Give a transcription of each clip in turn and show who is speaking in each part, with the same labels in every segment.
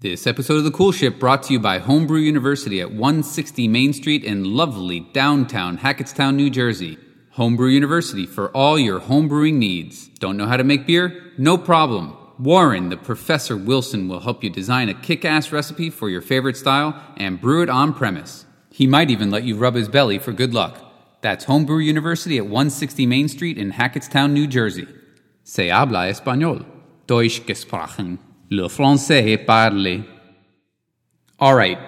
Speaker 1: This episode of The Cool Ship brought to you by Homebrew University at 160 Main Street in lovely downtown Hackettstown, New Jersey. Homebrew University for all your homebrewing needs. Don't know how to make beer? No problem. Warren, the Professor Wilson, will help you design a kick ass recipe for your favorite style and brew it on premise. He might even let you rub his belly for good luck. That's Homebrew University at 160 Main Street in Hackettstown, New Jersey. Se habla español. Deutsch gesprochen. Le français parlé. All right,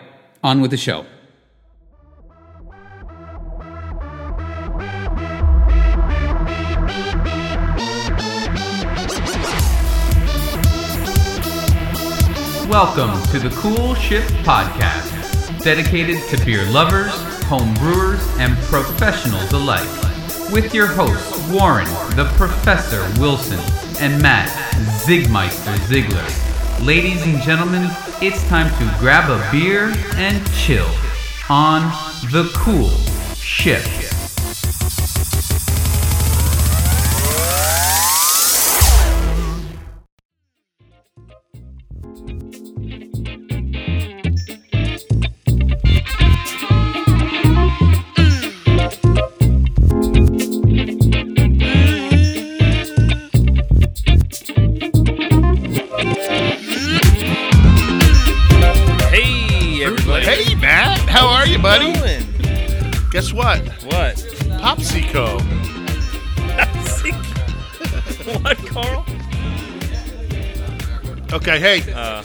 Speaker 1: on with the show. Welcome to the Cool Ship Podcast, dedicated to beer lovers, home brewers, and professionals alike. With your hosts, Warren, the Professor Wilson, and Matt, Zigmeister Ziegler. Ladies and gentlemen, it's time to grab a beer and chill on the Cool Ship.
Speaker 2: Hey, everybody.
Speaker 3: Hey, Matt. How are you, buddy?
Speaker 2: Doing?
Speaker 3: Guess what?
Speaker 2: What?
Speaker 3: Popsico.
Speaker 2: what, Carl?
Speaker 3: Okay, hey,
Speaker 2: Uh,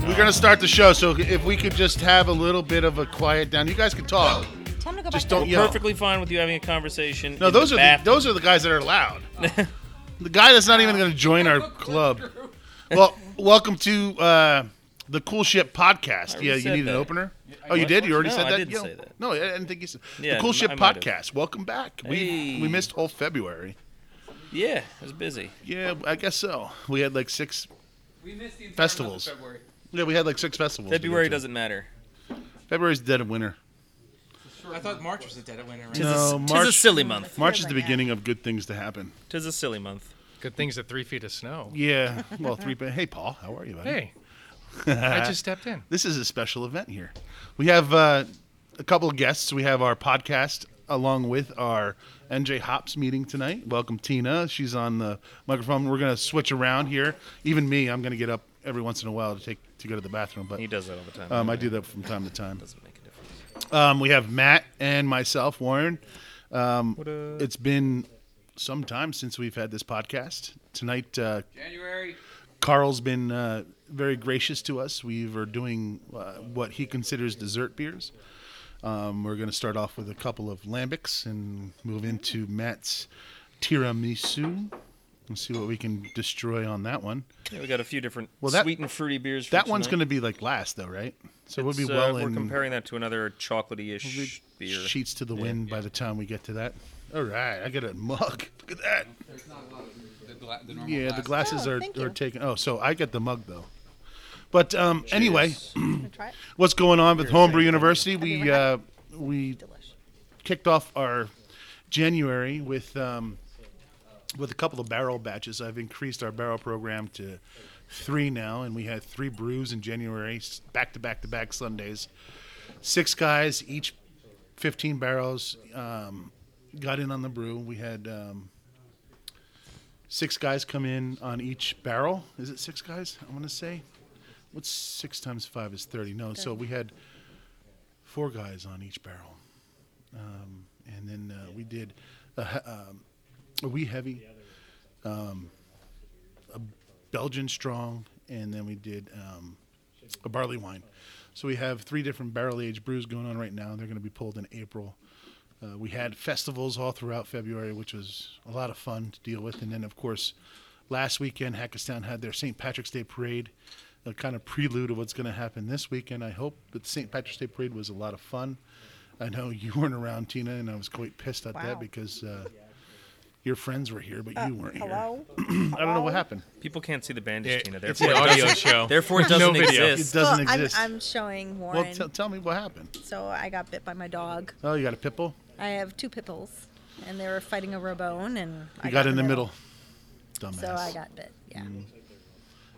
Speaker 3: we're going to start the show, so if we could just have a little bit of a quiet down. You guys can talk.
Speaker 4: Time to go
Speaker 3: Just
Speaker 4: back
Speaker 3: don't
Speaker 4: to
Speaker 3: yell.
Speaker 2: perfectly fine with you having a conversation.
Speaker 3: No,
Speaker 2: in
Speaker 3: those
Speaker 2: the
Speaker 3: are the,
Speaker 2: bathroom.
Speaker 3: those are the guys that are loud. the guy that's not even going to join our club. Well, welcome to uh, the Cool Ship Podcast.
Speaker 2: already
Speaker 3: Yeah, you
Speaker 2: said
Speaker 3: need an
Speaker 2: that.
Speaker 3: opener. Oh, you did? You already
Speaker 2: No,
Speaker 3: said
Speaker 2: I
Speaker 3: that?
Speaker 2: didn't
Speaker 3: Yo.
Speaker 2: say that.
Speaker 3: No, I didn't think you said.
Speaker 2: Yeah,
Speaker 3: the Cool Ship
Speaker 2: I might have.
Speaker 3: Podcast. Welcome back. We
Speaker 2: Hey.
Speaker 3: we missed whole February.
Speaker 2: Yeah, it was busy.
Speaker 3: Yeah, I guess so. We had like six.
Speaker 1: We missed the
Speaker 3: Festivals. month of Yeah, we had like six festivals. to go
Speaker 2: February
Speaker 3: to.
Speaker 2: doesn't matter.
Speaker 3: February's dead of winter.
Speaker 5: I thought March was the dead of winter. Right?
Speaker 2: Tis,
Speaker 3: No,
Speaker 2: a, tis a
Speaker 3: March-
Speaker 2: silly month.
Speaker 3: March is the beginning of good things to happen.
Speaker 2: Tis a silly month.
Speaker 5: Good thing's at three feet of snow.
Speaker 3: Yeah. Well, three. But hey, Paul, how are you, buddy?
Speaker 5: Hey, I just stepped in.
Speaker 3: This is a special event here. We have uh, a couple of guests. We have our podcast along with our NJ Hops meeting tonight. Welcome, Tina. She's on the microphone. We're gonna switch around here. Even me, I'm gonna get up every once in a while to take to go to the bathroom. But
Speaker 2: He does that all the time.
Speaker 3: um, I do that from time to time.
Speaker 2: Doesn't make a difference.
Speaker 3: Um, we have Matt and myself, Warren. Um, it's been some time since we've had this podcast. Tonight, uh,
Speaker 1: January.
Speaker 3: Carl's been uh, very gracious to us. We are doing uh, what he considers dessert beers. Um, we're going to start off with a couple of lambics and move into Matt's tiramisu and see what we can destroy on that one.
Speaker 2: Yeah, we got a few different
Speaker 3: Well, that-
Speaker 2: sweet and fruity beers. For
Speaker 3: That one's going
Speaker 2: tonight.
Speaker 3: to be like last, though, right? So we'll be
Speaker 2: It's, uh,
Speaker 3: well
Speaker 2: We're
Speaker 3: in
Speaker 2: comparing that to another chocolatey-ish beer.
Speaker 3: sheets to the wind by the time we get to that. All right, I got a mug. Look at that. Yeah, the glasses
Speaker 4: Oh,
Speaker 3: are,
Speaker 4: thank
Speaker 3: are
Speaker 4: you.
Speaker 3: taken. Oh, so I get the mug though. But um, anyway,
Speaker 4: Wanna try it?
Speaker 3: what's going on with Homebrew University? We
Speaker 4: right
Speaker 3: uh, we
Speaker 4: Delish.
Speaker 3: kicked off our January with um, with a couple of barrel batches. I've increased our barrel program to three now, and we had three brews in January, s- back to back to back Sundays. Six guys, each fifteen barrels, um, got in on the brew. We had um, six guys come in on each barrel. Is it six guys? I want to say. What's six times five is thirty? No, so we had four guys on each barrel and then uh, we did a, he- um, a wee heavy, um, a Belgian strong, and then we did um, a barley wine. So we have three different barrel aged brews going on right now. They're going to be pulled in April. Uh, we had festivals all throughout February, which was a lot of fun to deal with. And then, of course, last weekend, Hackettstown had their St. Patrick's Day parade, a kind of prelude of what's going to happen this weekend. I hope that St. Patrick's Day parade was a lot of fun. I know you weren't around, Tina, and I was quite pissed at
Speaker 4: Wow.
Speaker 3: that because uh, your friends were here, but you weren't
Speaker 4: Uh, Hello.
Speaker 3: here. I don't know what happened.
Speaker 2: People can't see the bandage, Tina.
Speaker 5: it's
Speaker 2: Therefore,
Speaker 5: an
Speaker 2: it
Speaker 5: audio
Speaker 2: doesn't-
Speaker 5: show.
Speaker 2: Therefore, it doesn't
Speaker 5: No video.
Speaker 3: It
Speaker 2: exist.
Speaker 3: doesn't
Speaker 4: well,
Speaker 3: exist.
Speaker 4: I'm, I'm showing Warren.
Speaker 3: well, t- tell me what happened.
Speaker 4: so I got bit by my dog.
Speaker 3: Oh, you got a pit bull?
Speaker 4: I have two pit bulls, and they were fighting a robone, and I
Speaker 3: You got, in the middle. Dumbass. Mm.
Speaker 4: So I got bit. Yeah.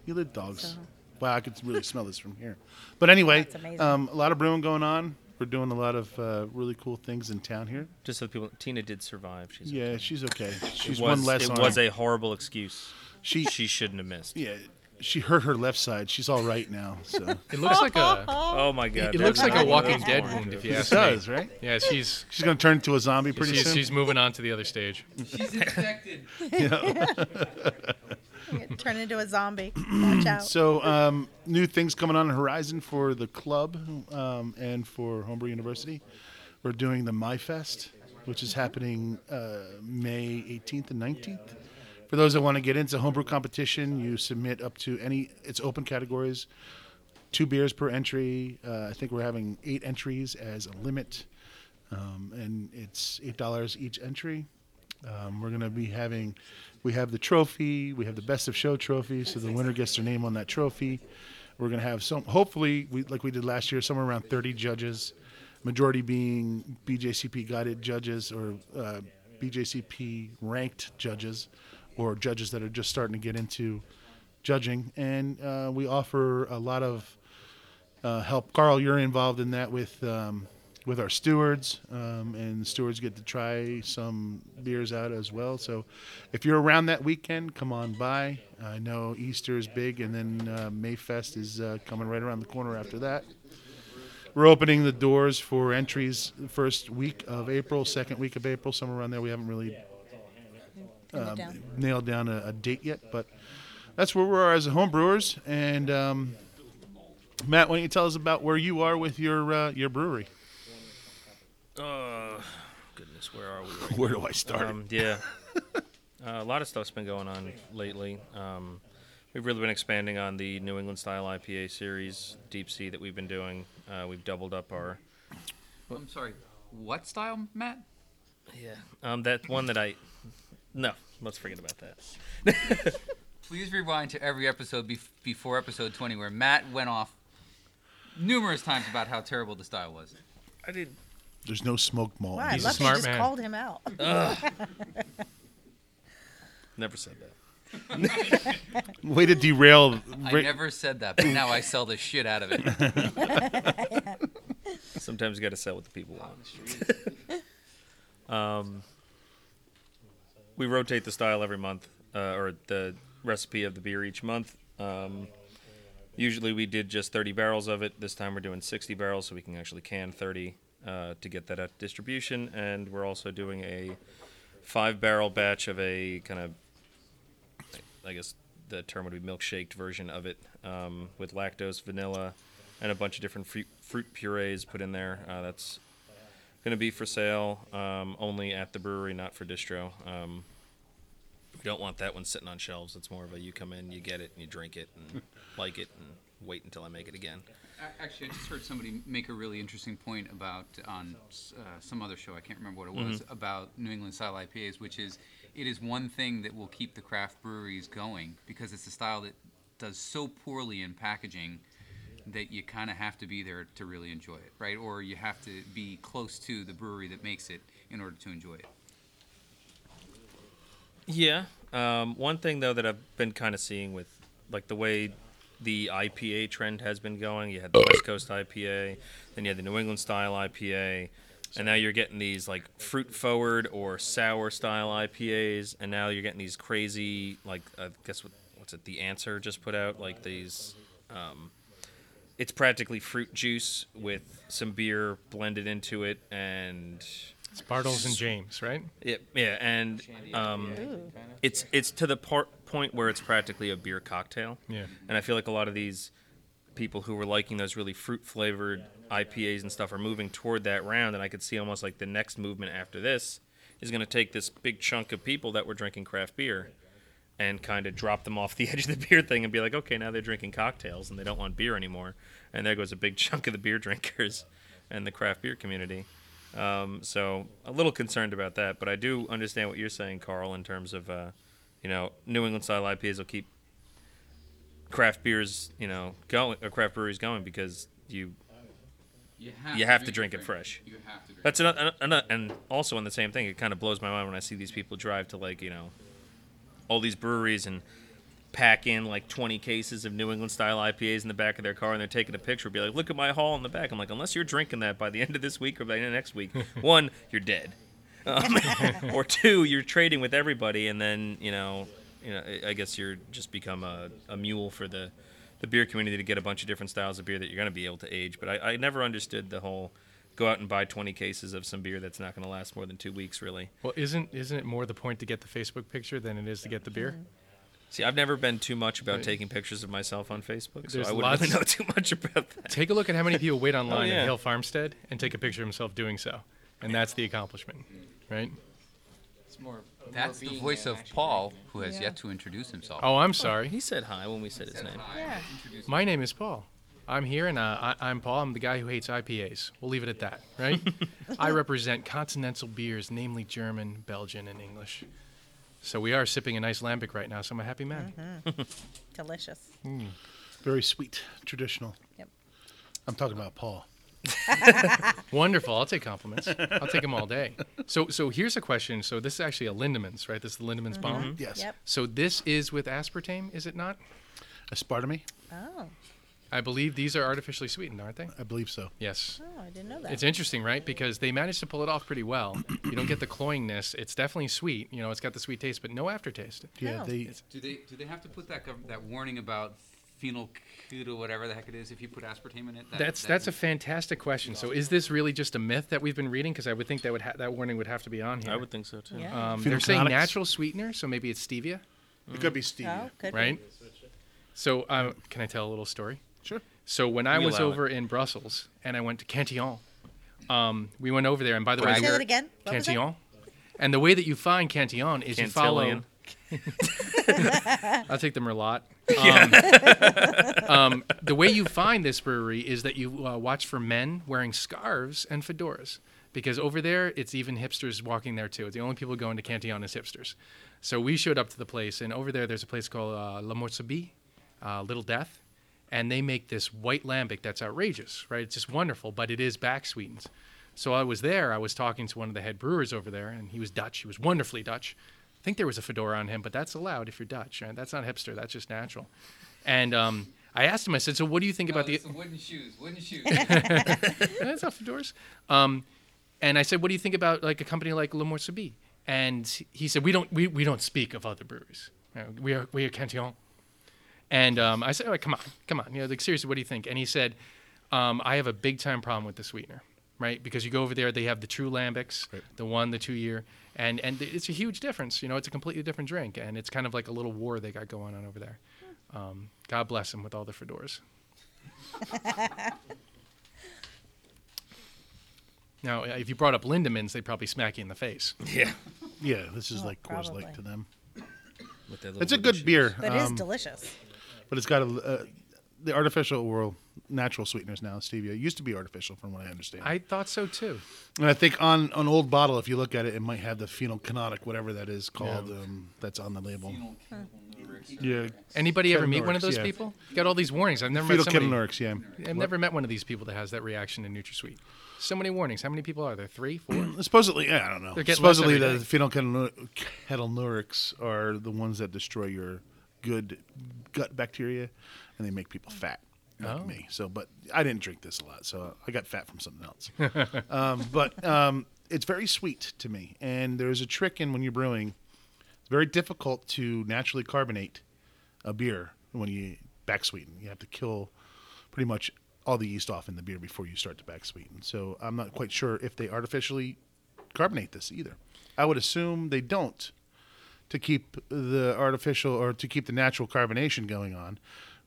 Speaker 3: You live dogs.
Speaker 4: So
Speaker 3: Wow, I could really smell this from here. But anyway,
Speaker 4: That's amazing.
Speaker 3: um, a lot of brewing going on. We're doing a lot of uh, really cool things in town here.
Speaker 2: Just so people, Tina did survive. She's okay.
Speaker 3: Yeah, she's okay. She's
Speaker 2: it was,
Speaker 3: one less
Speaker 2: It
Speaker 3: arm.
Speaker 2: was a horrible excuse.
Speaker 3: she,
Speaker 2: She shouldn't have missed.
Speaker 3: yeah, she hurt her left side. She's all right now. So
Speaker 5: It looks like a
Speaker 2: Oh my god.
Speaker 5: it
Speaker 2: that
Speaker 5: looks like a
Speaker 2: reminds me of
Speaker 5: Walking
Speaker 2: those
Speaker 5: Dead
Speaker 2: horror
Speaker 5: wound if
Speaker 2: movies.
Speaker 5: you
Speaker 3: it
Speaker 5: ask me.
Speaker 3: does, right?
Speaker 5: Yeah, she's
Speaker 3: She's gonna turn into a zombie pretty
Speaker 5: she's,
Speaker 3: soon.
Speaker 5: she's moving on to the other stage.
Speaker 4: Turn into a zombie. Watch out.
Speaker 3: So, um, new things coming on the horizon for the club um, and for Homebrew University. We're doing the My Fest, which is happening uh, May 18th and 19th. For those that want to get into homebrew competition, you submit up to any. It's open categories, two beers per entry. Uh, I think we're having eight entries as a limit, um, and it's eight dollars each entry. Um, we're going to be having, we have the trophy, we have the best of show trophy, so the winner gets their name on that trophy. We're going to have some, hopefully, we, like we did last year, somewhere around 30 judges, majority being BJCP guided judges or uh, BJCP ranked judges or judges that are just starting to get into judging. And uh, we offer a lot of uh, help. Carl, you're involved in that with um, with our stewards, um, and the stewards get to try some beers out as well. So, if you're around that weekend, come on by. I know Easter is big, and then uh, Mayfest is uh, coming right around the corner after that. We're opening the doors for entries first week of April, second week of April, somewhere around there. We haven't really
Speaker 4: Pin it down.
Speaker 3: nailed down a, a date yet, but that's where we are as home brewers. And um, Matt, why don't you tell us about where you are with your uh, your brewery?
Speaker 2: Oh, Goodness, where are we?
Speaker 3: Where do I start?
Speaker 2: Um, yeah. uh, a lot of stuff's been going on lately. Um, we've really been expanding on the New England style IPA series, Deep Sea, that we've been doing. Uh, we've doubled up our.
Speaker 1: I'm sorry. What style, Matt?
Speaker 2: Yeah. Um, that one that I. No, let's forget about that.
Speaker 1: Please rewind to every episode bef- before episode 20 where Matt went off numerous times about how terrible the style was.
Speaker 2: I did.
Speaker 3: There's no smoke malt.
Speaker 4: Wow, I
Speaker 5: He's a
Speaker 4: love you
Speaker 5: smart
Speaker 4: just
Speaker 5: man.
Speaker 4: called him out.
Speaker 2: Never said that.
Speaker 3: Way to derail.
Speaker 1: I never said that, but now I sell the shit out of it.
Speaker 2: Sometimes you got to sell what the people want. um, we rotate the style every month, uh, or the recipe of the beer each month. Um, usually we did just 30 barrels of it. This time we're doing 60 barrels, so we can actually can 30 uh, to get that at distribution. And we're also doing a five barrel batch of a kind of, I guess the term would be milkshaked version of it um, with lactose, vanilla, and a bunch of different fruit, fruit purees put in there. Uh, that's going to be for sale um, only at the brewery, not for distro. Um, we don't want that one sitting on shelves. It's more of a you come in, you get it, and you drink it, and like it, and wait until I make it again.
Speaker 1: A- Actually, I just heard somebody make a really interesting point about on uh, some other show. I can't remember what it was
Speaker 2: Mm-hmm.
Speaker 1: about New England style IPAs, which is it is one thing that will keep the craft breweries going because it's a style that does so poorly in packaging that you kind of have to be there to really enjoy it, right? Or you have to be close to the brewery that makes it in order to enjoy it.
Speaker 2: Yeah. Um, one thing though that I've been kind of seeing with like the way the IPA trend has been going, you had the West Coast IPA, then you had the New England style IPA, and now you're getting these like fruit forward or sour style IPAs, and now you're getting these crazy like I guess what what's it? The Answer just put out like these. Um, it's practically fruit juice with some beer blended into it, and
Speaker 5: It's Bartles and James, right?
Speaker 2: yeah, yeah, and um, it's it's to the part, point where it's practically a beer cocktail.
Speaker 5: Yeah.
Speaker 2: and I feel like a lot of these people who were liking those really fruit flavored IPAs and stuff are moving toward that round, and I could see almost like the next movement after this is going to take this big chunk of people that were drinking craft beer and kind of drop them off the edge of the beer thing and be like, okay, now they're drinking cocktails and they don't want beer anymore, and there goes a big chunk of the beer drinkers and the craft beer community. Um, so a little concerned about that, but I do understand what you're saying, Carl, in terms of uh, you know New England style IPAs will keep craft beers, you know, going or craft breweries going because you.
Speaker 1: You have,
Speaker 2: You have to drink it fresh.
Speaker 1: You have to drink
Speaker 2: That's another, another and also on the same thing. It kind of blows my mind when I see these people drive to like you know, all these breweries and pack in like 20 cases of New England style IPAs in the back of their car and they're taking a picture, be like, look at my haul in the back. I'm like, unless you're drinking that by the end of this week or by the end of next week, one, you're dead. Um, or two, you're trading with everybody, and then you know, you know, I- I guess you're just become a, a mule for the, the beer community to get a bunch of different styles of beer that you're going to be able to age. But I, I never understood the whole go out and buy 20 cases of some beer that's not going to last more than two weeks, really.
Speaker 5: Well, isn't isn't it more the point to get the Facebook picture than it is to get the beer?
Speaker 2: See, I've never been too much about taking pictures of myself on Facebook, so
Speaker 5: There's
Speaker 2: I wouldn't really
Speaker 5: lots-
Speaker 2: know too much about that.
Speaker 5: Take a look at how many people wait online
Speaker 2: yeah.
Speaker 5: at Hill Farmstead and take a picture of himself doing so, and that's the accomplishment, right?
Speaker 6: It's more. more
Speaker 1: That's the
Speaker 6: being
Speaker 1: voice
Speaker 6: there,
Speaker 1: of
Speaker 6: actually.
Speaker 1: Paul, who has
Speaker 4: Yeah.
Speaker 1: yet to introduce himself.
Speaker 5: Oh, I'm sorry.
Speaker 2: He said hi when we said his name.
Speaker 4: Yeah.
Speaker 5: My name is Paul. I'm here, and uh, I, I'm Paul. I'm the guy who hates IPAs. We'll leave it at that, right? I represent continental beers, namely German, Belgian, and English. So we are sipping a nice lambic right now. So I'm a happy man.
Speaker 4: Delicious.
Speaker 3: Very sweet, traditional.
Speaker 4: Yep.
Speaker 3: I'm talking about Paul.
Speaker 5: Wonderful. I'll take compliments. I'll take them all day. So, so here's a question. So this is actually a Lindemans, right? This is the Lindemans bomb.
Speaker 3: Yes.
Speaker 4: Yep.
Speaker 5: So this is with aspartame, is it not?
Speaker 3: Aspartame?
Speaker 4: Oh.
Speaker 5: I believe these are artificially sweetened, aren't they?
Speaker 3: I believe so.
Speaker 5: Yes.
Speaker 4: Oh, I didn't know that.
Speaker 5: It's interesting, right? Because they managed to pull it off pretty well. You don't get the cloyingness. It's definitely sweet. You know, it's got the sweet taste, but no aftertaste.
Speaker 3: Yeah,
Speaker 4: Oh.
Speaker 3: they
Speaker 1: Do they do they have to put that gov- that warning about phenylketo whatever the heck it is if you put aspartame in it? That,
Speaker 5: That's
Speaker 1: that
Speaker 5: that's a
Speaker 1: can-
Speaker 5: fantastic question. So is this really just a myth that we've been reading? Because I would think that would ha- that warning would have to be on here.
Speaker 2: I would think so too.
Speaker 4: yeah.
Speaker 5: Um, they're saying
Speaker 3: Phenoconics.
Speaker 5: natural sweetener, so maybe it's stevia,
Speaker 3: it could be Steve.
Speaker 4: oh, could be.
Speaker 5: right? So uh, can I tell a little story?
Speaker 3: Sure.
Speaker 5: So when I
Speaker 2: We
Speaker 5: was
Speaker 2: allow it.
Speaker 5: over in Brussels and I went to Cantillon, um, we went over there, and by the way,
Speaker 4: Say that again. What was that?
Speaker 5: Cantillon. And the way that you find Cantillon is you follow.
Speaker 2: Cantillion.
Speaker 5: I'll take the Merlot. Um, um, the way you find this brewery is that you uh, watch for men wearing scarves and fedoras. Because over there, it's even hipsters walking there too. It's the only people going to Cantillon is hipsters. So we showed up to the place, and over there, there's a place called uh, La Morcebi, uh, Little Death, and they make this white lambic that's outrageous, right? It's just wonderful, but it is back sweetened. So I was there, I was talking to one of the head brewers over there, and he was Dutch. He was wonderfully Dutch. I think there was a fedora on him, but that's allowed if you're Dutch. Right? That's not hipster, that's just natural. And um, I asked him, I said, So what do you think
Speaker 1: No,
Speaker 5: about the.
Speaker 1: it's wooden shoes, wooden shoes.
Speaker 5: That's off the doors. Um, and I said, "What do you think about like a company like Le Morceau And he said, "We don't we, we don't speak of other breweries. You know, we are we are Cantillon." And um, I said, oh, "Come on, come on. You know, like seriously, what do you think?" And he said, um, "I have a big time problem with the sweetener, right? Because you go over there, they have the true lambics, the one, the two year, and and it's a huge difference. You know, it's a completely different drink, and it's kind of like a little war they got going on over there. Um, God bless them with all the fedoras." Now, if you brought up Lindemans, they'd probably smack you in the face.
Speaker 2: Yeah.
Speaker 3: Yeah, this is
Speaker 4: Oh,
Speaker 3: like Coors
Speaker 4: probably.
Speaker 3: Light to them.
Speaker 2: With that little
Speaker 3: It's a
Speaker 2: wooden
Speaker 3: good
Speaker 2: shoe.
Speaker 3: beer,
Speaker 4: But it is
Speaker 3: um,
Speaker 4: delicious.
Speaker 3: but it's got a uh, the artificial well natural sweeteners now stevia. It used to be artificial, from what I understand.
Speaker 5: I thought so too.
Speaker 3: and I think on an old bottle, if you look at it, it might have the phenylcanonic, whatever that is called, um, that's on the label. Yeah,
Speaker 5: Anybody ever meet one of
Speaker 3: Ketanurics,
Speaker 5: those
Speaker 3: yeah.
Speaker 5: people? Got all these warnings. I've never met somebody.
Speaker 3: phenylcanonics. Yeah,
Speaker 5: I've never met one of these people that has that reaction to NutraSweet. So many warnings. How many people are there? Three, four?
Speaker 3: supposedly, yeah, I don't know.
Speaker 5: They're getting less
Speaker 3: Supposedly, the
Speaker 5: every
Speaker 3: phenylcanonics are the ones that destroy your good gut bacteria, and they make people fat. Like
Speaker 5: Oh.
Speaker 3: me. So, but I didn't drink this a lot, so I got fat from something else. um, but um, it's very sweet to me, and there's a trick in when you're brewing. It's very difficult to naturally carbonate a beer when you back sweeten. You have to kill pretty much all the yeast off in the beer before you start to back sweeten. So I'm not quite sure if they artificially carbonate this either. I would assume they don't to keep the artificial or to keep the natural carbonation going on,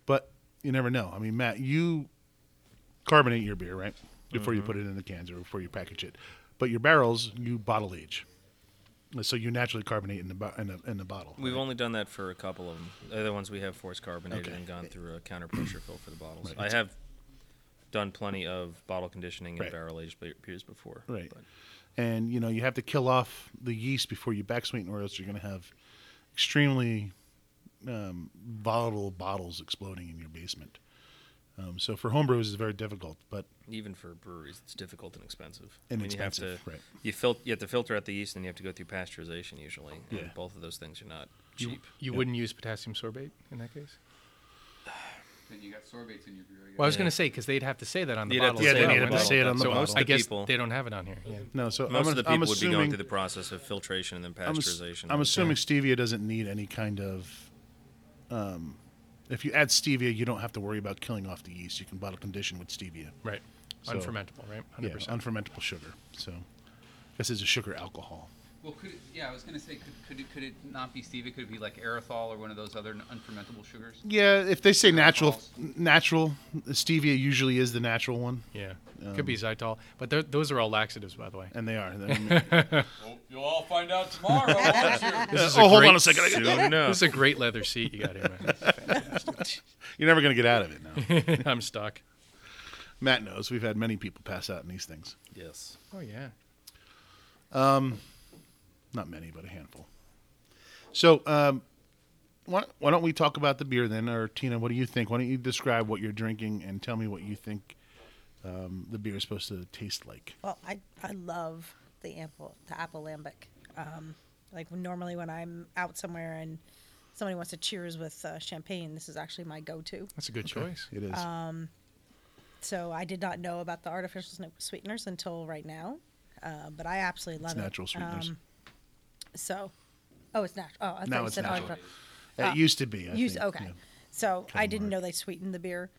Speaker 3: but you never know. I mean, Matt, you carbonate your beer, right? Before
Speaker 2: Mm-hmm.
Speaker 3: you put it in the cans or before you package it. But your barrels, you bottle age. So you naturally carbonate in the, bo- in the, in the bottle.
Speaker 2: We've only done that for a couple of them. The other ones we have forced carbonated
Speaker 3: Okay.
Speaker 2: and gone through a counter pressure fill for the bottles. I have done plenty of bottle conditioning and
Speaker 3: Right.
Speaker 2: barrel aged beers before.
Speaker 3: Right.
Speaker 2: but-
Speaker 3: And you know, you have to kill off the yeast before you back sweeten, or else you're going to have extremely um, volatile bottles exploding in your basement. Um, so for homebrews, it's very difficult. But
Speaker 2: even for breweries, it's difficult and expensive.
Speaker 3: And
Speaker 2: You have
Speaker 3: expensive,
Speaker 2: to,
Speaker 3: right.
Speaker 2: You, fil- you have to filter out the yeast, and you have to go through pasteurization usually. And
Speaker 3: Yeah.
Speaker 2: Both of those things are not
Speaker 5: You, you wouldn't use potassium sorbate in that case.
Speaker 1: Then you got sorbates in your beer.
Speaker 5: Well, I was going to say because they'd have to say that on the
Speaker 2: You'd have
Speaker 5: bottle.
Speaker 2: to
Speaker 5: as
Speaker 2: say
Speaker 5: well,
Speaker 2: it on the
Speaker 5: wouldn't
Speaker 2: bottle.
Speaker 3: say it on the
Speaker 5: So
Speaker 3: bottle.
Speaker 5: I guess
Speaker 2: People-
Speaker 5: they don't have it on here. Yeah.
Speaker 3: No, so
Speaker 2: Most
Speaker 3: I'm,
Speaker 2: of the
Speaker 3: I'm
Speaker 2: people would be
Speaker 3: assuming,
Speaker 2: going through the process of filtration and then
Speaker 3: I'm, ass-
Speaker 2: pasteurization.
Speaker 3: I'm assuming stevia doesn't need any kind of. Um, if you add stevia, you don't have to worry about killing off the yeast. You can bottle condition with stevia.
Speaker 5: Right.
Speaker 3: So-
Speaker 5: Unfermentable, right?
Speaker 3: Yeah,
Speaker 5: 100%.
Speaker 3: unfermentable sugar. So, this is a sugar alcohol.
Speaker 1: Well, could it, yeah, I was going to say, could, could, it, could it not be stevia? Could it be like erythol or one of those other n- unfermentable sugars?
Speaker 3: Yeah, if they say natural,
Speaker 1: Alcohols.
Speaker 3: natural stevia usually is the natural one,
Speaker 5: yeah. Could be
Speaker 2: um,
Speaker 5: xylitol, but they're- those are all laxatives, by the way.
Speaker 2: Uh,
Speaker 3: and they are. They're-
Speaker 1: you'll all find out tomorrow.
Speaker 5: This is
Speaker 3: oh, hold
Speaker 5: great-
Speaker 3: on a second. I gotta-
Speaker 2: Soon
Speaker 5: This
Speaker 2: enough.
Speaker 5: is a great leather seat you got here,
Speaker 3: You're never gonna get out of it now.
Speaker 5: man. I'm stuck.
Speaker 3: Matt knows. We've had many people pass out in these things.
Speaker 2: Yes.
Speaker 5: Oh yeah.
Speaker 3: Not many, but a handful. So, um, why, why don't we talk about the beer then? Or Tina, what do you think? Why don't you describe what you're drinking and tell me what you think um, the beer is supposed to taste like?
Speaker 4: Well, I, I love the apple the apple lambic. Um, like normally when I'm out somewhere and somebody wants to cheers with uh, champagne, this is actually my go-to.
Speaker 5: That's a good choice.
Speaker 3: It is.
Speaker 4: Uh, So I did not know about the artificial sn- sweeteners until right now, uh, but I absolutely love
Speaker 3: it's
Speaker 4: it.
Speaker 3: natural sweeteners.
Speaker 4: Um, so, oh, it's natural. Oh, I thought
Speaker 3: Now
Speaker 4: you
Speaker 3: it's
Speaker 4: said
Speaker 3: natural.
Speaker 4: artificial.
Speaker 3: it used to be. I
Speaker 4: Use
Speaker 3: think,
Speaker 4: uh, okay.
Speaker 3: yeah.
Speaker 4: So I
Speaker 3: Kinda
Speaker 4: didn't
Speaker 3: hard.
Speaker 4: know they sweetened the beer,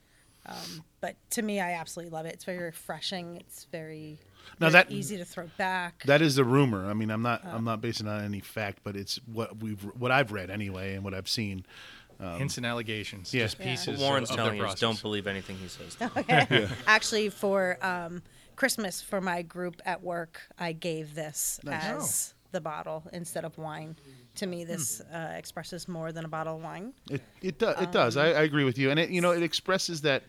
Speaker 4: um, but to me, I absolutely love it. It's very refreshing. It's very
Speaker 3: Now
Speaker 4: very
Speaker 3: that-
Speaker 4: easy to throw back.
Speaker 3: That is the rumor. I mean, I'm not.
Speaker 4: Oh.
Speaker 3: I'm not basing it on any fact, but it's what we've, what I've read anyway, and what I've seen.
Speaker 5: Hints and allegations.
Speaker 3: Yeah.
Speaker 5: Just
Speaker 4: Yeah.
Speaker 5: pieces.
Speaker 4: But
Speaker 2: Um, Warren's
Speaker 5: of, of
Speaker 2: telling
Speaker 5: their
Speaker 2: us don't
Speaker 5: process.
Speaker 2: believe anything he says.
Speaker 4: Actually, for um, Christmas for my group at work, I gave this as
Speaker 2: Oh.
Speaker 4: the bottle instead of wine. To me, this
Speaker 2: Hmm.
Speaker 4: uh, expresses more than a bottle of wine.
Speaker 3: It it does. it does.
Speaker 4: Um,
Speaker 3: I, I agree with you, and it you know it expresses that.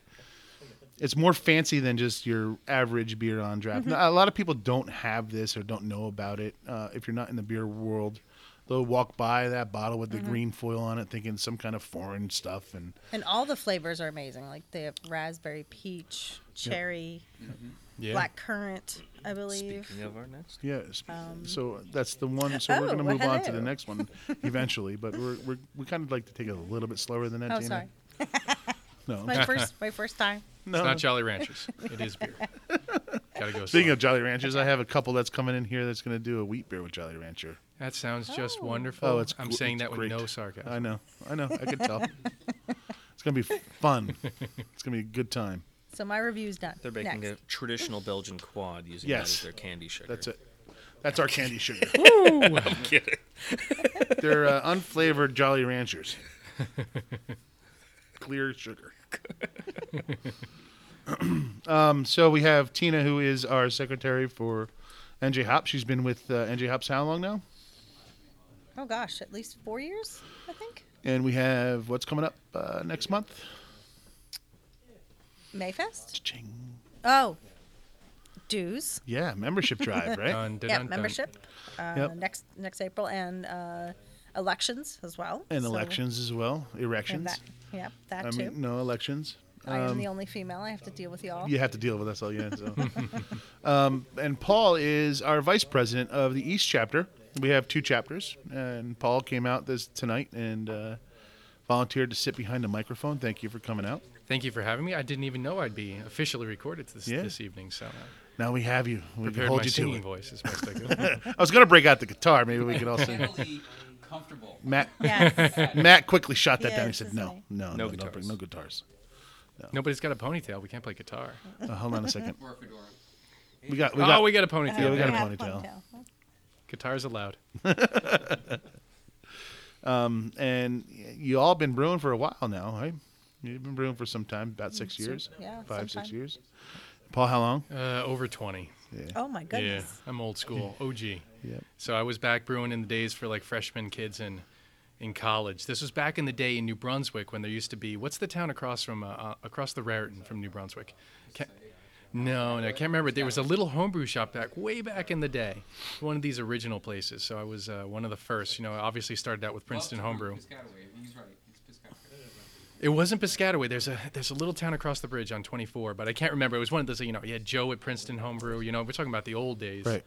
Speaker 3: It's more fancy than just your average beer on draft.
Speaker 4: Mm-hmm.
Speaker 3: Now, a lot of people don't have this or don't know about it. Uh, if you're not in the beer world, they'll walk by that bottle with the
Speaker 4: Mm-hmm.
Speaker 3: green foil on it, thinking some kind of foreign stuff. And
Speaker 4: And all the flavors are amazing. Like they have raspberry, peach, cherry,
Speaker 5: Yeah.
Speaker 4: black currant, I believe.
Speaker 2: Speaking of our next.
Speaker 3: yes, so that's the one. So we're
Speaker 4: Um, oh,
Speaker 3: going to
Speaker 4: well,
Speaker 3: move on to the
Speaker 4: hello.
Speaker 3: next one eventually, but we're, we're we kind of like to take it a little bit slower than that.
Speaker 4: Oh,
Speaker 3: Gina.
Speaker 4: sorry.
Speaker 3: No,
Speaker 4: My first, my first time.
Speaker 3: no.
Speaker 5: It's not Jolly Ranchers. It is beer. Gotta go.
Speaker 3: Speaking
Speaker 5: slow.
Speaker 3: of Jolly Ranchers, I have a couple that's coming in here that's going to do a wheat beer with Jolly Rancher.
Speaker 5: that sounds just
Speaker 4: Oh.
Speaker 5: wonderful.
Speaker 3: Oh, it's
Speaker 5: I'm
Speaker 3: gr-
Speaker 5: saying
Speaker 3: it's
Speaker 5: that with
Speaker 3: great.
Speaker 5: no sarcasm.
Speaker 3: I know, I know, I could tell. it's going to be fun. It's going to be a good time.
Speaker 4: So my review's done.
Speaker 2: They're baking
Speaker 4: Next.
Speaker 2: a traditional Belgian quad using that
Speaker 3: Yes.
Speaker 2: as their candy sugar.
Speaker 3: That's it. That's our candy sugar.
Speaker 2: Get it.
Speaker 3: They're uh, unflavored Jolly Ranchers. Clear sugar. um, so we have Tina, who is our secretary for NJ Hop. She's been with uh, NJ Hops how long now?
Speaker 4: Oh gosh, at least four years, I think.
Speaker 3: And we have what's coming up uh, next month.
Speaker 4: Mayfest.
Speaker 3: Ching.
Speaker 4: Oh, dues.
Speaker 3: Yeah, membership drive, right?
Speaker 5: Dun, dun,
Speaker 4: yeah,
Speaker 5: dun, dun.
Speaker 4: membership. Uh,
Speaker 3: um, Yep.
Speaker 4: Next next April and uh, elections as well.
Speaker 3: and
Speaker 4: So-
Speaker 3: elections as well.
Speaker 4: And
Speaker 3: Erections.
Speaker 4: that, yeah, that
Speaker 3: I
Speaker 4: too. Oh.
Speaker 3: mean, um, no elections.
Speaker 4: I am the only female. I have to deal with y'all.
Speaker 3: You have to deal with us all, yeah. So. um, and Paul is our vice president of the East chapter. We have two chapters, and Paul came out this tonight and uh, volunteered to sit behind the microphone. Thank you for coming out.
Speaker 5: Thank you for having me. I didn't even know I'd be officially recorded this
Speaker 3: Yeah.
Speaker 5: this evening, so I
Speaker 3: Now we have you. We can
Speaker 5: prepared
Speaker 3: hold
Speaker 5: my
Speaker 3: you to
Speaker 5: singing
Speaker 3: it.
Speaker 5: voice as best I could.
Speaker 3: I was going to break out the guitar. Maybe we could all sing.
Speaker 1: Really comfortable.
Speaker 3: Matt,
Speaker 4: Yes.
Speaker 3: Matt quickly shot that
Speaker 4: Yeah,
Speaker 3: down. He
Speaker 4: it's
Speaker 3: said,
Speaker 4: just
Speaker 3: "No,
Speaker 4: like-
Speaker 3: no,
Speaker 2: No
Speaker 3: no, don't bring-
Speaker 2: guitars.
Speaker 3: no guitars."
Speaker 5: Nobody's got a ponytail. We can't play guitar.
Speaker 3: Uh, hold on a second.
Speaker 1: Or a fedora.
Speaker 3: We got. We
Speaker 5: oh,
Speaker 3: got.
Speaker 5: we got a ponytail.
Speaker 3: Yeah, we got a
Speaker 4: Yeah,
Speaker 3: ponytail.
Speaker 5: Guitar's allowed.
Speaker 3: and you all been brewing for a while now, right? You've been brewing for some time, about six years,
Speaker 4: Mm-hmm. yeah,
Speaker 3: five,
Speaker 4: sometime.
Speaker 3: six years. Paul, how long?
Speaker 5: Uh, over 20.
Speaker 4: Oh my goodness.
Speaker 5: Yeah, I'm old school, OG.
Speaker 3: Yep.
Speaker 5: So I was back brewing in the days for like freshman kids in in college. This was back in the day in New Brunswick when there used to be what's the town across from uh, uh, across the Raritan from New Brunswick. Can't, no, no, I can't remember. There was a little homebrew shop back way back in the day, one of these original places. So I was uh, one of the first. You know, I obviously started out with Princeton homebrew.
Speaker 1: Piscataway. He's right. It's Piscataway.
Speaker 5: It wasn't Piscataway. There's a there's a little town across the bridge on 24, but I can't remember. It was one of those, you know, you had Joe at Princeton Homebrew. You know, we're talking about the old days.
Speaker 3: Right.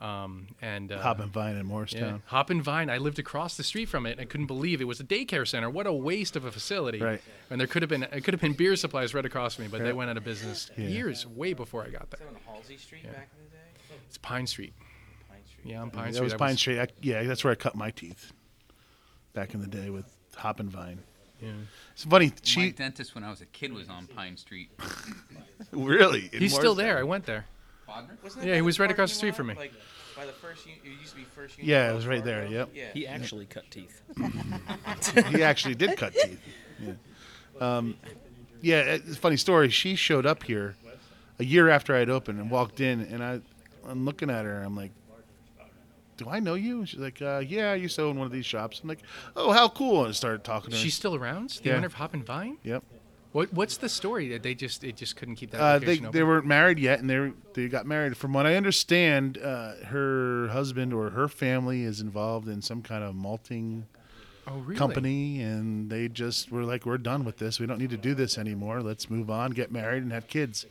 Speaker 5: Um, and uh,
Speaker 3: Hop and Vine in
Speaker 5: yeah,
Speaker 3: Morristown.
Speaker 5: Hop and Vine. I lived across the street from it. And I couldn't believe it was a daycare center. What a waste of a facility!
Speaker 3: Right.
Speaker 5: And there could have been it could have been beer supplies right across from me, but they went out of business years way before I got there.
Speaker 6: that on Halsey Street back in the day?
Speaker 5: It's Pine Street.
Speaker 6: Pine Street.
Speaker 5: Yeah, on Pine
Speaker 3: That
Speaker 5: Street.
Speaker 3: was
Speaker 5: I
Speaker 3: Pine Street. I, yeah, that's where I cut my teeth back in the day with Hop and Vine.
Speaker 5: Yeah.
Speaker 3: It's funny.
Speaker 1: My
Speaker 3: She
Speaker 1: dentist when I was a kid was on Pine Street.
Speaker 3: really. in
Speaker 5: He's still
Speaker 3: Morristown.
Speaker 5: there. I went there.
Speaker 1: Bodner?
Speaker 6: Wasn't
Speaker 5: Yeah,
Speaker 6: by
Speaker 5: he
Speaker 6: the
Speaker 5: was right across the
Speaker 6: parking
Speaker 5: street from
Speaker 6: lot?
Speaker 5: me.
Speaker 6: Like by the first, un- it used to be first. Union
Speaker 3: Yeah, it
Speaker 6: Wells
Speaker 3: was right there,
Speaker 6: Fargo?
Speaker 3: yep.
Speaker 6: Yeah.
Speaker 7: He actually cut teeth.
Speaker 3: he actually did cut teeth. Yeah. Um, yeah, it's a funny story. She showed up here a year after I had opened and walked in, and I, I'm looking at her. I'm like, "Do I know you?" And she's like, uh, "Yeah, I used to own one of these shops." I'm like, "Oh, how cool!" And I started talking to her.
Speaker 5: She's still around. The
Speaker 3: Yeah.
Speaker 5: owner of Hop and Vine.
Speaker 3: yep.
Speaker 5: What What's the story that they just it just couldn't keep that
Speaker 3: Uh, they
Speaker 5: location
Speaker 3: they
Speaker 5: open?
Speaker 3: weren't married yet, and they were, they got married. From what I understand, uh, her husband or her family is involved in some kind of malting
Speaker 5: oh, really?
Speaker 3: company and they just were like we're done with this we don't need to do this anymore let's move on get married and have kids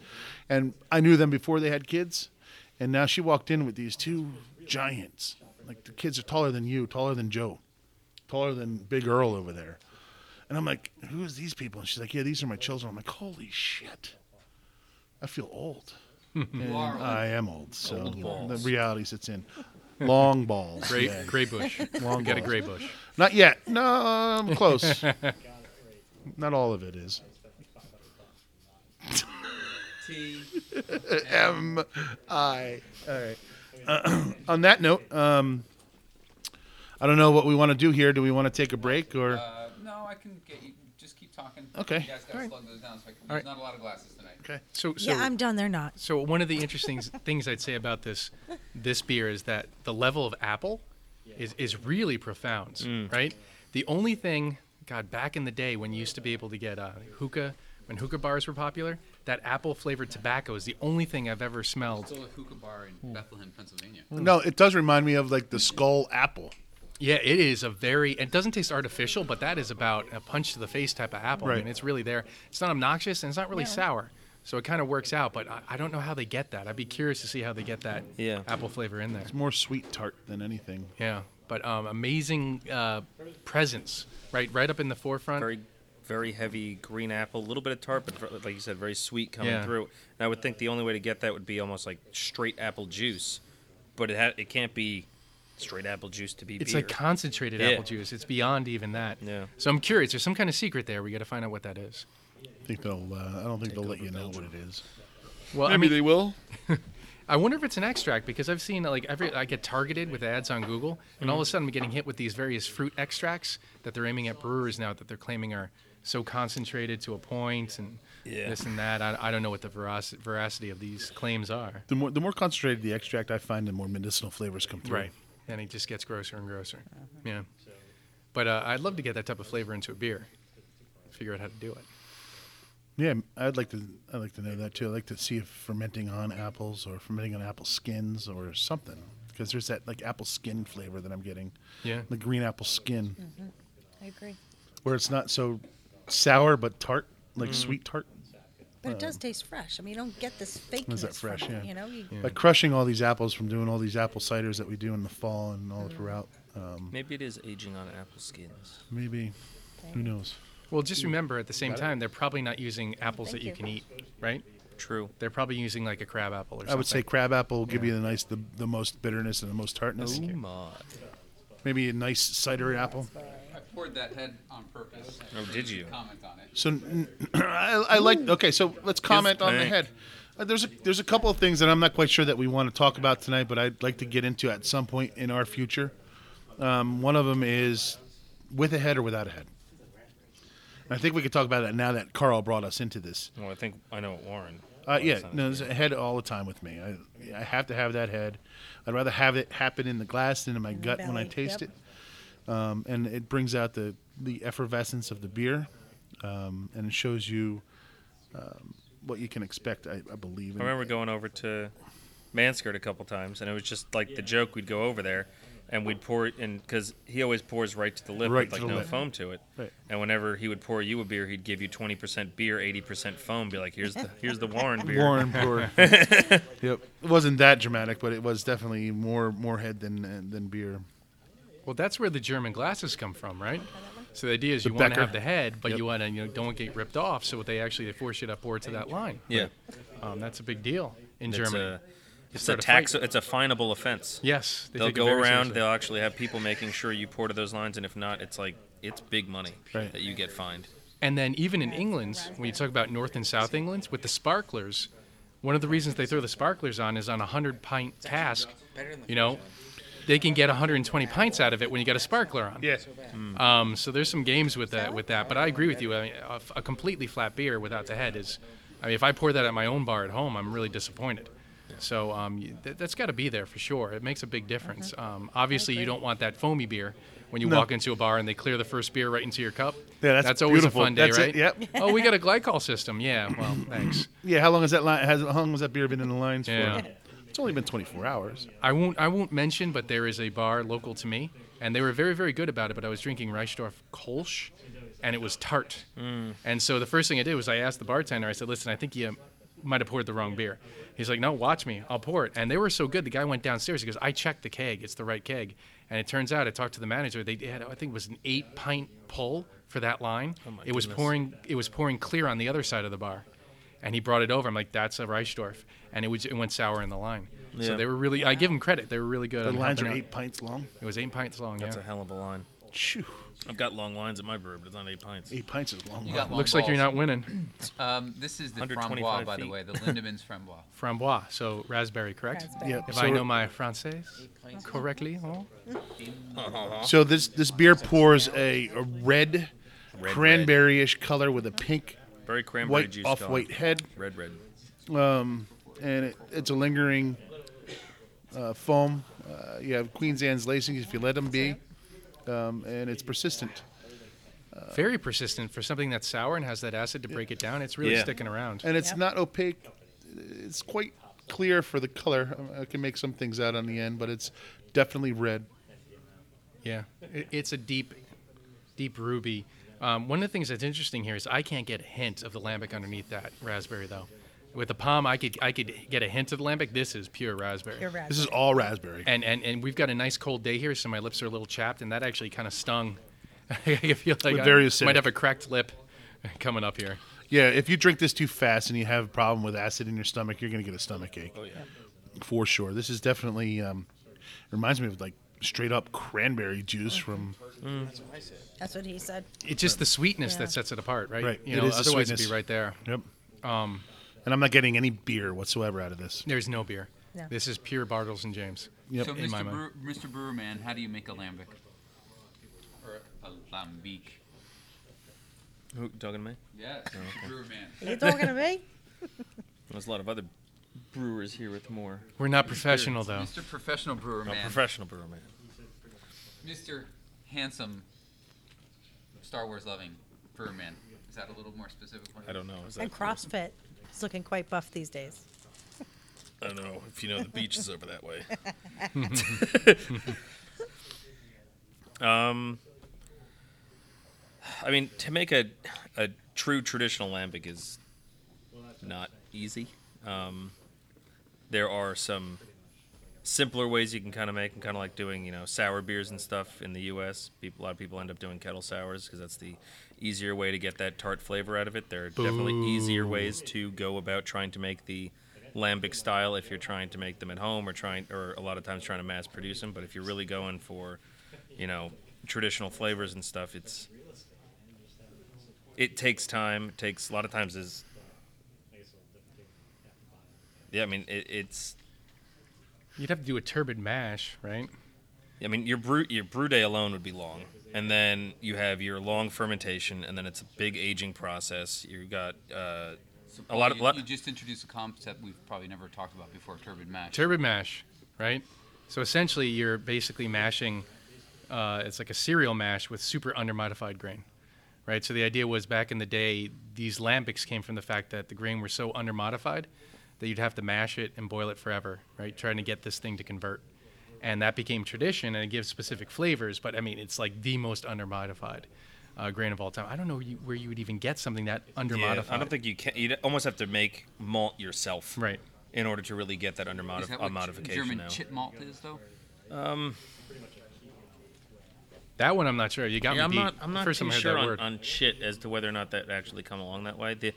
Speaker 3: and i knew them before they had kids and now she walked in with these two giants like the kids are taller than you taller than joe taller than big earl over there and i'm like who's these people and she's like yeah these are my children i'm like holy shit i feel old And i am old so the reality sits in long balls
Speaker 5: Gray,
Speaker 3: yeah.
Speaker 5: gray bush.
Speaker 3: Long
Speaker 5: Got a
Speaker 3: balls.
Speaker 5: gray bush.
Speaker 3: Not yet. No, I'm close. Not all of it is. M I. All right. on that note, um, I don't know what we want to do here. Do we want to take a break or?
Speaker 1: Uh, no, I can get you. Just keep talking.
Speaker 3: Okay.
Speaker 1: You guys gotta
Speaker 5: Alright.
Speaker 1: slug those down. So I can, there's
Speaker 5: Alright.
Speaker 1: not a lot of glasses tonight.
Speaker 3: okay.
Speaker 5: So, so
Speaker 4: yeah, I'm done. They're not.
Speaker 5: So one of the interesting s- things I'd say about this this beer is that the level of apple is is really profound, right? The only thing, God, back in the day when you used to be able to get uh, hookah, when hookah bars were popular, that apple flavored tobacco is the only thing I've ever smelled.
Speaker 1: Still a hookah bar in
Speaker 5: Hmm.
Speaker 1: Bethlehem, Pennsylvania.
Speaker 3: No, it does remind me of like the skull apple.
Speaker 5: Yeah, it is a very. It doesn't taste artificial, but that is about a punch to the face type of apple. I
Speaker 3: Right.
Speaker 5: mean, it's really there. It's not obnoxious and it's not really sour. So it kind of works out, but I, I don't know how they get that. I'd be curious to see how they get that
Speaker 2: Yeah.
Speaker 5: apple flavor in there.
Speaker 3: More sweet tart than anything.
Speaker 5: Yeah, but um, amazing uh, presence, right? Right up in the forefront.
Speaker 2: very very heavy green apple, a little bit of tart, but ver- like you said, very sweet coming
Speaker 5: Yeah.
Speaker 2: through. And I would think the only way to get that would be almost like straight apple juice, but it ha- it can't be straight apple juice to be
Speaker 5: it's
Speaker 2: beer.
Speaker 5: like concentrated
Speaker 2: Yeah.
Speaker 5: apple juice. It's beyond even that.
Speaker 2: Yeah.
Speaker 5: So I'm curious. There's some kind of secret there. We got to find out what that is.
Speaker 3: I think they'll. Uh, I don't think they'll let you know what it is.
Speaker 5: Well, I mean,
Speaker 8: they will.
Speaker 5: I wonder if it's an extract because I've seen like every I get targeted with ads on Google, and
Speaker 2: Mm.
Speaker 5: all of a sudden I'm getting hit with these various fruit extracts that they're aiming at brewers now that they're claiming are so concentrated to a point and
Speaker 2: Yeah.
Speaker 5: this and that. I, I don't know what the veraci- veracity of these claims are.
Speaker 3: The more the more concentrated the extract I find, the more medicinal flavors come through.
Speaker 5: Right. And it just gets grosser and grosser.
Speaker 2: Uh-huh.
Speaker 5: Yeah. But uh, I'd love to get that type of flavor into a beer. Figure out how to do it.
Speaker 3: Yeah, I'd like to. I'd like to know that too. I'd like to see if fermenting on apples or fermenting on apple skins or something, because there's that like apple skin flavor that I'm getting.
Speaker 5: Yeah.
Speaker 3: The green apple skin,
Speaker 4: I agree.
Speaker 3: where it's not so sour but tart, like sweet tart.
Speaker 4: But it does taste fresh. I mean, you don't get this fakeness.
Speaker 3: Is Um, that fresh?
Speaker 4: From,
Speaker 3: Yeah.
Speaker 4: it, You know, you,
Speaker 3: By crushing all these apples from doing all these apple ciders that we do in the fall and all throughout, um,
Speaker 2: Maybe it is aging on apple skins.
Speaker 3: maybe, who knows?
Speaker 5: Well, just remember at the same time, they're probably not using apples that
Speaker 4: Thank
Speaker 5: you,
Speaker 4: you.
Speaker 5: can eat, right?
Speaker 2: True.
Speaker 5: They're probably using like a crab apple or something.
Speaker 3: I would say crab apple will give you the nice, the, the most bitterness and the most tartness. Maybe a nice cider apple.
Speaker 1: I poured that head on purpose.
Speaker 2: Oh, did you?
Speaker 1: Comment on it.
Speaker 3: So n- I, I like. Okay, so let's comment on the
Speaker 2: pink.
Speaker 3: head. Uh, there's a, there's a couple of things that I'm not quite sure that we want to talk about tonight, but I'd like to get into at some point in our future. Um, one of them is with a head or without a head. And I think we could talk about that now that Carl brought us into this.
Speaker 2: Well, I think I know what Warren.
Speaker 3: Uh, yeah,
Speaker 2: Warren's on
Speaker 3: no,
Speaker 2: it.
Speaker 3: there's a head all the time with me. I, I have to have that head. I'd rather have it happen in the glass than in my gut when I
Speaker 4: belly,
Speaker 3: taste
Speaker 4: yep.
Speaker 3: it. Um, and it brings out the, the effervescence of the beer um, and it shows you um, what you can expect, I, I believe.
Speaker 2: I remember going over to Manskirt a couple times, and it was just like the joke we'd go over there, and we'd pour it in because he always pours right to the lip
Speaker 3: Right
Speaker 2: with like
Speaker 3: to the
Speaker 2: no
Speaker 3: lip.
Speaker 2: foam to it.
Speaker 3: Right.
Speaker 2: And whenever he would pour you a beer, he'd give you 20% beer, 80% foam. Be like, here's the here's the Warren beer.
Speaker 3: Warren Brewer. yep. It wasn't that dramatic, but it was definitely more more head than uh, than beer.
Speaker 5: Well, that's where the German glasses come from, right? So the idea is you want to
Speaker 3: Becker.
Speaker 5: have the head, but
Speaker 3: Yep.
Speaker 5: you want to you know don't get ripped off. So they actually they force you to pour to that line.
Speaker 2: Yeah,
Speaker 5: Um, that's a big deal in
Speaker 2: it's
Speaker 5: Germany.
Speaker 2: a it's a
Speaker 5: start a
Speaker 2: tax.
Speaker 5: fight.
Speaker 2: It's a finable offense.
Speaker 5: yes, they
Speaker 2: They'll
Speaker 5: take it
Speaker 2: go
Speaker 5: very
Speaker 2: around.
Speaker 5: seriously.
Speaker 2: They'll actually have people making sure you pour to those lines, and if not, it's like it's big money
Speaker 3: Right.
Speaker 2: that you get fined.
Speaker 5: And then even in England, when you talk about North and South England with the sparklers, one of the reasons they throw the sparklers on is on a hundred pint cask. You know, they can get 120 pints out of it when you got a sparkler on.
Speaker 3: Yeah.
Speaker 5: Um, so there's some games with that. With that, but I agree with you. I mean, a, a completely flat beer without the head is. I mean, if I pour that at my own bar at home, I'm really disappointed. So um, you, th- that's got to be there for sure. It makes a big difference. Um, obviously, you don't want that foamy beer when you
Speaker 3: No.
Speaker 5: walk into a bar and they clear the first beer right into your cup.
Speaker 3: Yeah, that's
Speaker 5: always
Speaker 3: beautiful.
Speaker 5: a fun day,
Speaker 3: That's it,
Speaker 5: right?
Speaker 3: yep.
Speaker 5: oh, we got a glycol system. Yeah. Well, thanks.
Speaker 3: Yeah. How long has that line? Has how long has that beer been in the lines
Speaker 5: Yeah.
Speaker 3: for? It's only been 24 hours.
Speaker 5: I won't. I won't mention, but there is a bar local to me, and they were very, very good about it. But I was drinking Reichdorf Kolsch, and it was tart. And so the first thing I did was I asked the bartender. I said, "Listen, I think you might have poured the wrong beer." He's like, "No, watch me. I'll pour it." And they were so good. The guy went downstairs. He goes, "I checked the keg. It's the right keg." And it turns out I talked to the manager. They had, I think, it was an eight-pint pull for that line. it was
Speaker 2: Oh goodness.
Speaker 5: pouring. It was pouring clear on the other side of the bar and he brought it over. I'm like, that's a Reichdorf, and it was it went sour in the line.
Speaker 2: Yeah.
Speaker 5: So they were really. I give them credit. They were really good.
Speaker 3: The
Speaker 5: on
Speaker 3: lines are
Speaker 5: helping out.
Speaker 3: eight pints long.
Speaker 5: It was eight pints long.
Speaker 2: That's
Speaker 5: yeah.
Speaker 2: a hell of a line.
Speaker 3: Shoo.
Speaker 2: I've got long lines at my brew, but it's not eight pints.
Speaker 3: Eight pints is long.
Speaker 1: You got long
Speaker 5: Looks like you're
Speaker 1: balls.
Speaker 5: not winning.
Speaker 1: Um, this is the
Speaker 2: 125
Speaker 1: framboise, by the
Speaker 2: feet.
Speaker 1: way, the Lindemann's framboise.
Speaker 5: Framboise, so raspberry, correct?
Speaker 4: Raspberry.
Speaker 3: Yep.
Speaker 5: If
Speaker 3: so,
Speaker 5: I know my Francais correctly, huh?
Speaker 3: so this this beer pours a, a red, cranberry-ish color with a pink,
Speaker 2: Very cranberry
Speaker 3: white
Speaker 2: juice. color.
Speaker 3: off-white head.
Speaker 2: Red, red.
Speaker 3: and it, it's a lingering uh, foam. Uh, you have Queen's Anne's lacings if you let them be, um, and it's persistent.
Speaker 5: very persistent for something that's sour and has that acid to break it down. It's really
Speaker 2: Yeah.
Speaker 5: sticking around.
Speaker 3: And it's
Speaker 4: Yep.
Speaker 3: not opaque. It's quite clear for the color. I- I can make some things out on the end, but it's definitely red.
Speaker 5: Yeah, I- it's a deep, deep ruby. Um, one of the things that's interesting here is I can't get a hint of the lambic underneath that raspberry though. With the palm, I could I could get a hint of the lambic. This is pure raspberry.
Speaker 4: You're right.
Speaker 3: This is all raspberry.
Speaker 5: and and and we've got a nice cold day here, so my lips are a little chapped, and that actually kind of stung. I feel like I
Speaker 3: very acidic.
Speaker 5: might have a cracked lip coming up here.
Speaker 3: Yeah, if you drink this too fast and you have a problem with acid in your stomach, you're going to get a stomach ache. Oh, yeah. For sure. This is definitely, um, reminds me of like straight up cranberry juice from.
Speaker 4: That's what he said.
Speaker 5: It's just the sweetness
Speaker 4: Yeah.
Speaker 5: that sets it apart, right?
Speaker 3: Right.
Speaker 5: You
Speaker 3: It
Speaker 5: know,
Speaker 3: is the
Speaker 5: otherwise it'd
Speaker 3: sweetness.
Speaker 5: be right there.
Speaker 3: Yep. Um, and I'm not getting any beer whatsoever out of this.
Speaker 5: There's no beer.
Speaker 4: No.
Speaker 5: This is pure Bartles and James.
Speaker 3: Yep.
Speaker 1: So,
Speaker 5: In my
Speaker 1: Mr. Brewer,
Speaker 5: mind.
Speaker 1: Mr. Brewerman, how do you make a lambic? Or a lambic?
Speaker 2: Who talking to me?
Speaker 1: Yes,
Speaker 5: Oh,
Speaker 1: Mr. Brewerman.
Speaker 4: You talking to me?
Speaker 2: There's a lot of other brewers here with more.
Speaker 5: We're not professional though.
Speaker 1: Mr. Professional
Speaker 5: Oh,
Speaker 1: Brewer
Speaker 2: I'm a
Speaker 1: Man.
Speaker 2: professional brewer, man.
Speaker 1: Mr. Handsome Star Wars loving Brewer Man. Is that a little more specific?
Speaker 2: I don't know. Is that
Speaker 4: And CrossFit is looking quite buff these days.
Speaker 2: I don't know if you know the beach is over that way. um, I mean, to make a a true traditional lambic is not easy. Um, there are some simpler ways you can kind of make them, kind of like doing you know sour beers and stuff in the U.S. People, a lot of people end up doing kettle sours because that's the easier way to get that tart flavor out of it. There are definitely easier ways to go about trying to make the lambic style if you're trying to make them at home or trying or a lot of times trying to mass produce them. But if you're really going for you know traditional flavors and stuff, it's it takes time. It takes a lot of times is yeah. I mean, it, it's
Speaker 5: You'd have to do a turbid mash, right?
Speaker 2: I mean, your brew your brew day alone would be long, and then you have your long fermentation, and then it's a big aging process. You got uh, a lot of
Speaker 1: you,
Speaker 2: lot,
Speaker 1: you just introduced a concept we've probably never talked about before, turbid mash.
Speaker 5: Turbid mash, right? So essentially, you're basically mashing. Uh, it's like a cereal mash with super undermodified grain, right? So the idea was back in the day, these lambics came from the fact that the grain were so undermodified that you'd have to mash it and boil it forever, right? Trying to get this thing to convert. and that became tradition, and it gives specific flavors. But I mean, it's like the most undermodified uh, grain of all time. I don't know you- where you would even get something that undermodified.
Speaker 2: I don't think you can. You almost have to make malt yourself,
Speaker 5: Right.
Speaker 2: In order to really get that under modif-
Speaker 1: Is that
Speaker 2: uh,
Speaker 1: what
Speaker 2: modification.
Speaker 1: German
Speaker 2: now.
Speaker 1: chit malt is, though?
Speaker 5: that one I'm not sure. You got
Speaker 2: Yeah,
Speaker 5: me
Speaker 2: I'm
Speaker 5: beat.
Speaker 2: not. I'm not
Speaker 5: First
Speaker 2: too
Speaker 5: time I heard
Speaker 2: sure
Speaker 5: that
Speaker 2: on,
Speaker 5: word.
Speaker 2: on shit as to whether or not that actually come along that way. The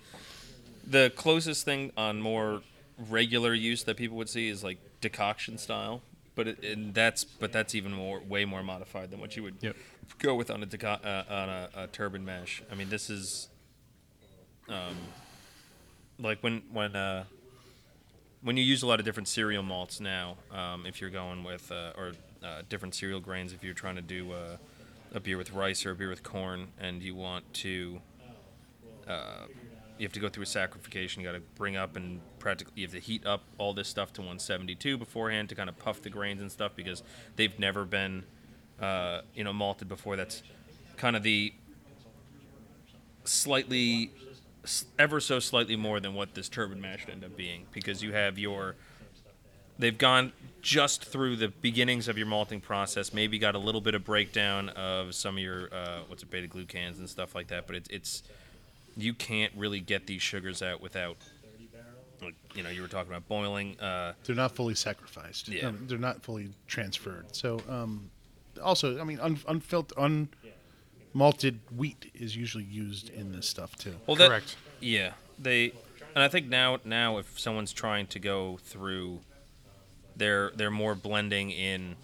Speaker 2: the closest thing on more regular use that people would see is like decoction style, but it, and that's but that's even more way more modified than what you would
Speaker 5: Yep.
Speaker 2: go with on a deco- uh, on a, a turban mash. I mean, this is um, like when when uh, when you use a lot of different cereal malts now, um, if you're going with uh, or uh, different cereal grains, if you're trying to do uh, a beer with rice or a beer with corn, and you want to, uh, you have to go through a sacrification. You got to bring up and practically you have to heat up all this stuff to 172 beforehand to kind of puff the grains and stuff because they've never been, uh, you know, malted before. That's kind of the slightly s- ever so slightly more than what this turbid mash should end up being because you have your they've gone just through the beginnings of your malting process maybe got a little bit of breakdown of some of your uh, what's it beta glucans and stuff like that but it's it's you can't really get these sugars out without like you know you were talking about boiling uh,
Speaker 3: They're not fully sacrificed.
Speaker 2: Yeah.
Speaker 3: Um, they're not fully transferred. So, um, also, I mean, un- unfelt, unmalted wheat is usually used in this stuff too.
Speaker 2: Well, that,
Speaker 5: Correct.
Speaker 2: Yeah, they, and I think now now if someone's trying to go through, they're they're more blending in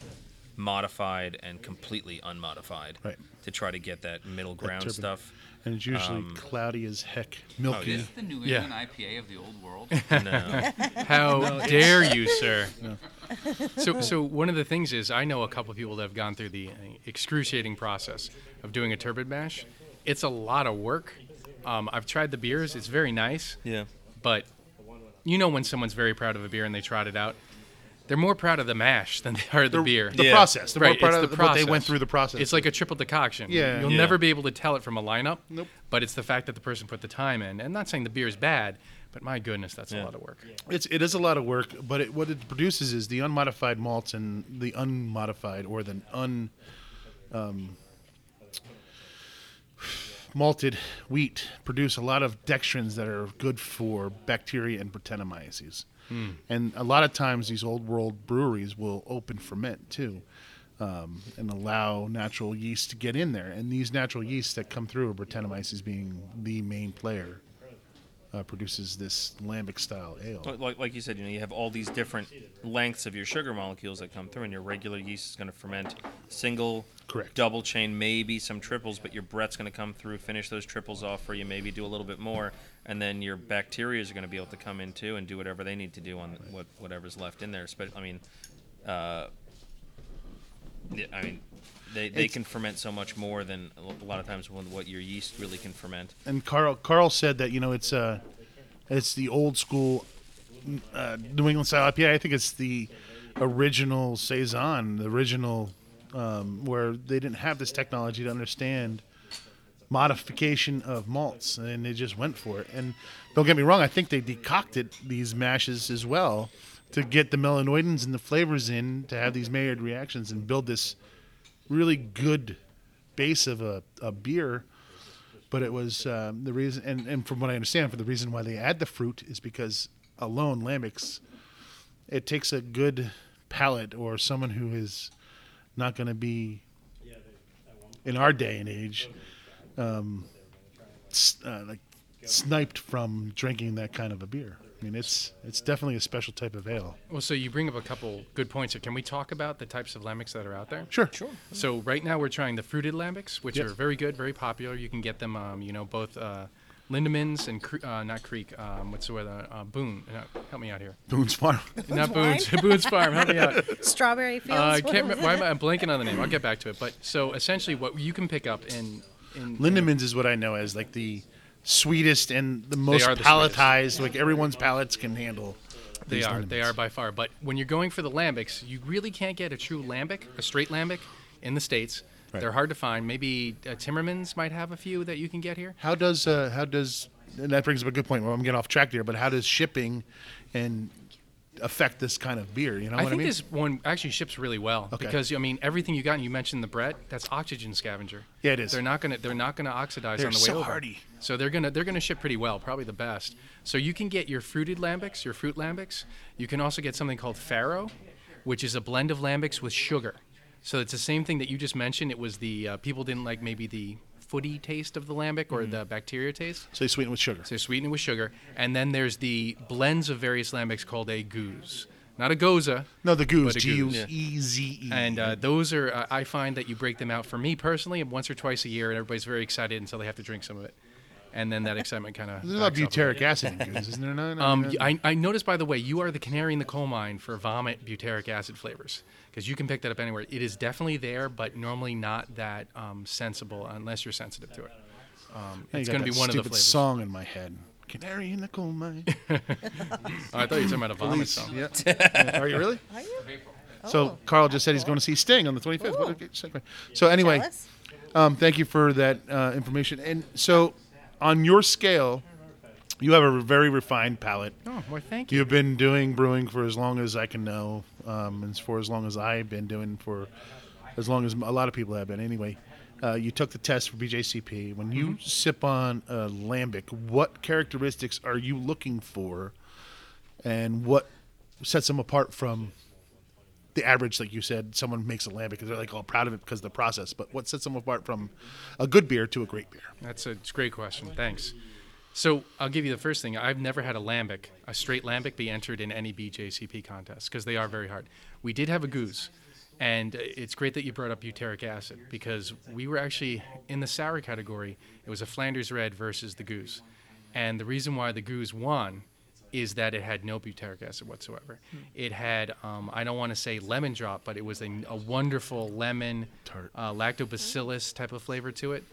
Speaker 2: modified and completely unmodified
Speaker 3: Right.
Speaker 2: to try to get that middle ground
Speaker 3: turbid.
Speaker 2: stuff.
Speaker 3: And it's usually cloudy as heck, milky.
Speaker 2: yeah.
Speaker 1: Is the New
Speaker 5: Yeah.
Speaker 1: England IPA of the old world?
Speaker 2: No,
Speaker 5: How dare you, sir? So, so one of the things is I know a couple of people that have gone through the uh, excruciating process of doing a turbid mash. It's a lot of work. Um, I've tried the beers; it's very nice.
Speaker 2: yeah,
Speaker 5: But you know when someone's very proud of a beer and they tried it out, they're more proud of the mash than they are of the, beer.
Speaker 3: The
Speaker 2: Yeah.
Speaker 3: process. The
Speaker 5: Right,
Speaker 3: more
Speaker 5: it's
Speaker 3: part
Speaker 5: the
Speaker 3: of what they went
Speaker 5: process.
Speaker 3: through the process.
Speaker 5: It's like a triple decoction.
Speaker 3: Yeah.
Speaker 5: You'll
Speaker 2: Yeah.
Speaker 5: never be able to tell it from a lineup.
Speaker 3: Nope.
Speaker 5: But it's the fact that the person put the time in. And I'm not saying the beer is bad, but my goodness, that's a
Speaker 2: Yeah.
Speaker 5: lot of work.
Speaker 3: It's it is a lot of work, but it, what it produces is the unmodified malts and the unmodified or the un um, malted wheat produce a lot of dextrins that are good for bacteria and Brettanomyces. And a lot of times, these old world breweries will open ferment too. Um, and allow natural yeast to get in there, and these natural yeasts that come through, Brettanomyces being the main player, uh, produces this lambic style ale.
Speaker 2: But like like you said, you know, you have all these different lengths of your sugar molecules that come through, and your regular yeast is going to ferment single,
Speaker 3: Correct.
Speaker 2: double chain, maybe some triples, but your Brett's going to come through, finish those triples off for you, maybe do a little bit more, and then your bacteria are going to be able to come in too and do whatever they need to do on what whatever's left in there. But I mean, uh, yeah, I mean, they, they
Speaker 3: It's-
Speaker 2: can ferment so much more than a lo- a lot of times when what your yeast really can ferment.
Speaker 3: and Carl Carl said that you know it's uh it's the old school uh, New England style IPA. I think it's the original saison, the original um, where they didn't have this technology to understand modification of malts, and they just went for it. And don't get me wrong, I think they decocted these mashes as well to get the melanoidins and the flavors in to have these Maillard reactions and build this really good base of a, a beer but it was um, the reason and, and from what i understand for the reason why they add the fruit is because alone lambics it takes a good palate or someone who is not going to be in our day and age um, s- uh, like sniped from drinking that kind of a beer i mean it's it's definitely a special type of ale
Speaker 5: Well, so you bring up a couple good points here. Can we talk about the types of lambics that are out there?
Speaker 3: sure sure
Speaker 5: So right now we're trying the fruited lambics, which
Speaker 3: Yes.
Speaker 5: are very good, very popular. You can get them, um, you know, both uh, Lindemans and Cre- uh, not Creek. Um, what's the other uh, Boone? Uh, help me out here.
Speaker 3: boone's farm
Speaker 5: not
Speaker 4: Wine?
Speaker 5: Boone's. Boone's Farm. Help me out.
Speaker 4: Strawberry fields.
Speaker 5: Uh, I
Speaker 4: what
Speaker 5: can't.
Speaker 4: was
Speaker 5: rem-
Speaker 4: it?
Speaker 5: Why am I I'm blanking on the name? I'll get back to it. But so essentially, what you can pick up in, in
Speaker 3: Lindemans is what I know as like the sweetest and the most
Speaker 5: are the
Speaker 3: palatized. Like everyone's palates can handle.
Speaker 5: They
Speaker 3: these
Speaker 5: are. They
Speaker 3: Lindemans.
Speaker 5: are by far. But when you're going for the lambics, you really can't get a true lambic, a straight lambic, in the states.
Speaker 3: Right.
Speaker 5: They're hard to find. Maybe uh, Timmermans might have a few that you can get here.
Speaker 3: How does uh, how does and that brings up a good point. Well, I'm getting off track here, but how does shipping and affect this kind of beer. You know
Speaker 5: I
Speaker 3: what
Speaker 5: think
Speaker 3: I mean?
Speaker 5: this one actually ships really well
Speaker 3: Okay.
Speaker 5: because I mean everything you got. And you mentioned the Brett. That's oxygen scavenger.
Speaker 3: Yeah, it is.
Speaker 5: They're not gonna they're not gonna oxidize
Speaker 3: They're
Speaker 5: on the way
Speaker 3: so
Speaker 5: over.
Speaker 3: hardy.
Speaker 5: So they're gonna they're gonna ship pretty well, probably the best. So you can get your fruited lambics, your fruit lambics. You can also get something called farro, which is a blend of lambics with sugar. So it's the same thing that you just mentioned. It was the uh, people didn't like maybe the footy taste of the lambic
Speaker 3: Mm-hmm.
Speaker 5: or the bacteria taste.
Speaker 3: so you sweeten with sugar.
Speaker 5: So sweeten it with sugar, and then there's the blends of various lambics called a goose, not a goza.
Speaker 3: no, the goose.
Speaker 5: but a
Speaker 3: G U
Speaker 5: goose.
Speaker 3: E Z E.
Speaker 5: And uh, those are, uh, I find that you break them out for me personally once or twice a year, and everybody's very excited until they have to drink some of it. And then that excitement kind of.
Speaker 3: There's not butyric acid in goose, isn't there? No, no,
Speaker 5: Um,
Speaker 3: no.
Speaker 5: y- I, I noticed, by the way, you are the canary in the coal mine for vomit butyric acid flavors because you can pick that up anywhere. It is definitely there, but normally not that um, sensible unless you're sensitive to it. Um,
Speaker 3: Now you
Speaker 5: it's
Speaker 3: got
Speaker 5: going to
Speaker 3: that
Speaker 5: be one of the
Speaker 3: stupid
Speaker 5: flavors.
Speaker 3: song in my head. Canary in the coal mine.
Speaker 5: Oh, I thought you were talking about a vomit
Speaker 3: Police.
Speaker 5: song.
Speaker 3: Yeah. Are you really?
Speaker 4: Are you?
Speaker 3: So
Speaker 4: Oh,
Speaker 3: Carl just said he's going to see Sting on the 25th. What a
Speaker 4: Ooh.
Speaker 3: good segue. So anyway,
Speaker 4: jealous?
Speaker 3: um, thank you for that uh, information. And so, on your scale, you have a very refined palate.
Speaker 5: Oh, well, thank you.
Speaker 3: You've been doing brewing for as long as I can know, um, and for as long as I've been doing for as long as a lot of people have been. Anyway, uh, you took the test for BJCP. When
Speaker 5: Mm-hmm.
Speaker 3: you sip on a lambic, what characteristics are you looking for, and what sets them apart from the average? Like you said, someone makes a lambic and they're like all proud of it because of the process. But what sets them apart from a good beer to a great beer?
Speaker 5: That's a, it's a great question. Thanks. So I'll give you the first thing. I've never had a lambic, a straight lambic, be entered in any BJCP contest because they are very hard. We did have a goose, and uh, it's great that you brought up butyric acid because we were actually in the sour category. It was a Flanders red versus the goose, and the reason why the goose won is that it had no butyric acid whatsoever. It had, um, I don't want to say lemon drop, but it was a, a wonderful lemon Uh, lactobacillus type of flavor to it.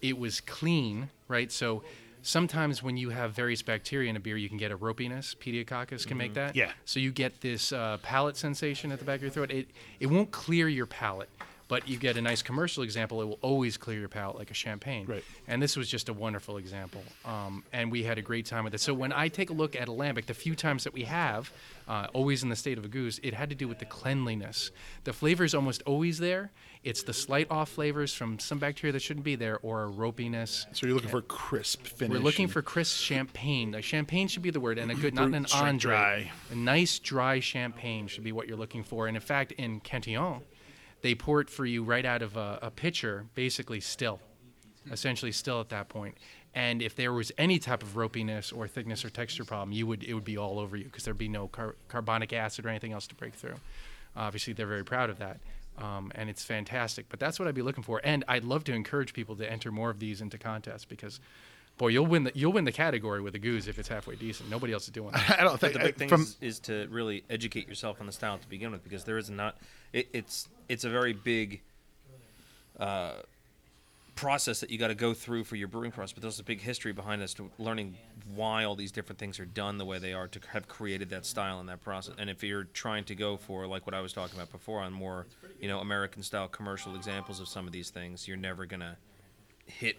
Speaker 5: It was clean, right? So sometimes when you have various bacteria in a beer, you can get a ropiness. Pediococcus can make that.
Speaker 3: Yeah.
Speaker 5: So you get this uh, palate sensation at the back of your throat. It, it won't clear your palate. But you get a nice commercial example, it will always clear your palate like a champagne.
Speaker 3: Right.
Speaker 5: And this was just a wonderful example. Um, and we had a great time with it. So when I take a look at a lambic, the few times that we have, uh, always in the state of a goose, it had to do with the cleanliness. The flavor is almost always there. It's the slight off flavors from some bacteria that shouldn't be there or a ropiness.
Speaker 3: So you're looking for a crisp finish.
Speaker 5: We're looking
Speaker 3: and-
Speaker 5: for crisp champagne. Like champagne should be the word, and a good, not an
Speaker 3: Brut, straight
Speaker 5: Andre.
Speaker 3: dry.
Speaker 5: A nice dry champagne should be what you're looking for. And in fact, in Cantillon, they pour it for you right out of a, a pitcher, basically still, essentially still at that point. And if there was any type of ropiness or thickness or texture problem, you would it would be all over you because there'd be no car- carbonic acid or anything else to break through. Obviously, they're very proud of that. Um, and it's fantastic, but that's what I'd be looking for. And I'd love to encourage people to enter more of these into contests because, boy, you'll win the you'll win the category with a goose if it's halfway decent. Nobody else is doing that.
Speaker 3: I don't think
Speaker 2: the big
Speaker 3: I-
Speaker 2: thing
Speaker 3: from
Speaker 2: is, is to really educate yourself on the style to begin with, because there is not. It, it's it's a very big uh, process that you got to go through for your brewing process, but there's a big history behind us to learning why all these different things are done the way they are to have created that style and that process. And if you're trying to go for like what I was talking about before on more, you know, American style commercial examples of some of these things, you're never gonna hit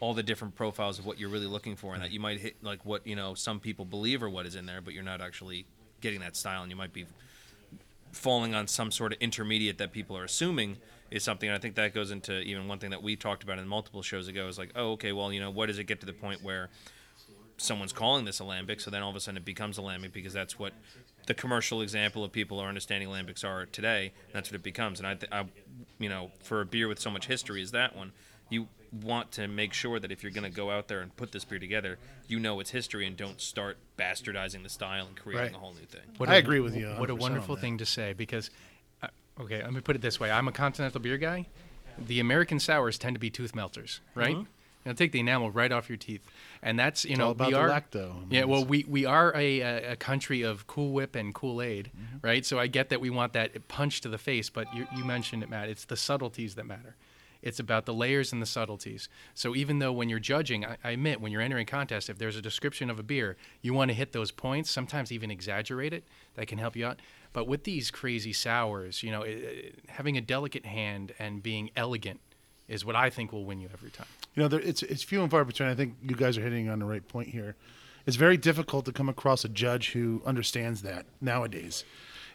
Speaker 2: all the different profiles of what you're really looking for and that you might hit like what you know some people believe or what is in there but you're not actually getting that style and you might be falling on some sort of intermediate that people are assuming is something and i think that goes into even one thing that we talked about in multiple shows ago is like oh okay well you know what does it get to the point where someone's calling this a lambic so then all of a sudden it becomes a lambic because that's what the commercial example of people are understanding lambics are today and that's what it becomes and I, th- I you know for a beer with so much history as that one you want to make sure that if you're going to go out there and put this beer together you know its history and don't start bastardizing the style and creating
Speaker 3: Right.
Speaker 2: a whole new thing
Speaker 5: What
Speaker 3: I agree with you 100%
Speaker 5: What a
Speaker 3: on
Speaker 5: wonderful
Speaker 3: that.
Speaker 5: thing to say because, uh, okay, let me put it this way: I'm a continental beer guy. The American sours tend to be tooth melters, right? They'll take the enamel right off your teeth, and that's you know
Speaker 3: Mm-hmm. all about
Speaker 5: we
Speaker 3: the
Speaker 5: are
Speaker 3: lacto. I mean,
Speaker 5: yeah, well
Speaker 3: it's-
Speaker 5: we we are a, a, a country of Cool Whip and Kool Aid, right? So I get that we want that punch to the face, but you, you mentioned it, Matt. It's the subtleties that matter. It's about the layers and the subtleties. So even though when you're judging, I, I admit when you're entering contest, if there's a description of a beer, you want to hit those points. Sometimes even exaggerate it. That can help you out. But with these crazy sours, you know, it, it, having a delicate hand and being elegant is what I think will win you every time.
Speaker 3: You know, there, it's it's few and far between. I think you guys are hitting on the right point here. It's very difficult to come across a judge who understands that nowadays.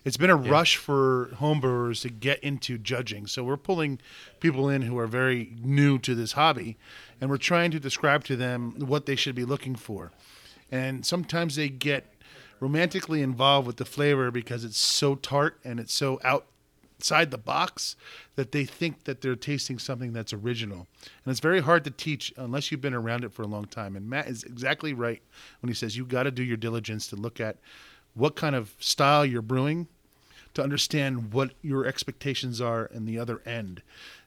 Speaker 3: It's been a rush for homebrewers to get into judging. So we're pulling people in who are very new to this hobby and we're trying to describe to them what they should be looking for. And sometimes they get romantically involved with the flavor because it's so tart and it's so outside the box that they think that they're tasting something that's original. And it's very hard to teach unless you've been around it for a long time. And Matt is exactly right when he says you got to do your diligence to look at what kind of style you're brewing to understand what your expectations are in the other end.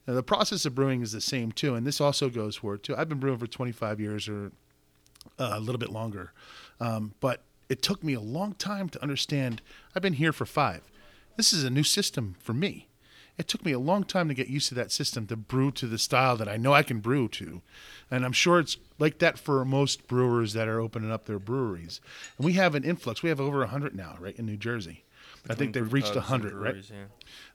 Speaker 3: Now, the process of brewing is the same too, and this also goes for it too. I've been brewing for 25 years or uh, a little bit longer. Um, but it took me a long time to understand. I've been here for five. This is a new system for me. It took me a long time to get used to that system to brew to the style that I know I can brew to. And I'm sure it's like that for most brewers that are opening up their breweries. And we have an influx. We have over 100 now, right, in New Jersey. I think they've reached 100, right?
Speaker 2: breweries, yeah.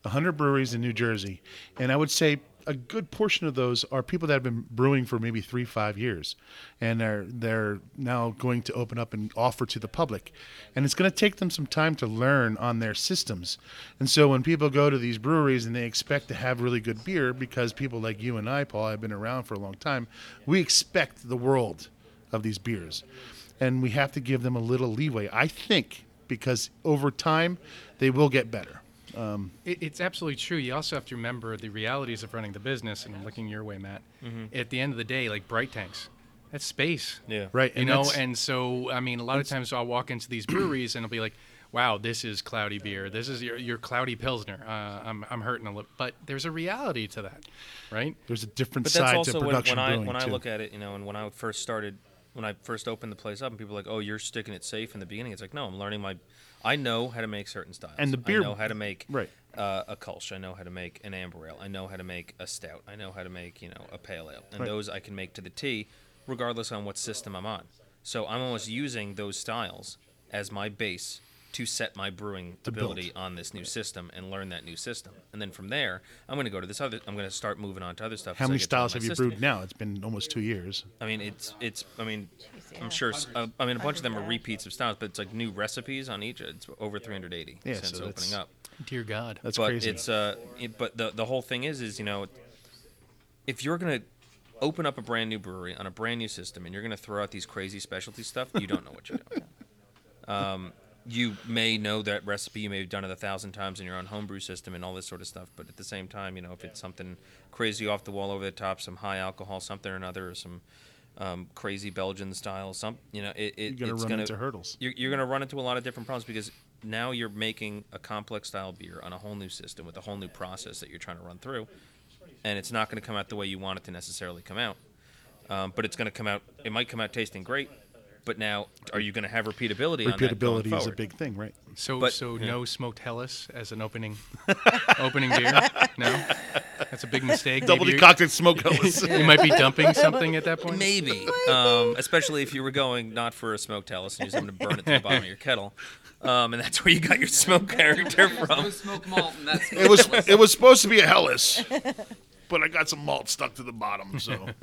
Speaker 3: 100 breweries in New Jersey. And I would say a good portion of those are people that have been brewing for maybe three, five years. And they're, they're now going to open up and offer to the public. And it's going to take them some time to learn on their systems. And so when people go to these breweries and they expect to have really good beer, because people like you and I, Paul, have been around for a long time, we expect the world of these beers. And we have to give them a little leeway, I think, because over time they will get better.
Speaker 5: It, it's absolutely true. You also have to remember the realities of running the business, and I'm looking your way, Matt. At the end of the day, like bright tanks, that's space.
Speaker 2: Yeah.
Speaker 3: Right,
Speaker 5: You
Speaker 3: and
Speaker 5: know,
Speaker 3: that's-
Speaker 5: and so I mean, a lot of times I'll walk into these breweries and it'll be like, "Wow, this is cloudy beer. This is your, your cloudy pilsner. Uh, I'm I'm hurting a little." But there's a reality to that, right?
Speaker 3: There's a different
Speaker 2: But
Speaker 3: side
Speaker 2: that's
Speaker 3: to
Speaker 2: also when,
Speaker 3: production
Speaker 2: when I
Speaker 3: brewing
Speaker 2: when I
Speaker 3: too.
Speaker 2: look at it, you know, and when I first started, when I first opened the place up, and people were like, "Oh, you're sticking it safe in the beginning." It's like, no, I'm learning my, I know how to make certain styles,
Speaker 3: And the beer-
Speaker 2: I know how to make
Speaker 3: right.
Speaker 2: uh, a Kolsch. I know how to make an amber ale. I know how to make a stout. I know how to make you know a pale ale, and
Speaker 3: Right.
Speaker 2: those I can make to the T, regardless on what system I'm on. So I'm almost using those styles as my base to set my brewing
Speaker 3: build.
Speaker 2: ability on this new system and learn that new system, and then from there I'm going to go to this other. I'm going to start moving on to other stuff.
Speaker 3: How
Speaker 2: so I
Speaker 3: many
Speaker 2: get to learn
Speaker 3: styles
Speaker 2: my
Speaker 3: have you
Speaker 2: system.
Speaker 3: brewed now? It's been almost two years.
Speaker 2: I mean, it's it's. I mean,
Speaker 4: yeah.
Speaker 2: I'm sure. s- Uh, I mean, a bunch of them are
Speaker 4: Hundred
Speaker 2: repeats of styles, but it's like new recipes on each. It's over 380
Speaker 3: Yeah,
Speaker 2: since
Speaker 3: so that's-
Speaker 2: opening up.
Speaker 5: Dear God.
Speaker 3: That's
Speaker 2: but
Speaker 3: crazy.
Speaker 2: it's uh, it, but the the whole thing is is you know, if you're gonna open up a brand new brewery on a brand new system and you're gonna throw out these crazy specialty stuff, you don't know what you're doing. Um, you may know that recipe, you may have done it a thousand times in your own homebrew system and all this sort of stuff, but at the same time, you know, if it's something crazy off the wall, over the top, some high alcohol, something or another, or some um, crazy Belgian style, some you know, it, it,
Speaker 3: You're gonna
Speaker 2: it's
Speaker 3: run
Speaker 2: gonna
Speaker 3: into hurdles.
Speaker 2: you're, you're going to run into a lot of different problems because now you're making a complex style beer on a whole new system with a whole new process that you're trying to run through, and it's not going to come out the way you want it to necessarily come out. Um, but it's going to come out. It might come out tasting great, but now are you going to have repeatability? on that going
Speaker 3: Repeatability is a
Speaker 2: forward?
Speaker 3: big thing, right?
Speaker 5: So
Speaker 2: But-
Speaker 5: so
Speaker 2: yeah.
Speaker 5: no smoked Hellas as an opening opening beer. No, that's a big mistake.
Speaker 3: Double
Speaker 5: Maybe
Speaker 3: decocted smoke hellas.
Speaker 5: you're- you might be dumping something at that point.
Speaker 2: Maybe, um, especially if you were going not for a smoked talus and you're just going to burn it to the bottom of your kettle, um, and that's where you got your smoke character from.
Speaker 1: smoke malt and that's
Speaker 3: it was it was supposed to be a hellas, but I got some malt stuck to the bottom, so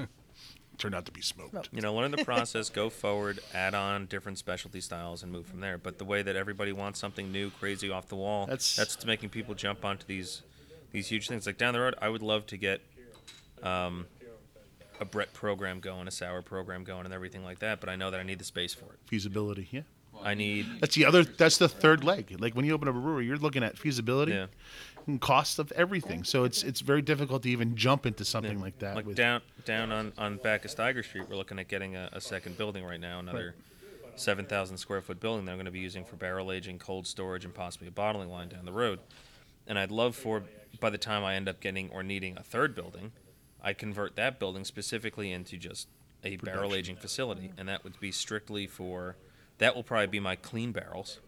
Speaker 3: turned out to be smoked.
Speaker 2: You know, learn the process, go forward, add on different specialty styles, and move from there. But the way that everybody wants something new, crazy, off the wall,
Speaker 3: That's-
Speaker 2: that's that's making people jump onto these these huge things. Like down the road, I would love to get um, a Brett program going, a sour program going, and everything like that. But I know that I need the space for it.
Speaker 3: Feasibility, yeah.
Speaker 2: I need
Speaker 3: That's the other. That's the third leg. Like when you open up a brewery, you're looking at feasibility
Speaker 2: Yeah.
Speaker 3: and cost of everything. So it's it's very difficult to even jump into something like that.
Speaker 2: Like
Speaker 3: with,
Speaker 2: down down on on back of Steiger Street, we're looking at getting a, a second building right now, another seven thousand square foot building that I'm going to be using for barrel aging, cold storage, and possibly a bottling line down the road. And I'd love for by the time I end up getting or needing a third building, I convert that building specifically into just a barrel aging facility, and that would be strictly for that will probably be my clean barrels,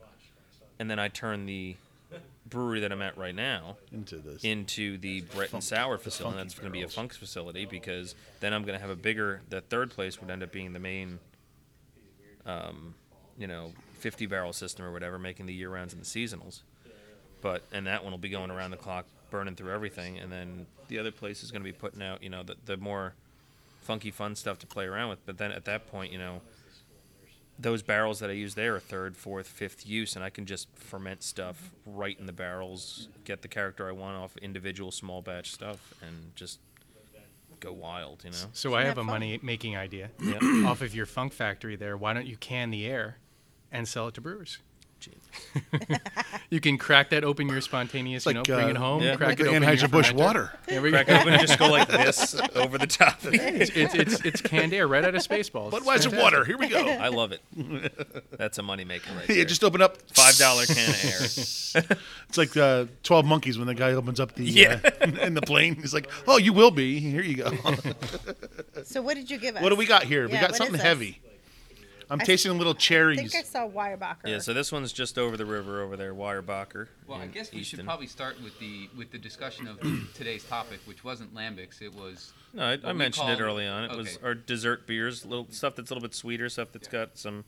Speaker 2: and then I turn the brewery that I'm at right now
Speaker 3: into this.
Speaker 2: into the Brett and Sour facility. and that's going to be a Funk's facility because then I'm going to have a bigger. The third place would end up being the main, um, you know, 50 barrel system or whatever, making the year rounds and the seasonals. But and that one will be going around the clock, burning through everything, and then the other place is going to be putting out, you know, the the more funky fun stuff to play around with. But then at that point, you know, those barrels that I use there are third, fourth, fifth use, and I can just ferment stuff right in the barrels, get the character I want off individual small batch stuff, and just go wild, you know?
Speaker 5: So I have
Speaker 4: that
Speaker 5: a
Speaker 4: fun?
Speaker 5: money making idea off of your funk factory there. Why don't you can the air and sell it to brewers? You can crack that open your spontaneous, you know,
Speaker 3: Like,
Speaker 5: bring
Speaker 3: uh,
Speaker 5: it home,
Speaker 2: yeah.
Speaker 5: crack
Speaker 3: the
Speaker 5: it open your
Speaker 3: Anheuser-Busch
Speaker 5: fermenter.
Speaker 3: water.
Speaker 5: There we go.
Speaker 2: Crack open and just go like this over the top.
Speaker 5: It's, it's, it's, it's canned air right out of Spaceballs. It's
Speaker 3: Budweiser
Speaker 5: fantastic.
Speaker 3: water. Here we go.
Speaker 2: I love it. That's a moneymaker right there.
Speaker 3: Yeah, just open up.
Speaker 2: Five dollar can of air.
Speaker 3: It's like uh, Twelve Monkeys when the guy opens up the
Speaker 2: Yeah.
Speaker 3: uh, in the plane. He's like, "Oh, you will be. Here you go."
Speaker 4: So what did you give us?
Speaker 3: what do we got here? we
Speaker 4: Yeah,
Speaker 3: got
Speaker 4: what
Speaker 3: something
Speaker 4: is this?
Speaker 3: heavy. I'm tasting a little
Speaker 4: I think
Speaker 3: cherries.
Speaker 4: I saw Weyerbacher.
Speaker 2: Yeah, so this one's just over the river over there, Weyerbacher.
Speaker 1: Well, I
Speaker 2: in
Speaker 1: guess we should
Speaker 2: Easton.
Speaker 1: probably start with the with the discussion of today's topic, which wasn't lambics. It was
Speaker 2: No, I, I
Speaker 1: we
Speaker 2: mentioned it
Speaker 1: call-
Speaker 2: early on. It was
Speaker 1: okay.
Speaker 2: our dessert beers, little stuff that's a little bit sweeter, stuff that's got some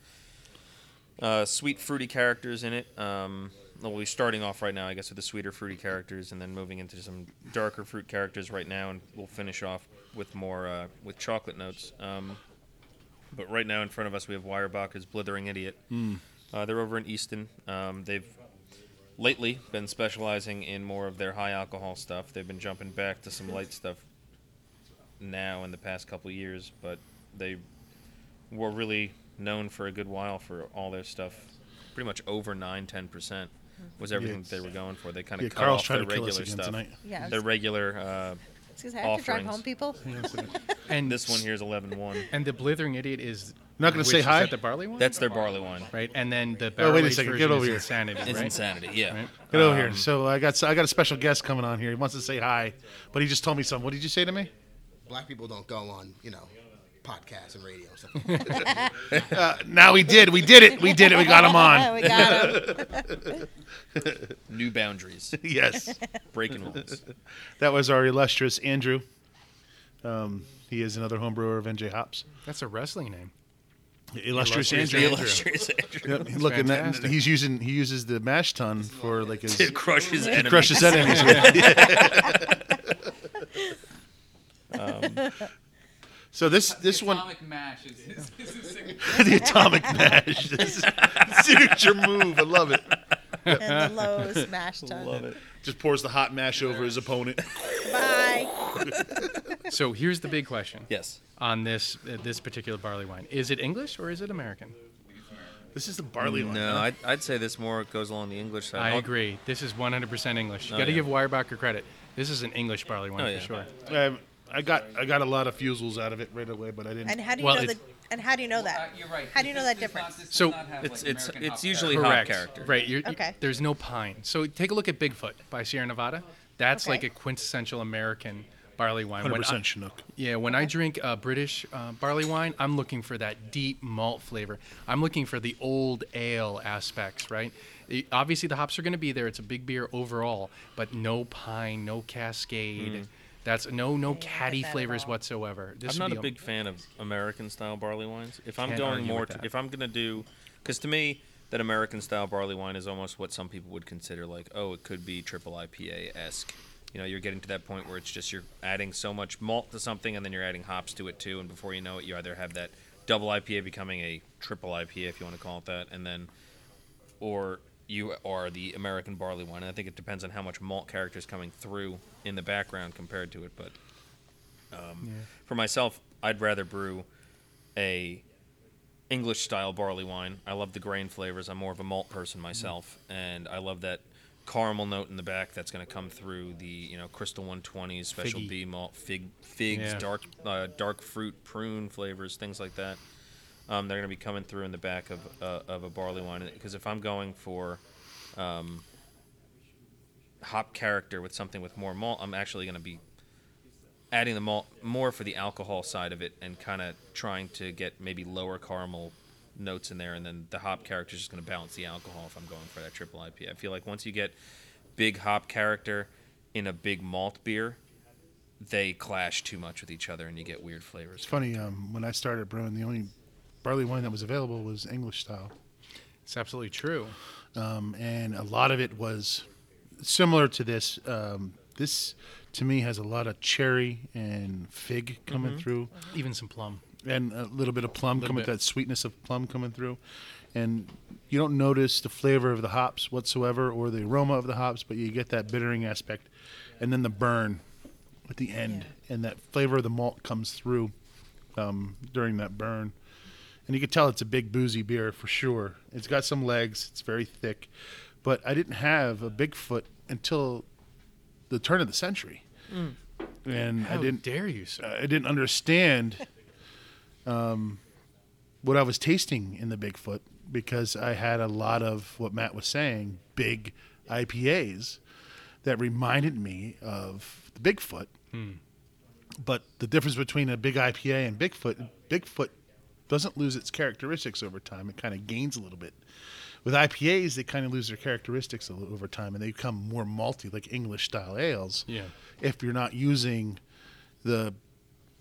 Speaker 2: uh, sweet fruity characters in it. Um, well, we're starting off right now, I guess, with the sweeter fruity characters, and then moving into some darker fruit characters right now, and we'll finish off with more uh, with chocolate notes. Um, but right now in front of us, we have Weyerbacher's Blithering Idiot.
Speaker 1: Hmm.
Speaker 2: Uh, they're over in Easton. Um, they've lately been specializing in more of their high alcohol stuff. They've been jumping back to some light stuff now in the past couple years, but they were really known for a good while for all their stuff. Pretty much over 9 10% was everything that they were going for. They kind of
Speaker 3: Yeah,
Speaker 2: cut
Speaker 3: Carl's
Speaker 2: off their
Speaker 3: trying to kill us
Speaker 2: regular
Speaker 3: again
Speaker 2: stuff.
Speaker 3: tonight.
Speaker 4: Yeah, I was-
Speaker 2: their regular uh,
Speaker 4: Excuse me, I have to drive
Speaker 2: offerings.
Speaker 4: home, people.
Speaker 5: And
Speaker 2: this one here is 11.1.
Speaker 5: And the blithering idiot is
Speaker 3: Not gonna
Speaker 5: which-
Speaker 3: say
Speaker 5: is
Speaker 3: hi?
Speaker 5: that the barley one.
Speaker 2: That's their barley wine.
Speaker 5: right. And then the barrel
Speaker 3: wait a second,
Speaker 5: version
Speaker 3: get over
Speaker 5: is
Speaker 3: here.
Speaker 5: insanity.
Speaker 2: It's
Speaker 5: right?
Speaker 2: insanity, yeah.
Speaker 5: Right.
Speaker 3: Get over here. So I got I got a special guest coming on here. He wants to say hi, but he just told me something. What did you say to me?
Speaker 7: black people don't go on, you know, podcasts and radio and stuff. like that.
Speaker 3: Uh, Now we did. We did it. We did it. We got him
Speaker 4: Oh,
Speaker 3: on.
Speaker 4: we got him.
Speaker 2: New boundaries,
Speaker 3: Yes.
Speaker 2: breaking rules.
Speaker 3: That was our illustrious Andrew. Um, he is another homebrewer of NJ Hops.
Speaker 5: That's a wrestling name.
Speaker 3: Illustrious, Andrew.
Speaker 2: The illustrious Andrew
Speaker 3: Yep, look, and that,
Speaker 5: fantastic.
Speaker 3: he's using he uses the mash tun for like his
Speaker 2: to crush his enemy.
Speaker 3: crush his enemies. with. so this this one
Speaker 1: Atomic Mash. Is, is, is the second-
Speaker 3: the atomic mash this is signature move. I love it.
Speaker 4: and the Lowe's mash tun.
Speaker 2: Love it.
Speaker 3: Just pours the hot mash over his opponent.
Speaker 4: Bye.
Speaker 5: So here's the big question
Speaker 2: Yes.
Speaker 5: on this uh, this particular barley wine: Is it English or is it American?
Speaker 3: This is the barley one.
Speaker 2: No, I'd, I'd say this more goes along the English side.
Speaker 5: I
Speaker 2: I'll-
Speaker 5: agree. This is 100% English. You
Speaker 2: Oh,
Speaker 5: got to
Speaker 2: yeah.
Speaker 5: give Weyerbacher credit. This is an English barley wine
Speaker 2: Oh,
Speaker 5: for
Speaker 2: yeah.
Speaker 5: sure.
Speaker 3: Um, I got I got a lot of fusels out of it right away, but I didn't.
Speaker 4: And how do you
Speaker 5: Well,
Speaker 4: know the?
Speaker 5: it's-
Speaker 4: And how do you know that?
Speaker 1: Uh, you're right.
Speaker 4: How do you know
Speaker 1: This
Speaker 4: that
Speaker 1: does not-
Speaker 4: difference?
Speaker 1: this does
Speaker 5: So,
Speaker 1: not have,
Speaker 2: It's
Speaker 1: like,
Speaker 2: it's
Speaker 1: American
Speaker 2: it's
Speaker 1: hop
Speaker 2: usually
Speaker 1: character.
Speaker 2: hop
Speaker 5: Correct.
Speaker 2: character.
Speaker 5: Right. You're, you-
Speaker 4: Okay.
Speaker 5: there's no pine. So take a look at Bigfoot by Sierra Nevada. That's
Speaker 4: Okay.
Speaker 5: like a quintessential American barley wine. When I-
Speaker 3: Hundred percent Chinook.
Speaker 5: Yeah, when I drink uh, British uh, barley wine, I'm looking for that deep malt flavor. I'm looking for the old ale aspects, right? I- obviously, the hops are going to be there. It's a big beer overall, but no pine, no cascade. That's no no caddy
Speaker 4: that at
Speaker 5: flavors
Speaker 4: all.
Speaker 5: whatsoever. This
Speaker 2: Mm. I'm
Speaker 5: would
Speaker 2: not
Speaker 5: be
Speaker 2: a big fan of American style barley wines. If I'm
Speaker 5: Can't
Speaker 2: going
Speaker 5: argue
Speaker 2: more,
Speaker 5: with
Speaker 2: to,
Speaker 5: that.
Speaker 2: if I'm gonna do, because to me that American style barley wine is almost what some people would consider like, oh, it could be triple IPA esque. You know, you're getting to that point where it's just you're adding so much malt to something, and then you're adding hops to it too, and before you know it, you either have that double IPA becoming a triple IPA, if you want to call it that, and then or you are the American barley wine. And I think it depends on how much malt character is coming through in the background compared to it. But um, for myself, I'd rather brew a English style barley wine. I love the grain flavors. I'm more of a malt
Speaker 5: Mm.
Speaker 2: person myself, and I love that caramel note in the back that's going to come through the you know crystal 120s special
Speaker 5: Figgy.
Speaker 2: b malt fig figs
Speaker 5: Yeah.
Speaker 2: dark uh, dark fruit prune flavors things like that um, they're going to be coming through in the back of uh, of a barley wine because if I'm going for um, hop character with something with more malt, I'm actually going to be adding the malt more for the alcohol side of it and kind of trying to get maybe lower caramel notes in there, and then the hop character is just going to balance the alcohol if I'm going for that triple IPA. I feel like once you get big hop character in a big malt beer. They clash too much with each other, and you get weird flavors.
Speaker 3: It's funny. Um, when I started brewing, the only barley wine that was available was English style,
Speaker 5: it's absolutely true.
Speaker 3: um, and a lot of it was similar to this. Um, this to me has a lot of cherry and fig coming through.
Speaker 5: Even some plum.
Speaker 3: and a little bit of plum coming,
Speaker 5: bit.
Speaker 3: that sweetness of plum coming through, and you don't notice the flavor of the hops whatsoever or the aroma of the hops, but you get that bittering aspect, and then the burn at the end, and that flavor of the malt comes through um, during that burn. And you can tell it's a big boozy beer for sure. It's got some legs. It's very thick, but I didn't have a Bigfoot until the turn of the century, and
Speaker 5: How
Speaker 3: I didn't
Speaker 5: dare you, sir?
Speaker 3: I didn't understand um, what I was tasting in the Bigfoot because I had a lot of what Matt was saying, big IPAs that reminded me of the Bigfoot. But the difference between a big IPA and Bigfoot, Bigfoot doesn't lose its characteristics over time. It kind of gains a little bit. With IPAs, they kind of lose their characteristics a little over time, and they become more malty, like English style ales.
Speaker 5: Yeah.
Speaker 3: If you're not using the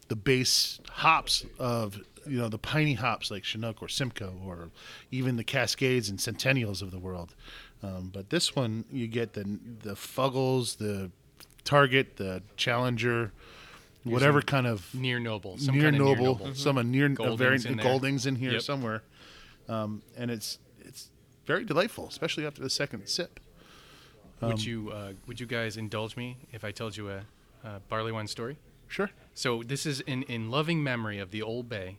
Speaker 3: the base hops of you know the piney hops like Chinook or Simcoe or even the Cascades and Centennials of the world. Um, but this one you get the the Fuggles, the Target, the Challenger, whatever kind of
Speaker 5: Near noble. Some
Speaker 3: near
Speaker 5: kind of
Speaker 3: noble,
Speaker 5: Near noble. Mm-hmm.
Speaker 3: some a near a very
Speaker 5: Goldings in there.
Speaker 3: Goldings in here
Speaker 5: Yep.
Speaker 3: somewhere, um, and it's it's very delightful, especially after the second sip. um,
Speaker 5: would you uh, Would you guys indulge me if I told you a, uh barley wine story?
Speaker 3: Sure.
Speaker 5: So this is in, in loving memory of the Old Bay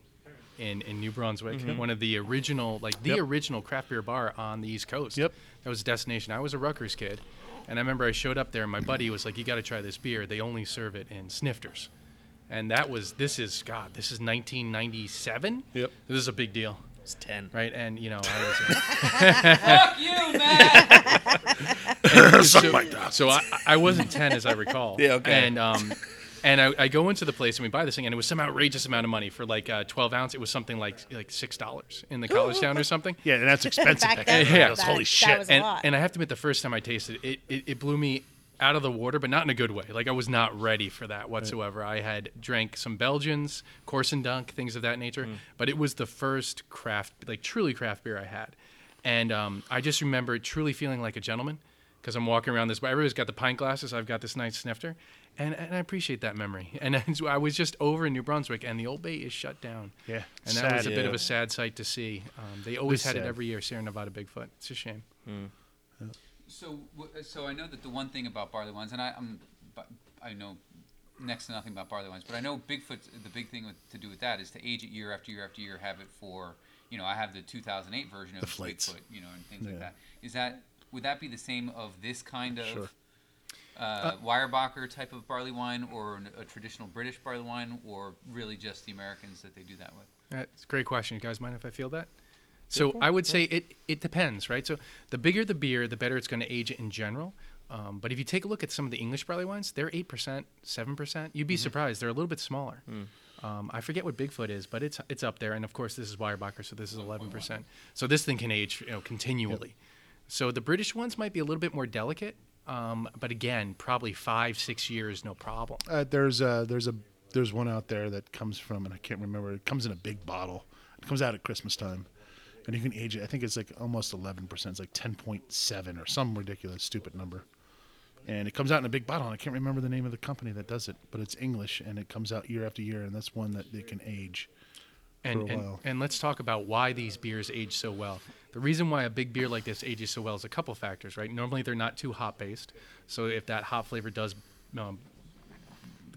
Speaker 5: in, in New Brunswick, one of the original, like the
Speaker 3: Mm-hmm. Yep.
Speaker 5: original craft beer bar on the East Coast.
Speaker 3: Yep.
Speaker 5: That was a destination. I was a Rutgers kid, and I remember I showed up there, and my buddy was like, "You got to try this beer. They only serve it in snifters." And that was this is God, this is 1997.
Speaker 3: Yep.
Speaker 5: This is a big deal,
Speaker 2: It's ten.
Speaker 5: right? And you know, I was.
Speaker 6: you, man.
Speaker 5: so, so I, I wasn't 10 as I recall.
Speaker 2: Yeah, okay.
Speaker 5: And, um, and I, I go into the place and we buy this thing, and it was some outrageous amount of money for like uh, 12 ounce. It was something like like $6 in the college town or something.
Speaker 3: Yeah, and that's expensive.
Speaker 4: Back
Speaker 3: back
Speaker 4: then,
Speaker 3: then.
Speaker 5: yeah.
Speaker 3: That's
Speaker 4: that-
Speaker 3: holy
Speaker 4: that
Speaker 3: shit.
Speaker 4: was- a
Speaker 5: And,
Speaker 4: lot.
Speaker 5: and I have to admit, the first time I tasted it, it, it, it blew me out of the water, but not in a good way. Like I was not ready for that whatsoever. I had drank some Belgians, Corson Dunk, things of that nature,
Speaker 3: Mm.
Speaker 5: but it was the first craft, like truly craft beer I had, and um, I just remember truly feeling like a gentleman because I'm walking around this. But everybody's got the pint glasses. I've got this nice snifter. And, and I appreciate that memory. And I was just over in New Brunswick, and the Old Bay is shut down.
Speaker 3: Yeah,
Speaker 5: and that was a
Speaker 3: sad.
Speaker 5: bit
Speaker 2: Yeah.
Speaker 5: of a sad sight to see. Um, they always
Speaker 3: It was
Speaker 5: had
Speaker 3: sad.
Speaker 5: it every year, Sierra Nevada Bigfoot. It's a shame.
Speaker 1: So, w- uh, so I know that the one thing about barley wines, and I, I'm, but I know next to nothing about barley wines, but I know Bigfoot. The big thing with, to do with that is to age it year after year after year. Have it for, you know, I have the 2008 version of
Speaker 3: The flights.
Speaker 1: Bigfoot, you know, and things like
Speaker 3: Yeah.
Speaker 1: that. Is that would that be the same of this kind of?
Speaker 3: Sure.
Speaker 1: Uh, Weyerbacher type of barley wine, or an, a traditional British barley wine, or really just the Americans that they do that with.
Speaker 5: That's a great question. You guys mind if I feel that? So I would say it it depends, right? So the bigger the beer, the better it's going to age it in general. Um, but if you take a look at some of the English barley wines, they're eight percent, seven percent. You'd be surprised; they're a little bit smaller. Um, I forget what Bigfoot is, but it's it's up there. And of course, this is Weyerbacher, so this is eleven percent. So this thing can age, you know, continually. So the British ones might be a little bit more delicate, um, but again, probably five, six years, no problem.
Speaker 3: Uh, there's a there's a there's one out there that comes from, and I can't remember. It comes in a big bottle. It comes out at Christmas time, and you can age it. I think it's like almost eleven percent. It's like ten point seven or some ridiculous stupid number. And it comes out in a big bottle. And I can't remember the name of the company that does it, but it's English, and it comes out year after year. And that's one that they can age.
Speaker 5: and,
Speaker 3: for a
Speaker 5: and,
Speaker 3: while.
Speaker 5: and let's talk about why these beers age so well. The reason why a big beer like this ages so well is a couple factors, right? Normally they're not too hop based, so if that hop flavor does um,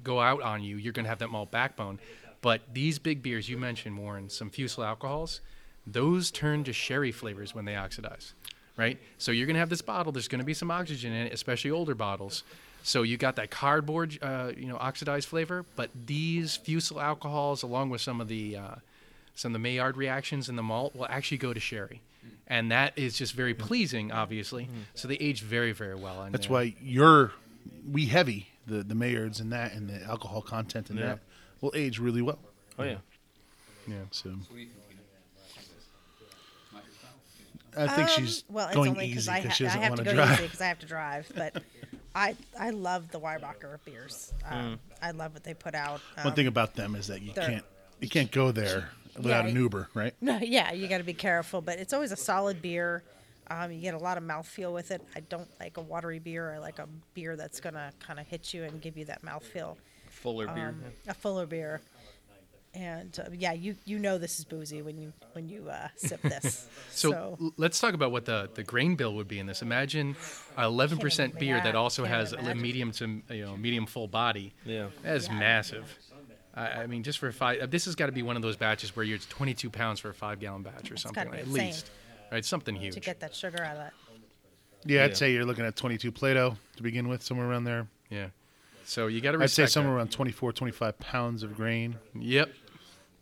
Speaker 5: go out on you, you're going to have that malt backbone. But these big beers you mentioned, Warren, some fusel alcohols, those turn to sherry flavors when they oxidize, right? So you're going to have this bottle. There's going to be some oxygen in it, especially older bottles. So you got that cardboard, uh, you know, oxidized flavor. But these fusel alcohols, along with some of the uh, some of the Maillard reactions in the malt, will actually go to sherry, and that is just very pleasing, obviously. So they age very, very well.
Speaker 3: Mm-hmm.
Speaker 5: And
Speaker 3: That's
Speaker 5: uh,
Speaker 3: why your we heavy the the Maillards and that, and the alcohol content in
Speaker 2: Yeah.
Speaker 3: that will age really well.
Speaker 2: Oh yeah.
Speaker 3: Yeah. So
Speaker 1: What do you think? Peter? It's not your style.
Speaker 3: I think she's
Speaker 4: Um, well, it's
Speaker 3: going
Speaker 4: only
Speaker 3: easy
Speaker 4: I, ha-
Speaker 3: because she
Speaker 4: I
Speaker 3: doesn't
Speaker 4: have
Speaker 3: want
Speaker 4: to
Speaker 3: to
Speaker 4: go
Speaker 3: drive.
Speaker 4: easy because I have to drive. But I I love the Weyerbacher beers. Um, I love what they put out. Um,
Speaker 3: Hmm. One thing about them is that you
Speaker 4: they're-
Speaker 3: can't you can't go there without
Speaker 4: Yeah,
Speaker 3: an
Speaker 4: you-
Speaker 3: Uber, right?
Speaker 4: um, yeah, you got to be careful, but it's always a solid beer. Um, you get a lot of mouthfeel with it. I don't like a watery beer. I like a beer that's gonna kind of hit you and give you that mouthfeel.
Speaker 2: Fuller beer.
Speaker 4: Um, a fuller beer. and uh, yeah, you you know this is boozy when you when you uh, sip this.
Speaker 5: So, l- let's talk about what the, the grain bill would be in this. Imagine eleven percent
Speaker 4: even-
Speaker 5: beer that
Speaker 4: yeah,
Speaker 5: also
Speaker 4: can't
Speaker 5: has a
Speaker 4: imagine.
Speaker 5: medium to you know medium full body.
Speaker 2: Yeah.
Speaker 5: that is massive. I, I mean, just for five, this has got to be one of those batches where you're it's 22 pounds for a five gallon batch or something,
Speaker 4: gotta
Speaker 5: like,
Speaker 4: be
Speaker 5: at
Speaker 4: insane.
Speaker 5: least, right? Something huge.
Speaker 4: to get that sugar out of that.
Speaker 3: Yeah, I'd
Speaker 2: Yeah.
Speaker 3: say you're looking at 22 Plato to begin with, somewhere around there.
Speaker 5: Yeah. So you got to
Speaker 3: I'd
Speaker 5: respect.
Speaker 3: say somewhere
Speaker 5: that.
Speaker 3: around 24, 25 pounds of grain.
Speaker 5: Yep.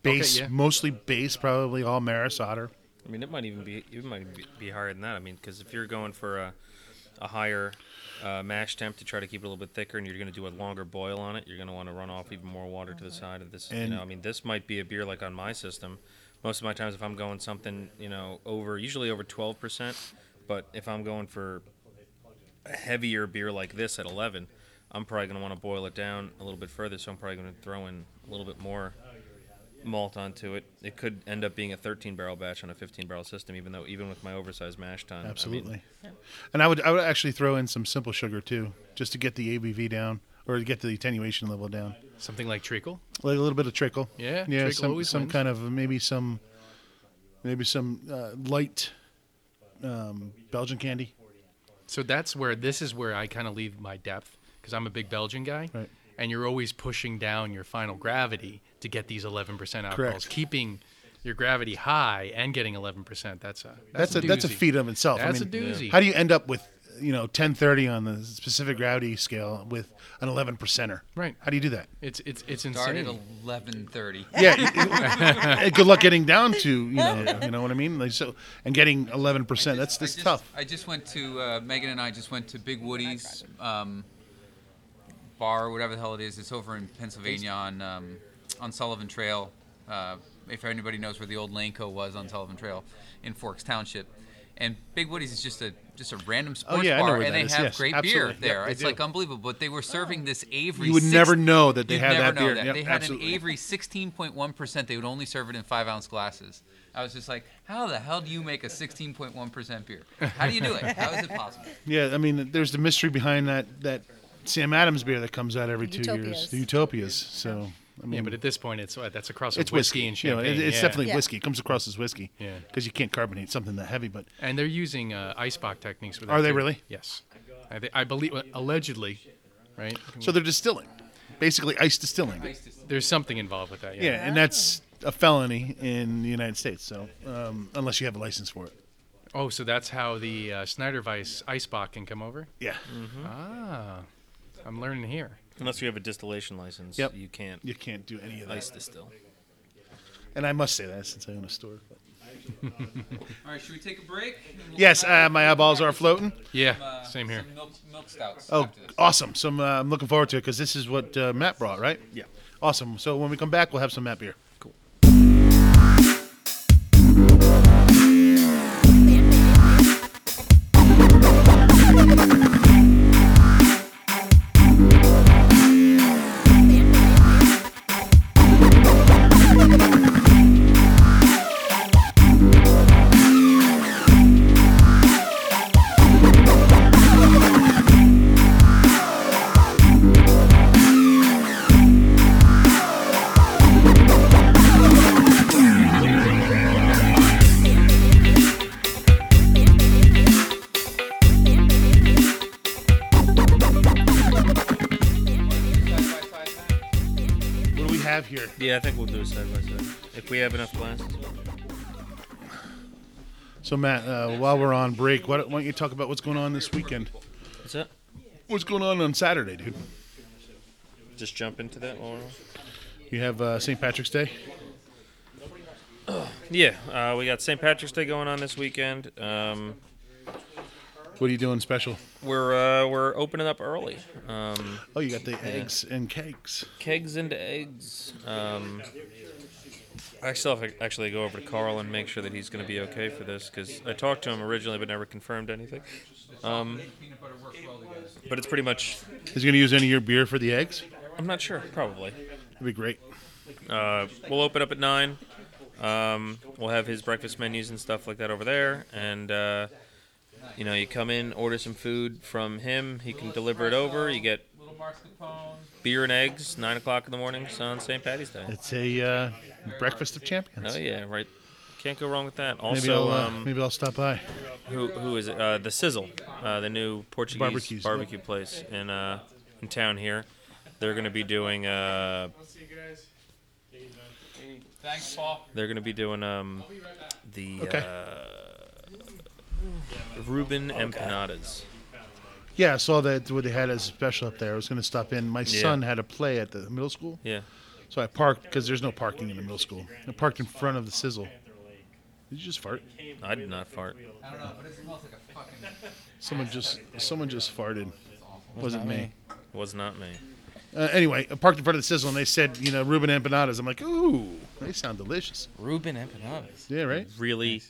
Speaker 3: Base,
Speaker 5: yeah.
Speaker 3: mostly base, probably all Maris otter.
Speaker 2: I mean, it might even be it might be- be higher than that. I mean, because if you're going for a, a higher uh, mash temp to try to keep it a little bit thicker, and you're going to do a longer boil on it, you're going to want to run off even more water to the side of this. you
Speaker 3: And-
Speaker 2: know, I mean, this might be a beer like on my system. Most of my times, if I'm going something, you know, over usually over 12 percent, but if I'm going for a heavier beer like this at 11, I'm probably going to want to boil it down a little bit further. So I'm probably going to throw in a little bit more malt onto it, it could end up being a 13 barrel batch on a 15 barrel system. Even though, even with my oversized mash tun, I mean,
Speaker 3: Absolutely. And I would I would actually throw in some simple sugar too, just to get the ABV down or to get the attenuation level down.
Speaker 5: Something like treacle.
Speaker 3: Like a little bit of trickle.
Speaker 5: Yeah,
Speaker 3: Yeah,
Speaker 5: trickle
Speaker 3: some
Speaker 5: always
Speaker 3: some
Speaker 5: wins.
Speaker 3: kind of maybe some maybe some uh, light um, Belgian candy.
Speaker 5: So that's where this is where I kind of leave my depth because I'm a big Belgian guy,
Speaker 3: Right.
Speaker 5: and you're always pushing down your final gravity to get these 11% alcohols,
Speaker 3: Correct.
Speaker 5: keeping your gravity high and getting 11%. That's a
Speaker 3: That's, a, that's a
Speaker 5: doozy.
Speaker 3: feat of itself.
Speaker 5: That's
Speaker 3: I
Speaker 5: a
Speaker 3: mean,
Speaker 5: doozy.
Speaker 3: How do you end up with you know 1030 on the specific gravity scale with an 11 percenter?
Speaker 5: Right.
Speaker 3: How do you do that?
Speaker 5: It's it's it's
Speaker 1: Start at
Speaker 5: insane.
Speaker 1: 11:30.
Speaker 3: Yeah. you- good luck getting down to you know you know what I mean. Like, so and getting 11 percent that's
Speaker 1: I
Speaker 3: that's
Speaker 1: just-
Speaker 3: tough.
Speaker 1: I just went to uh, Megan and I just went to Big Woody's um, bar, whatever the hell it is. It's over in Pennsylvania on um, on Sullivan Trail. Uh, if anybody knows where the old Lanco was on Sullivan Trail in Forks Township, and Big Woody's is just a just a random sports
Speaker 3: Oh, yeah, I know
Speaker 1: bar,
Speaker 3: where
Speaker 1: and
Speaker 3: that
Speaker 1: they
Speaker 3: is.
Speaker 1: have
Speaker 3: Yes,
Speaker 1: great
Speaker 3: absolutely.
Speaker 1: beer
Speaker 3: Yep,
Speaker 1: there.
Speaker 3: they
Speaker 1: it's
Speaker 3: do.
Speaker 1: like unbelievable. But they were serving this Avery.
Speaker 3: You would
Speaker 1: six-
Speaker 3: never know that they
Speaker 1: You'd
Speaker 3: have
Speaker 1: never
Speaker 3: that
Speaker 1: know
Speaker 3: beer.
Speaker 1: That.
Speaker 3: Yep,
Speaker 1: they had
Speaker 3: absolutely.
Speaker 1: an Avery 16.1 percent. They would only serve it in five ounce glasses. I was just like, how the hell do you make a 16.1 percent beer? How do you do it? How is it possible?
Speaker 3: Yeah, I mean, there's the mystery behind that that Sam Adams beer that comes out every two years,
Speaker 4: Utopias.
Speaker 3: the Utopias. So I mean,
Speaker 5: yeah, but at this point, it's uh, that's across
Speaker 3: it's
Speaker 5: whiskey,
Speaker 3: whiskey,
Speaker 5: and
Speaker 3: You know,
Speaker 5: champagne.
Speaker 3: it- it's
Speaker 5: yeah.
Speaker 3: definitely
Speaker 4: Yeah.
Speaker 3: whiskey. It comes across as whiskey.
Speaker 5: Yeah.
Speaker 3: because you can't carbonate something that heavy. But
Speaker 5: And they're using uh, icebox techniques with
Speaker 3: Are
Speaker 5: that,
Speaker 3: they
Speaker 5: too.
Speaker 3: really?
Speaker 5: Yes. I, thi- I believe uh, allegedly, right?
Speaker 3: so they're distilling, basically ice distilling.
Speaker 5: There's something involved with that.
Speaker 3: Yeah, and that's a felony in the United States. So um, unless you have a license for it.
Speaker 5: Oh, so that's how the uh, Snyder Weiss Icebox can come over?
Speaker 3: Yeah,
Speaker 5: Ah, I'm learning here.
Speaker 2: unless you have a distillation license,
Speaker 3: Yep.
Speaker 2: you can't
Speaker 3: you can't do any of
Speaker 2: ice
Speaker 3: that.
Speaker 2: distill.
Speaker 3: And I must say that since I own a store.
Speaker 1: All right, should we take a break? And we'll
Speaker 3: Yes,
Speaker 1: come back
Speaker 3: uh, my eyeballs are floating.
Speaker 5: Yeah,
Speaker 1: with, uh,
Speaker 5: same here.
Speaker 1: Some milk, milk stouts.
Speaker 3: Oh,
Speaker 1: after this.
Speaker 3: awesome! Some uh, I'm looking forward to it because this is what uh, Matt brought, right? Yeah. Awesome. So when we come back, we'll have some Matt beer. What do we have here?
Speaker 2: Yeah, I think we'll do it side by side if we have enough glasses.
Speaker 3: So Matt, uh, while we're on break, why don't, why don't you talk about what's going on this weekend?
Speaker 2: What's that?
Speaker 3: What's going on on Saturday, dude?
Speaker 2: Just jump into that. While we're on.
Speaker 3: You have uh, St. Patrick's Day.
Speaker 2: Yeah, uh, we got St. Patrick's Day going on this weekend. Um,
Speaker 3: What are you doing special?
Speaker 2: we're uh, we're opening up early. Um,
Speaker 3: Oh, you got the eggs and cakes.
Speaker 2: kegs into eggs. Um, I still have to actually go over to Carl and make sure that he's going to be okay for this because I talked to him originally but never confirmed anything. Um,
Speaker 1: Peanut butter works well together.
Speaker 2: But it's pretty much,
Speaker 3: Is he gonna use any of your beer for the eggs?
Speaker 2: I'm not sure, probably.
Speaker 3: That'd be great.
Speaker 2: Uh, we'll open up at 9. Um, we'll have his breakfast menus and stuff like that over there. And, uh, you know, you come in, order some food from him. He can deliver it over. You get
Speaker 6: Little mascarpone.
Speaker 2: Beer and eggs, nine o'clock in the morning on St. Patty's Day.
Speaker 3: It's a uh, breakfast of champions.
Speaker 2: Oh yeah, right. Can't go wrong with that.
Speaker 3: Maybe
Speaker 2: Also,
Speaker 3: I'll uh,
Speaker 2: um,
Speaker 3: maybe I'll stop by.
Speaker 2: who who is it? Uh, the Sizzle, uh, the new Portuguese
Speaker 3: Barbecues, yeah.
Speaker 2: barbecue place in uh, in town here. They're going to be doing uh,
Speaker 6: Thanks, Paul.
Speaker 2: they're going to be doing um, the
Speaker 3: Okay.
Speaker 2: uh, Reuben empanadas.
Speaker 3: Yeah, I saw that what they had as a special up there. I was going to stop in. My
Speaker 2: Yeah.
Speaker 3: son had a play at the middle school,
Speaker 2: Yeah.
Speaker 3: so I parked because there's no parking in the middle school. I parked in front of the sizzle. Did you just fart?
Speaker 2: I did not fart.
Speaker 6: I don't know, but it smells like a fucking.
Speaker 3: Someone just someone just farted. Wasn't me.
Speaker 2: Was not me.
Speaker 3: Uh, anyway, I parked in front of the sizzle and they said, you know, Reuben empanadas. I'm like, ooh, they sound delicious.
Speaker 8: Ruben empanadas.
Speaker 3: Yeah, right.
Speaker 2: Really,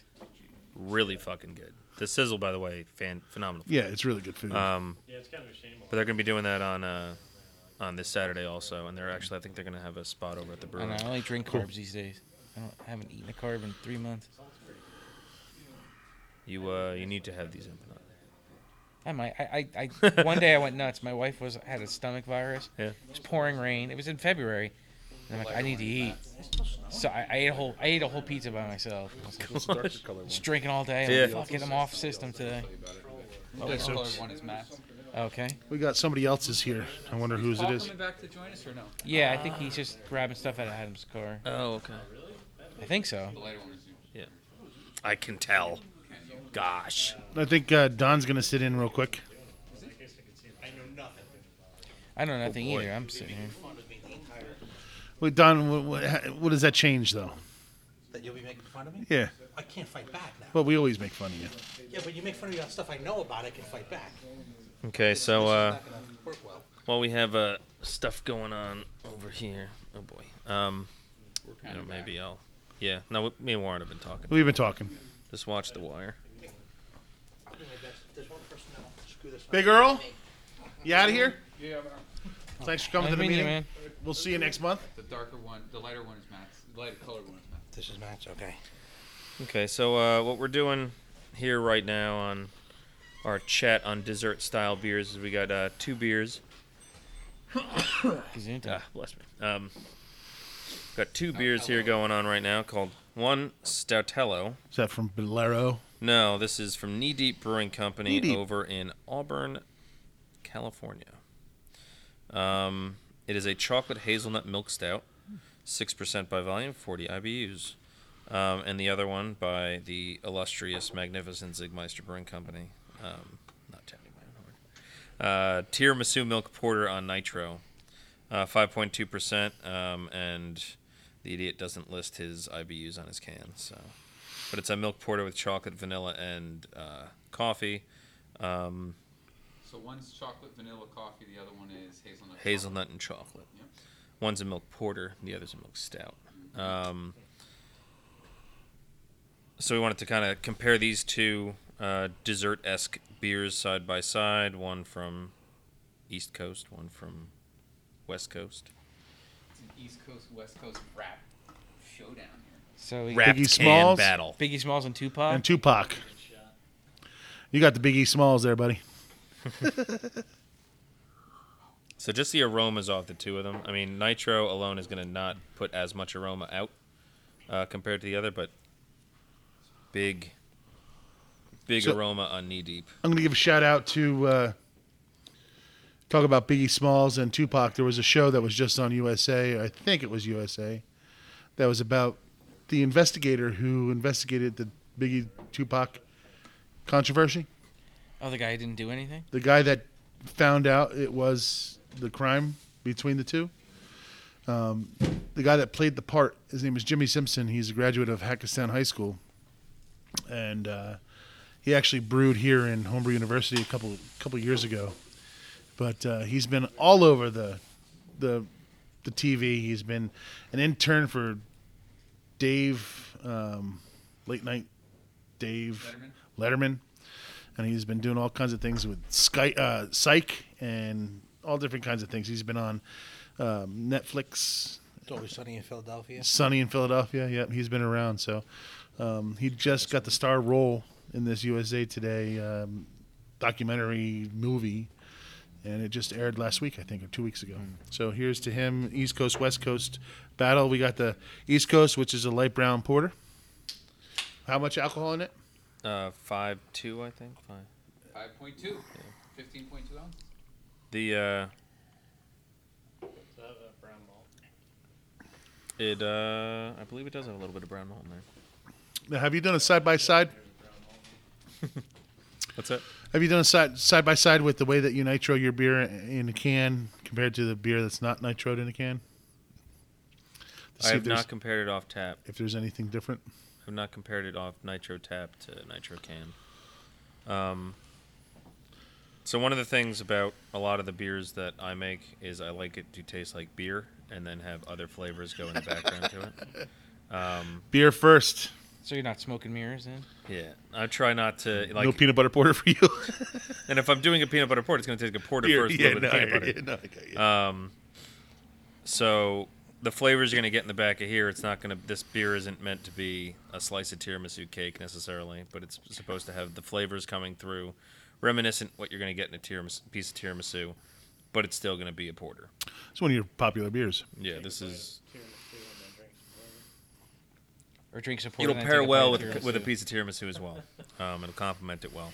Speaker 2: really fucking good. The Sizzle, by the way, fan phenomenal.
Speaker 3: Yeah, it's really good food.
Speaker 8: Uh,
Speaker 2: Um, But they're going to be doing that on uh, on this Saturday also, and they're actually I think they're going to have a spot over at the
Speaker 8: I
Speaker 2: brewery.
Speaker 8: don't know, I only drink carbs these days. I, don't, I haven't eaten a carb in three months.
Speaker 2: You uh, you need to have these empanadas.
Speaker 8: I might. I, I, I one day I went nuts. My wife was had a stomach virus.
Speaker 2: Yeah.
Speaker 8: It was pouring rain. It was in February. And I'm like, I need to eat. So I, I ate a whole I ate a whole pizza by myself. I was like, just, just drinking all day. I'm like,
Speaker 2: Yeah.
Speaker 8: Fuck it, I'm off system today.
Speaker 6: The colored one is Matt.
Speaker 8: Okay.
Speaker 3: we got somebody else's here. I wonder whose it
Speaker 6: Paul
Speaker 3: is.
Speaker 6: coming back to join us or no?
Speaker 8: Yeah, I think he's just grabbing stuff out of Adam's car.
Speaker 2: Oh okay.
Speaker 8: I think so.
Speaker 6: The lighter one is you.
Speaker 2: I can tell. Gosh.
Speaker 3: I think uh, Don's going to sit in real quick.
Speaker 8: I
Speaker 2: Oh,
Speaker 8: don't know nothing either. I'm sitting here.
Speaker 3: Wait, Don, what, what, ha- what does that change though?
Speaker 9: That you'll be making fun of me?
Speaker 3: Yeah.
Speaker 9: I can't fight back now.
Speaker 3: Well, we always make fun of you.
Speaker 9: Yeah, but you make fun of me on stuff I know about, I can fight back.
Speaker 2: Okay, so uh,
Speaker 9: It's not gonna work well.
Speaker 2: while we have uh, stuff going on over here, oh boy. Um, you know, maybe I'll. Yeah, no, me and Warren have been talking.
Speaker 3: We've been talking.
Speaker 2: Just watch The Wire.
Speaker 9: I'll do my best. There's one person that'll screw this up.
Speaker 3: Big Earl, you out of here? Yeah. Thanks for coming
Speaker 8: Nice
Speaker 3: to the
Speaker 8: meeting you,
Speaker 3: meeting.
Speaker 8: man.
Speaker 3: We'll see you next month.
Speaker 6: The darker one, the lighter one is Matt's. The lighter colored one is Matt's.
Speaker 9: This is Matt's, okay.
Speaker 2: Okay, so uh, what we're doing here right now on our chat on dessert style beers is we got uh, two beers.
Speaker 8: He's into it.
Speaker 2: Ah, bless me. Um, got two beers here going on right now called one Stoutello.
Speaker 3: Is that from Bolero?
Speaker 2: No, this is from Knee Deep Brewing Company
Speaker 3: Knee Deep.
Speaker 2: over in Auburn, California. Um, it is a chocolate hazelnut milk stout, 6% by volume, 40 IBUs. Um, and the other one by the illustrious, magnificent Zigmeister Brewing Company. Um, not Tony Uh, tiramisu milk porter on nitro, uh, 5.2%. Um, and the idiot doesn't list his IBUs on his can, so but it's a milk porter with chocolate, vanilla, and uh, coffee, Um,
Speaker 6: So one's chocolate vanilla coffee, the other one is hazelnut.
Speaker 2: hazelnut, and chocolate. One's a milk porter, the other's a milk stout.
Speaker 6: Mm-hmm.
Speaker 2: Um, so we wanted to kind of compare these two uh, dessert esque beers side by side one from East Coast, one from West Coast.
Speaker 6: It's an East Coast West Coast rap showdown here.
Speaker 8: So we
Speaker 2: Wrapped can
Speaker 3: Smalls?
Speaker 2: battle.
Speaker 8: Biggie Smalls and Tupac.
Speaker 3: And Tupac. You got the Big E Smalls there, buddy.
Speaker 2: So just the aromas off the two of them. I mean, nitro alone is going to not put as much aroma out uh, compared to the other, but big, big
Speaker 3: So-
Speaker 2: aroma on knee deep.
Speaker 3: I'm going to give a shout out to uh, talk about Biggie Smalls and Tupac. There was a show that was just on USA. I think it was USA. That was about the investigator who investigated the Biggie Tupac controversy.
Speaker 8: Oh, the guy who didn't do anything.
Speaker 3: the guy that found out it was the crime between the two. Um, the guy that played the part, his name is Jimmy Simpson. He's a graduate of Hackettstown High School, and uh, he actually brewed here in Homebrew University a couple couple years ago. But uh, he's been all over the the the TV. He's been an intern for Dave um, late night Dave Letterman and he's been doing all kinds of things with Sky, uh, Psych and all different kinds of things. He's been on um, Netflix,
Speaker 9: It's always sunny in Philadelphia.
Speaker 3: Sunny in Philadelphia. Yep, he's been around. So um, he just got the star role in this USA Today um, documentary movie and it just aired last week, I think, or two weeks ago.
Speaker 9: Hmm.
Speaker 3: So here's to him, East Coast West Coast battle. We got the East Coast, which is a light brown porter. How much alcohol in it?
Speaker 2: Uh, five two, I think. Five.
Speaker 6: 5.2. 15.2 ounce.
Speaker 2: The uh, it uh, I believe it does have a little bit of brown malt in there.
Speaker 3: Now, have you done a side by side?
Speaker 2: What's that?
Speaker 3: Have you done a side side by side with the way that you nitro your beer in a can compared to the beer that's not nitroed in a can? To see
Speaker 2: I
Speaker 3: if
Speaker 2: have
Speaker 3: there's-
Speaker 2: not compared it off tap.
Speaker 3: If there's anything different,
Speaker 2: I've not compared it off nitro tap to nitro can. Um, so one of the things about a lot of the beers that I make is I like it to taste like beer, and then have other flavors go in the background to it.
Speaker 3: beer first.
Speaker 8: So you're not smoking mirrors then?
Speaker 2: Yeah, I try not to like.
Speaker 3: no peanut butter porter for you.
Speaker 2: and if I'm doing a peanut butter porter, it's going to take a porter
Speaker 3: Beer,
Speaker 2: first, a
Speaker 3: yeah,
Speaker 2: little
Speaker 3: no,
Speaker 2: bit of peanut
Speaker 3: I-
Speaker 2: butter. Uh,
Speaker 3: yeah, no, I got you.
Speaker 2: So the flavors you're gonna get in the back of here, it's not gonna. This beer isn't meant to be a slice of tiramisu cake necessarily, but it's supposed to have the flavors coming through, reminiscent what you're gonna get in a tiramisu, piece of tiramisu, but it's still gonna be a porter.
Speaker 3: it's one of your popular beers.
Speaker 2: Yeah, this is.
Speaker 8: Or drink support?
Speaker 2: It'll pair well with with a piece of tiramisu as well. Um, it'll complement it well.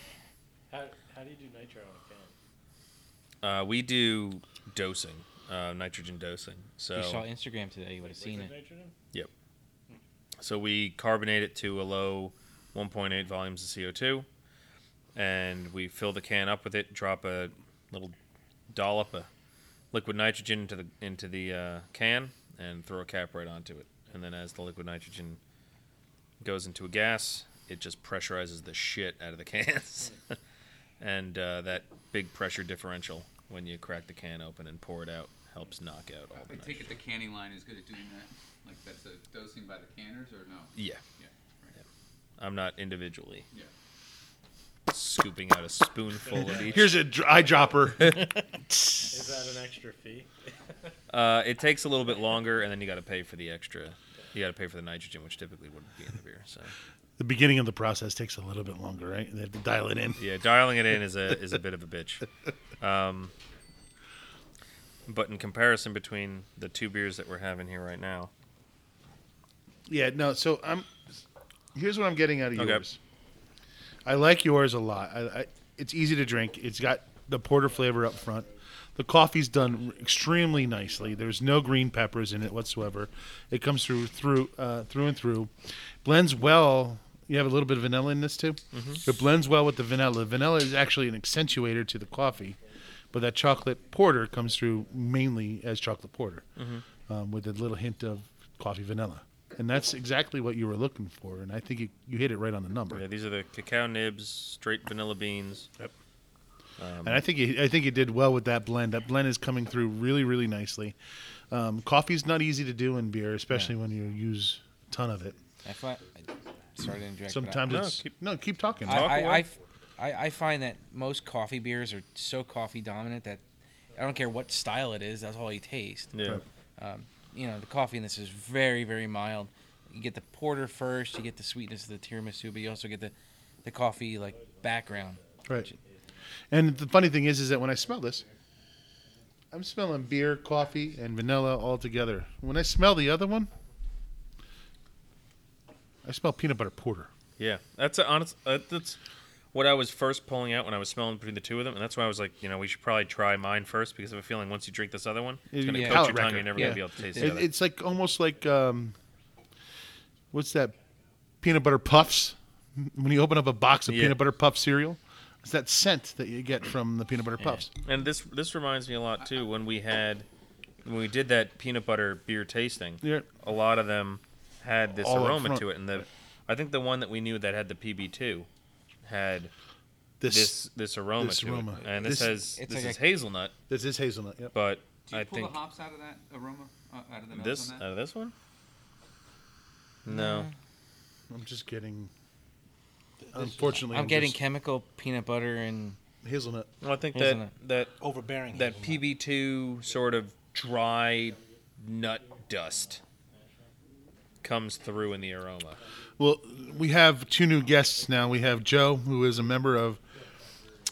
Speaker 10: How, how do you do nitro on a can?
Speaker 2: Uh, we do dosing, uh, nitrogen dosing. So
Speaker 8: You saw Instagram today. You would have seen it.
Speaker 10: Nitrogen?
Speaker 2: Yep. So we carbonate it to a low 1.8 volumes of CO2, and we fill the can up with it. Drop a little dollop of liquid nitrogen into the into the uh, can, and throw a cap right onto it. And then as the liquid nitrogen goes into a gas, it just pressurizes the shit out of the cans. and uh, that big pressure differential when you crack the can open and pour it out helps knock out all the
Speaker 6: I
Speaker 2: nitrogen.
Speaker 6: take it the canning line is good at doing that. Like that's a dosing by the canners or no?
Speaker 2: Yeah.
Speaker 6: Yeah. Right.
Speaker 2: I'm not individually
Speaker 6: Yeah.
Speaker 2: scooping out a spoonful of each.
Speaker 3: Here's a dr- eyedropper.
Speaker 10: Is that an extra fee?
Speaker 2: Uh, it takes a little bit longer, and then you got to pay for the extra. You got to pay for the nitrogen, which typically wouldn't be in the beer. So
Speaker 3: the beginning of the process takes a little bit longer, right? They have to dial it in.
Speaker 2: yeah, dialing it in is a is a bit of a bitch. Um, but in comparison between the two beers that we're having here right now,
Speaker 3: Yeah, no. So I'm. Here's what I'm getting out of
Speaker 2: Okay.
Speaker 3: yours. I like yours a lot. I, I, it's easy to drink. It's got the porter flavor up front. The coffee's done extremely nicely. There's no green peppers in it whatsoever. It comes through through uh, through and through. Blends well. You have a little bit of vanilla in this too. It blends well with the vanilla. Vanilla is actually an accentuator to the coffee, but that chocolate porter comes through mainly as chocolate porter, um, with a little hint of coffee vanilla. And that's exactly what you were looking for. And I think you, you hit it right on the number.
Speaker 2: yeah, these are the cacao nibs, straight vanilla beans.
Speaker 3: And I think you, I think you did well with that blend. That blend is coming through really, really nicely. Um, coffee's not easy to do in beer, especially when you use a ton of it.
Speaker 8: I find, I- sorry to interject. but I-
Speaker 3: Sometimes
Speaker 2: No,
Speaker 3: it's
Speaker 2: keep-
Speaker 3: no. Keep talking.
Speaker 8: I,
Speaker 2: Talk
Speaker 8: I,
Speaker 2: away.
Speaker 8: I f- I- I find that most coffee beers are so coffee dominant that I don't care what style it is, that's all you taste.
Speaker 2: Yeah,
Speaker 8: You know, the coffee in this is very, very mild. You get the porter first, you get the sweetness of the tiramisu, but you also get the, the coffee like background.
Speaker 3: Right. And the funny thing is, is that when I smell this, I'm smelling beer, coffee, and vanilla all together. When I smell the other one, I smell peanut butter porter.
Speaker 2: yeah. That's a honest. Uh, that's what I was first pulling out when I was smelling between the two of them, and that's why I was like, you know, we should probably try mine first because I have a feeling once you drink this other one, it's
Speaker 3: It'd
Speaker 2: gonna
Speaker 3: be a
Speaker 2: coat your
Speaker 3: palate
Speaker 2: tongue.
Speaker 3: wrecker.
Speaker 2: You're never
Speaker 8: Yeah.
Speaker 2: gonna be able to taste the
Speaker 3: It,
Speaker 2: other.
Speaker 3: it's like almost like um, what's that? Peanut butter puffs. When you open up a box of
Speaker 2: Yeah.
Speaker 3: peanut butter puff cereal, it's that scent that you get from the peanut butter puffs.
Speaker 2: And this this reminds me a lot too when we had when we did that peanut butter beer tasting.
Speaker 3: Yeah.
Speaker 2: A lot of them had this
Speaker 3: All up
Speaker 2: aroma
Speaker 3: front.
Speaker 2: to it, and the I think the one that we knew that had the PB two had
Speaker 3: This this,
Speaker 2: this this aroma
Speaker 3: this
Speaker 2: to
Speaker 3: aroma.
Speaker 2: it, and this,
Speaker 3: This-
Speaker 2: has
Speaker 8: It's
Speaker 2: this
Speaker 8: like
Speaker 2: is
Speaker 8: a-
Speaker 2: hazelnut,
Speaker 3: is hazelnut. Yep.
Speaker 2: but
Speaker 6: Do you
Speaker 2: I
Speaker 6: pull
Speaker 2: think
Speaker 6: the hops out of that aroma? Uh, out of the nose
Speaker 2: this
Speaker 6: on that?
Speaker 2: out of this one. No,
Speaker 3: I'm just getting. Unfortunately,
Speaker 8: I'm getting
Speaker 3: just-
Speaker 8: chemical peanut butter and
Speaker 3: hazelnut.
Speaker 2: well, I think that
Speaker 8: Hazelnut.
Speaker 2: that
Speaker 9: Overbearing.
Speaker 2: that PB two sort of dry nut dust comes through in the aroma.
Speaker 3: Well, we have two new guests now. We have Joe, who is a member of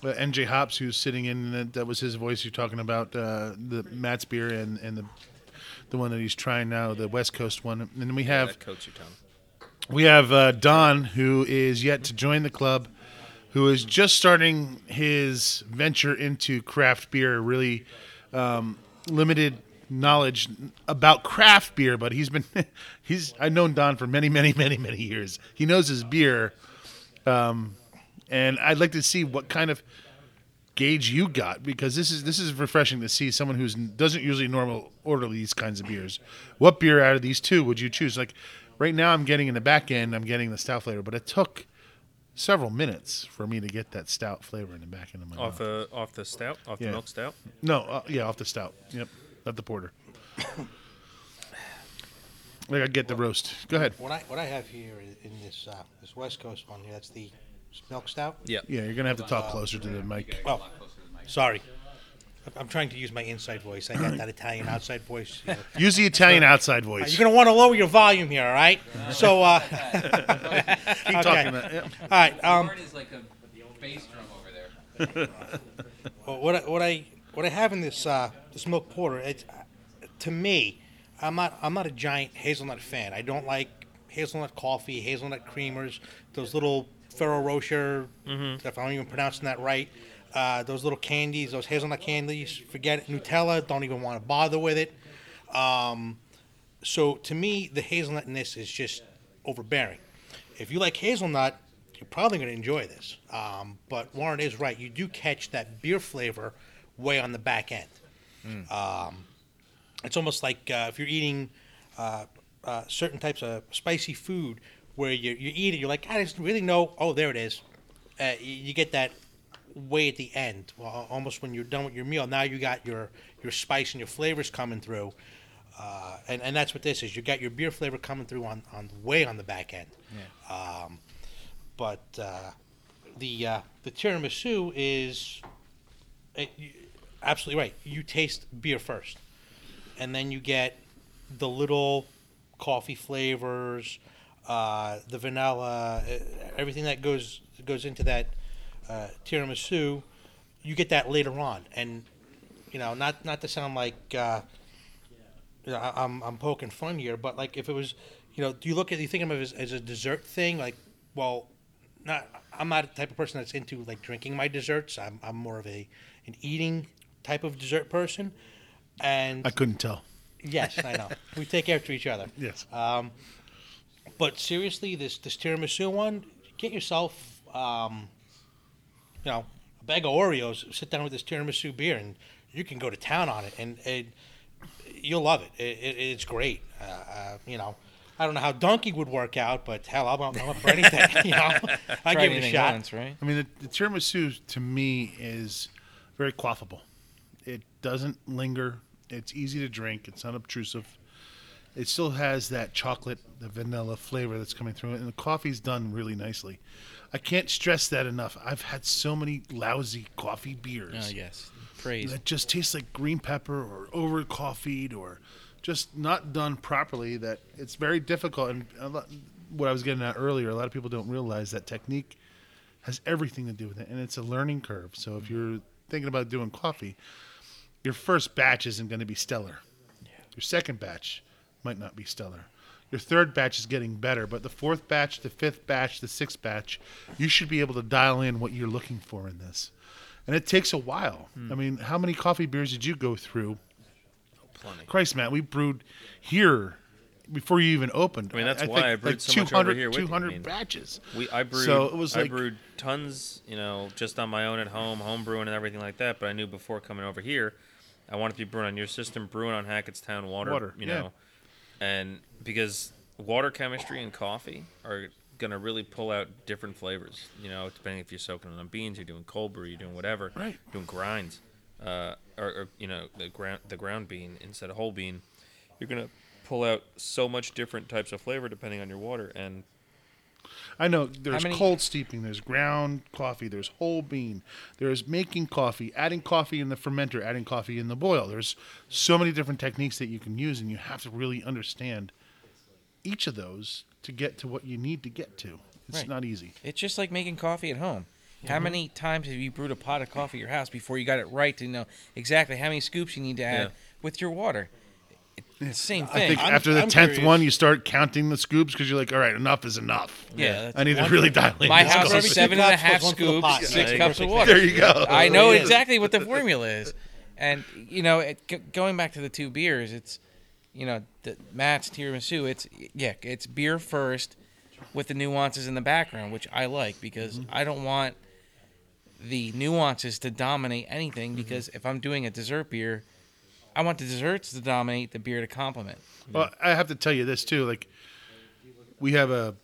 Speaker 3: uh, NJ Hops, who's sitting in, uh, that, that was his voice. You're talking about uh, the Matt's beer and, and the the one that he's trying now, the West Coast one. And then we have
Speaker 2: That coats your tongue.
Speaker 3: we have uh, Don, who is yet to join the club, who is just starting his venture into craft beer. Really um, limited knowledge about craft beer, but he's been he's I've known Don for many, many, many, many years. He knows his beer, um, and I'd like to see what kind of gauge you got because this is this is refreshing to see someone who doesn't usually normal order these kinds of beers. What beer out of these two would you choose? Like right now, I'm getting in the back end, I'm getting the stout flavor, but it took several minutes for me to get that stout flavor in the back end of my mouth.
Speaker 2: Off the off the stout, off
Speaker 3: Yeah.
Speaker 2: the milk stout.
Speaker 3: No, uh, yeah, off the stout. Yep, not the porter. like I get the roast. Go ahead.
Speaker 9: What I what I have here i- in this uh, this West Coast one here, that's the milk stout.
Speaker 3: Yeah, you're gonna have to talk closer to the mic.
Speaker 9: Oh, sorry. I'm- I'm trying to use my inside voice. I got that Italian outside voice. you know.
Speaker 3: Use the Italian outside
Speaker 9: Uh,
Speaker 3: voice.
Speaker 9: You're going to want to lower your volume here, all right? So, uh,
Speaker 3: Keep
Speaker 9: okay.
Speaker 3: talking, Matt, yeah.
Speaker 9: All right. Um,
Speaker 6: Bart is like a bass drum over there.
Speaker 9: Well, what I, what I what I have in this uh, this milk porter, it's, uh, to me, I'm not I'm not a giant hazelnut fan. I don't like hazelnut coffee, hazelnut creamers, those little Ferrero Rocher.
Speaker 11: Mhm.
Speaker 9: If I'm even pronouncing that right, uh, those little candies, those hazelnut candies. Forget it. Nutella. Don't even want to bother with it. Um, so to me, the hazelnut in this is just overbearing. If you like hazelnut, you're probably going to enjoy this. Um, but Warren is right. You do catch that beer flavor way on the back end. Um, it's almost like uh, if you're eating uh, uh, certain types of spicy food where you, you eat it, you're like, I just really know. Oh, there it is. Uh, you, you get that way at the end, well, almost when you're done with your meal. Now you got your, your spice and your flavors coming through. Uh, and, and that's what this is. You got your beer flavor coming through on, on way on the back end. Um, but uh, the uh, the tiramisu is it, you, absolutely right. You taste beer first, and then you get the little coffee flavors, uh, the vanilla, eh, everything that goes goes into that uh, tiramisu. You get that later on, and you know, not not to sound like. Uh, you know, I- I'm, I'm poking fun here, but like if it was, you know, do you look at, you think of it as, as a dessert thing? Like, well, not, I'm not the type of person that's into like drinking my desserts. I'm, I'm more of a, an eating type of dessert person. And
Speaker 3: I couldn't tell.
Speaker 9: Yes, I know. we take after each other.
Speaker 3: Yes.
Speaker 9: Um, but seriously, this this tiramisu one, get yourself, um, you know, a bag of Oreos. Sit down with this tiramisu beer, and you can go to town on it, and it, you'll love it. It, it. It's great. Uh, uh, you know. I don't know how donkey would work out, but hell, I'm up, I'm up for anything. You know, I give it a shot.
Speaker 3: I mean, the, the tiramisu to me is very quaffable. It doesn't linger. It's easy to drink. It's not obtrusive. It still has that chocolate, the vanilla flavor that's coming through it, and the coffee's done really nicely. I can't stress that enough. I've had so many lousy coffee beers.
Speaker 8: Ah, yes. Praise.
Speaker 3: That just tastes like green pepper or over coffeed or just not done properly. That it's very difficult. And a lot, what I was getting at earlier, a lot of people don't realize that technique has everything to do with it, and it's a learning curve. So if you're thinking about doing coffee, your first batch isn't going to be stellar. Your second batch might not be stellar. Your third batch is getting better, but the fourth batch, the fifth batch, the sixth batch, you should be able to dial in what you're looking for in this. And it takes a while.
Speaker 2: Hmm.
Speaker 3: I mean, how many coffee beers did you go through?
Speaker 2: Plenty.
Speaker 3: Christ, Matt, we brewed here before you even opened.
Speaker 2: I mean, that's
Speaker 3: think,
Speaker 2: why I brewed
Speaker 3: like
Speaker 2: so much over
Speaker 3: 200
Speaker 2: here. With you, I
Speaker 3: 200
Speaker 2: mean.
Speaker 3: batches.
Speaker 2: We I brewed.
Speaker 3: So it was
Speaker 2: I
Speaker 3: like
Speaker 2: brewed tons, you know, just on my own at home, home brewing and everything like that. But I knew before coming over here, I wanted to be brewing on your system, brewing on Hackettstown water.
Speaker 3: Water,
Speaker 2: you
Speaker 3: yeah.
Speaker 2: know, and because water chemistry and coffee are gonna really pull out different flavors. You know, depending if you're soaking it on beans, you're doing cold brew, you're doing whatever,
Speaker 3: Right.
Speaker 2: Doing grinds, uh, or, or you know, the ground the ground bean instead of whole bean, you're gonna pull out so much different types of flavor depending on your water and
Speaker 3: I know there's
Speaker 2: many-
Speaker 3: cold steeping, there's ground coffee, there's whole bean, there's making coffee, adding coffee in the fermenter, adding coffee in the boil. There's so many different techniques that you can use, and you have to really understand each of those to get to what you need to get to. It's
Speaker 8: Right.
Speaker 3: not easy.
Speaker 8: It's just like making coffee at home. How
Speaker 3: Mm-hmm.
Speaker 8: many times have you brewed a pot of coffee at your house before you got it right to know exactly how many scoops you need to add
Speaker 3: Yeah.
Speaker 8: with your water? It's the same
Speaker 3: I
Speaker 8: thing.
Speaker 3: think after the tenth one, you start counting the scoops because you're like, all right, enough is enough.
Speaker 8: Yeah, that's
Speaker 3: I need to
Speaker 8: one-
Speaker 3: really dial in.
Speaker 8: My
Speaker 3: this
Speaker 8: house
Speaker 3: coffee.
Speaker 8: is seven and a half scoops, six cups of water.
Speaker 3: There you go.
Speaker 8: I know exactly what the formula is, and you know, it, g- going back to the two beers, it's you know, the, Matt's tiramisu. It's yeah, it's beer first with the nuances in the background, which I like because I don't want the nuances to dominate anything. Because if I'm doing a dessert beer, I want the desserts to dominate the beer to complement.
Speaker 3: Well, I have to tell you this too. Like, we have a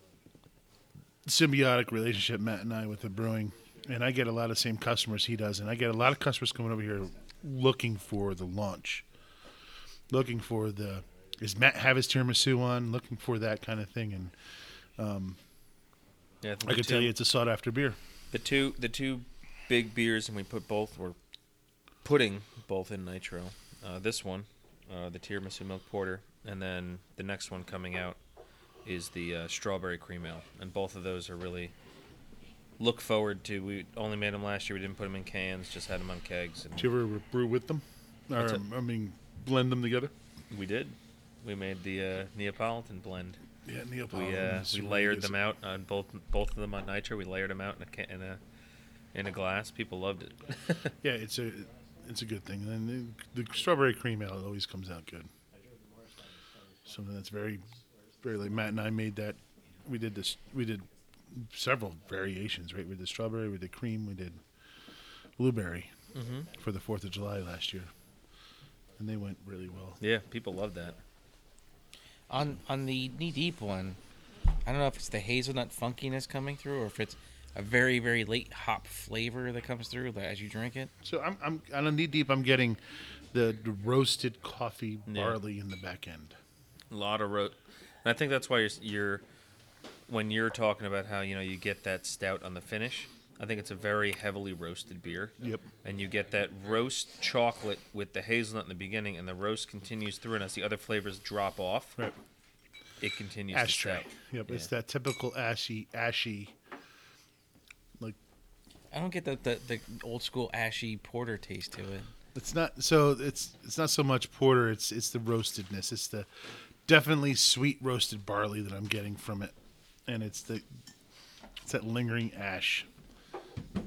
Speaker 3: symbiotic relationship, Matt and I, with the brewing, and I get a lot of same customers he does, and I get a lot of customers coming over here looking for the launch, looking for the is Matt have his tiramisu on, looking for that kind of thing, and um,
Speaker 2: Yeah, I think
Speaker 3: I
Speaker 2: the
Speaker 3: can tell
Speaker 2: two-
Speaker 3: you it's a sought after beer.
Speaker 2: The two the two big beers, and we put both were putting both in nitro. Uh, this one, uh, the tiramisu milk porter, and then the next one coming out is the uh, strawberry cream ale, and both of those are really look forward to. We only made them last year. We didn't put them in cans, just had them on kegs. And
Speaker 3: Did you ever brew with them? Or,
Speaker 2: That's it.
Speaker 3: um, I mean, blend them together?
Speaker 2: We did. We made the uh, Neapolitan blend.
Speaker 3: Yeah, Neapolitan
Speaker 2: We, uh,
Speaker 3: is
Speaker 2: we
Speaker 3: really
Speaker 2: layered
Speaker 3: good.
Speaker 2: them out on both both of them on nitro. We layered them out in a ca- in a in a glass. People loved it.
Speaker 3: Yeah, it's a it's a good thing. And then the, the strawberry cream ale always comes out good. Something that's very very like Matt and I made that. We did this. We did several variations. Right, we did strawberry, we did cream, we did blueberry
Speaker 2: Mhm.
Speaker 3: for the Fourth of July last year, and they went really well.
Speaker 2: Yeah, people love that.
Speaker 8: On on the knee deep one, I don't know if it's the hazelnut funkiness coming through or if it's a very very late hop flavor that comes through like, as you drink it.
Speaker 3: So I'm I'm on a knee deep. I'm getting the roasted coffee
Speaker 2: Yeah.
Speaker 3: barley in the back end.
Speaker 2: A lot of roast. And I think that's why you're, s- you're when you're talking about how you know you get that stout on the finish. I think it's a very heavily roasted beer.
Speaker 3: Yep.
Speaker 2: And you get that roast chocolate with the hazelnut in the beginning, and the roast continues through, and as the other flavors drop off,
Speaker 3: Right.
Speaker 2: it continues.
Speaker 3: Ashtray.
Speaker 2: To
Speaker 3: Yep, it's that typical ashy ashy.
Speaker 8: I don't get the, the, the old school ashy porter taste to it.
Speaker 3: It's not so. It's it's not so much porter. It's it's the roastedness. It's the definitely sweet roasted barley that I'm getting from it, and it's the it's that lingering ash.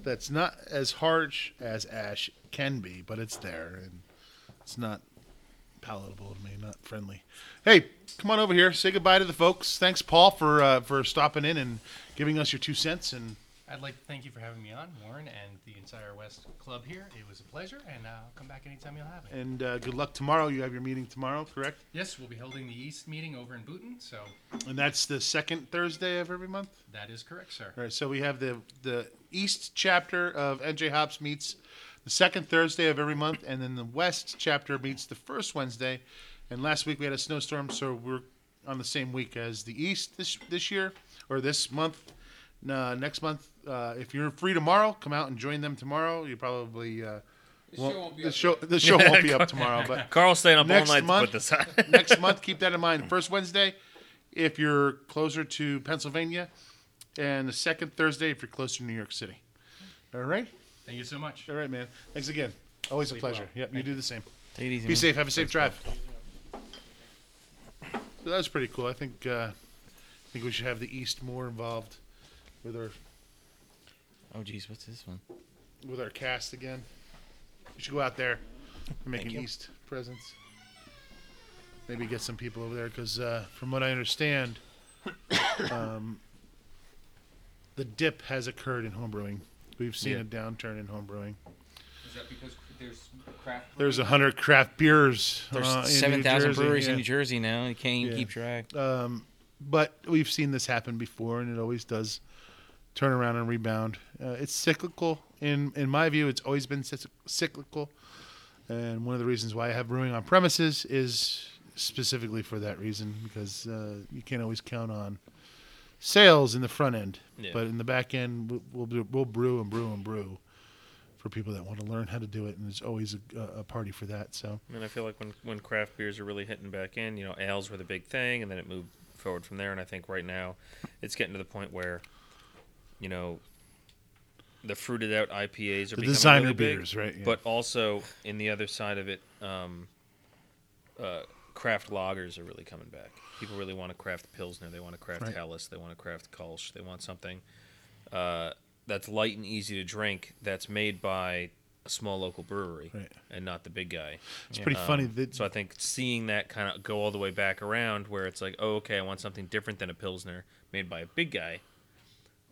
Speaker 3: That's not as harsh as ash can be, but it's there, and it's not palatable to me. Not friendly. Hey, come on over here. Say goodbye to the folks. Thanks, Paul, for uh, for stopping in and giving us your two cents. And
Speaker 5: I'd like to thank you for having me on, Warren, and the entire West Club here. It was a pleasure, and uh, I'll come back anytime you'll have me.
Speaker 3: and uh, good luck tomorrow. You have your meeting tomorrow, correct?
Speaker 5: Yes, we'll be holding the East meeting over in Booton, so
Speaker 3: And that's the second Thursday of every month.
Speaker 5: that is correct, sir.
Speaker 3: All right, so we have the the East chapter of NJ Hops meets the second Thursday of every month, and then the West chapter meets the first Wednesday. And last week we had a snowstorm, so we're on the same week as the East this this year or this month. Uh, next month, uh, if you're free tomorrow, come out and join them tomorrow. You probably uh,
Speaker 6: The show won't be
Speaker 3: the
Speaker 6: up
Speaker 3: show
Speaker 6: yet.
Speaker 3: the show won't be up tomorrow. But
Speaker 2: Carl's staying up all
Speaker 3: next
Speaker 2: night to put
Speaker 3: month-
Speaker 2: this out.
Speaker 3: next month, keep that in mind. First Wednesday, if you're closer to Pennsylvania, and the second Thursday if you're closer to New York City. All right.
Speaker 5: Thank you so much.
Speaker 3: All right, man. Thanks again. Always a
Speaker 5: Sleep
Speaker 3: pleasure.
Speaker 5: well.
Speaker 3: Yep, you do the same.
Speaker 8: Take it easy,
Speaker 3: Be
Speaker 8: man.
Speaker 3: safe. Have a safe drive. So that was pretty cool. I think uh, I think we should have the East more involved with our
Speaker 8: Oh geez, what's this one?
Speaker 3: with our cast again. You should go out there and make
Speaker 8: Thank
Speaker 3: an
Speaker 8: you.
Speaker 3: East presence. Maybe get some people over there because, uh, from what I understand, um, the dip has occurred in homebrewing. We've seen
Speaker 6: Yeah.
Speaker 3: a downturn in homebrewing.
Speaker 6: Is that because there's craft?
Speaker 3: There's a hundred craft beers.
Speaker 8: There's
Speaker 3: uh, in New
Speaker 8: seven thousand
Speaker 3: Jersey,
Speaker 8: breweries
Speaker 3: yeah.
Speaker 8: in New Jersey now. You can't even
Speaker 3: Yeah.
Speaker 8: keep track.
Speaker 3: Um, but we've seen this happen before, and it always does turn around and rebound. Uh, it's cyclical. In in my view, it's always been cyc- cyclical. And one of the reasons why I have brewing on premises is specifically for that reason, because uh, you can't always count on sales in the front end,
Speaker 2: Yeah.
Speaker 3: but in the back end, we'll we'll, do, we'll brew and brew and brew for people that want to learn how to do it, and there's always a, a party for that. So.
Speaker 2: I mean, I feel like when, when craft beers are really hitting back in, you know, ales were the big thing, and then it moved forward from there. And I think right now, it's getting to the point where, you know, the fruited out IPAs are
Speaker 3: The
Speaker 2: becoming
Speaker 3: designer
Speaker 2: really big,
Speaker 3: beers, right, yeah.
Speaker 2: But also in the other side of it, um, uh, craft lagers are really coming back. People really want to craft pilsner. They want to craft
Speaker 3: Right.
Speaker 2: Helles. They want to craft Kolsch. They want something uh, that's light and easy to drink. That's made by a small local brewery
Speaker 3: Right.
Speaker 2: and not the big guy.
Speaker 3: It's pretty funny that-
Speaker 2: so I think seeing that kind of go all the way back around, where it's like, oh, okay, I want something different than a pilsner made by a big guy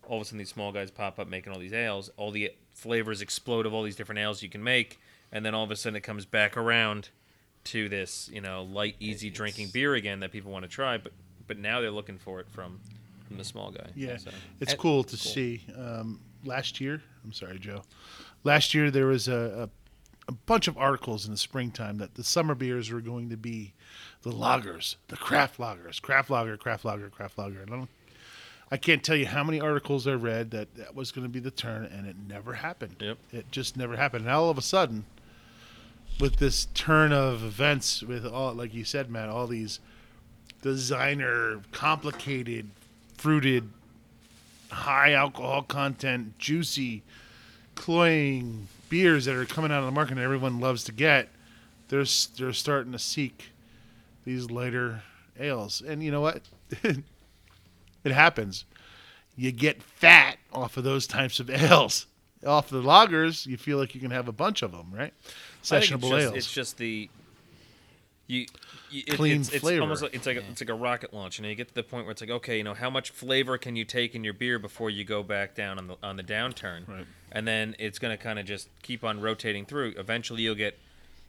Speaker 2: all of a sudden these small guys pop up making all these ales all the flavors explode of all these different ales you can make and then all of a sudden it comes back around to this you know light easy drinking beer again that people want to try but but now they're looking for it from from the small guy
Speaker 3: Yeah,
Speaker 2: So-
Speaker 3: it's cool to see. Um, last year, I'm sorry, Joe. Last year there was a, a, a bunch of articles in the springtime that the summer beers were going to be the lagers, the craft lagers, craft lager, craft lager, craft lager. And I, don't, I can't tell you how many articles I read that that was going to be the turn, and it never happened.
Speaker 2: Yep.
Speaker 3: It just never happened. And all of a sudden, with this turn of events, with all like you said, Matt, all these designer, complicated, fruited high alcohol content, juicy, cloying beers that are coming out of the market and everyone loves to get, they're s- they're starting to seek these lighter ales. And you know what? it happens. You get fat off of those types of ales. Off the lagers, you feel like you can have a bunch of them, right?
Speaker 2: I think
Speaker 3: Sessionable
Speaker 2: it's just,
Speaker 3: ales.
Speaker 2: It's just the you, you it-
Speaker 3: Clean
Speaker 2: it's, it's
Speaker 3: flavor.
Speaker 2: almost like it's like a, it's like a rocket launch. You know, you get to the point where it's like, okay, you know, how much flavor can you take in your beer before you go back down on the on the downturn?
Speaker 3: Right.
Speaker 2: And then it's going to kind of just keep on rotating through. Eventually, you'll get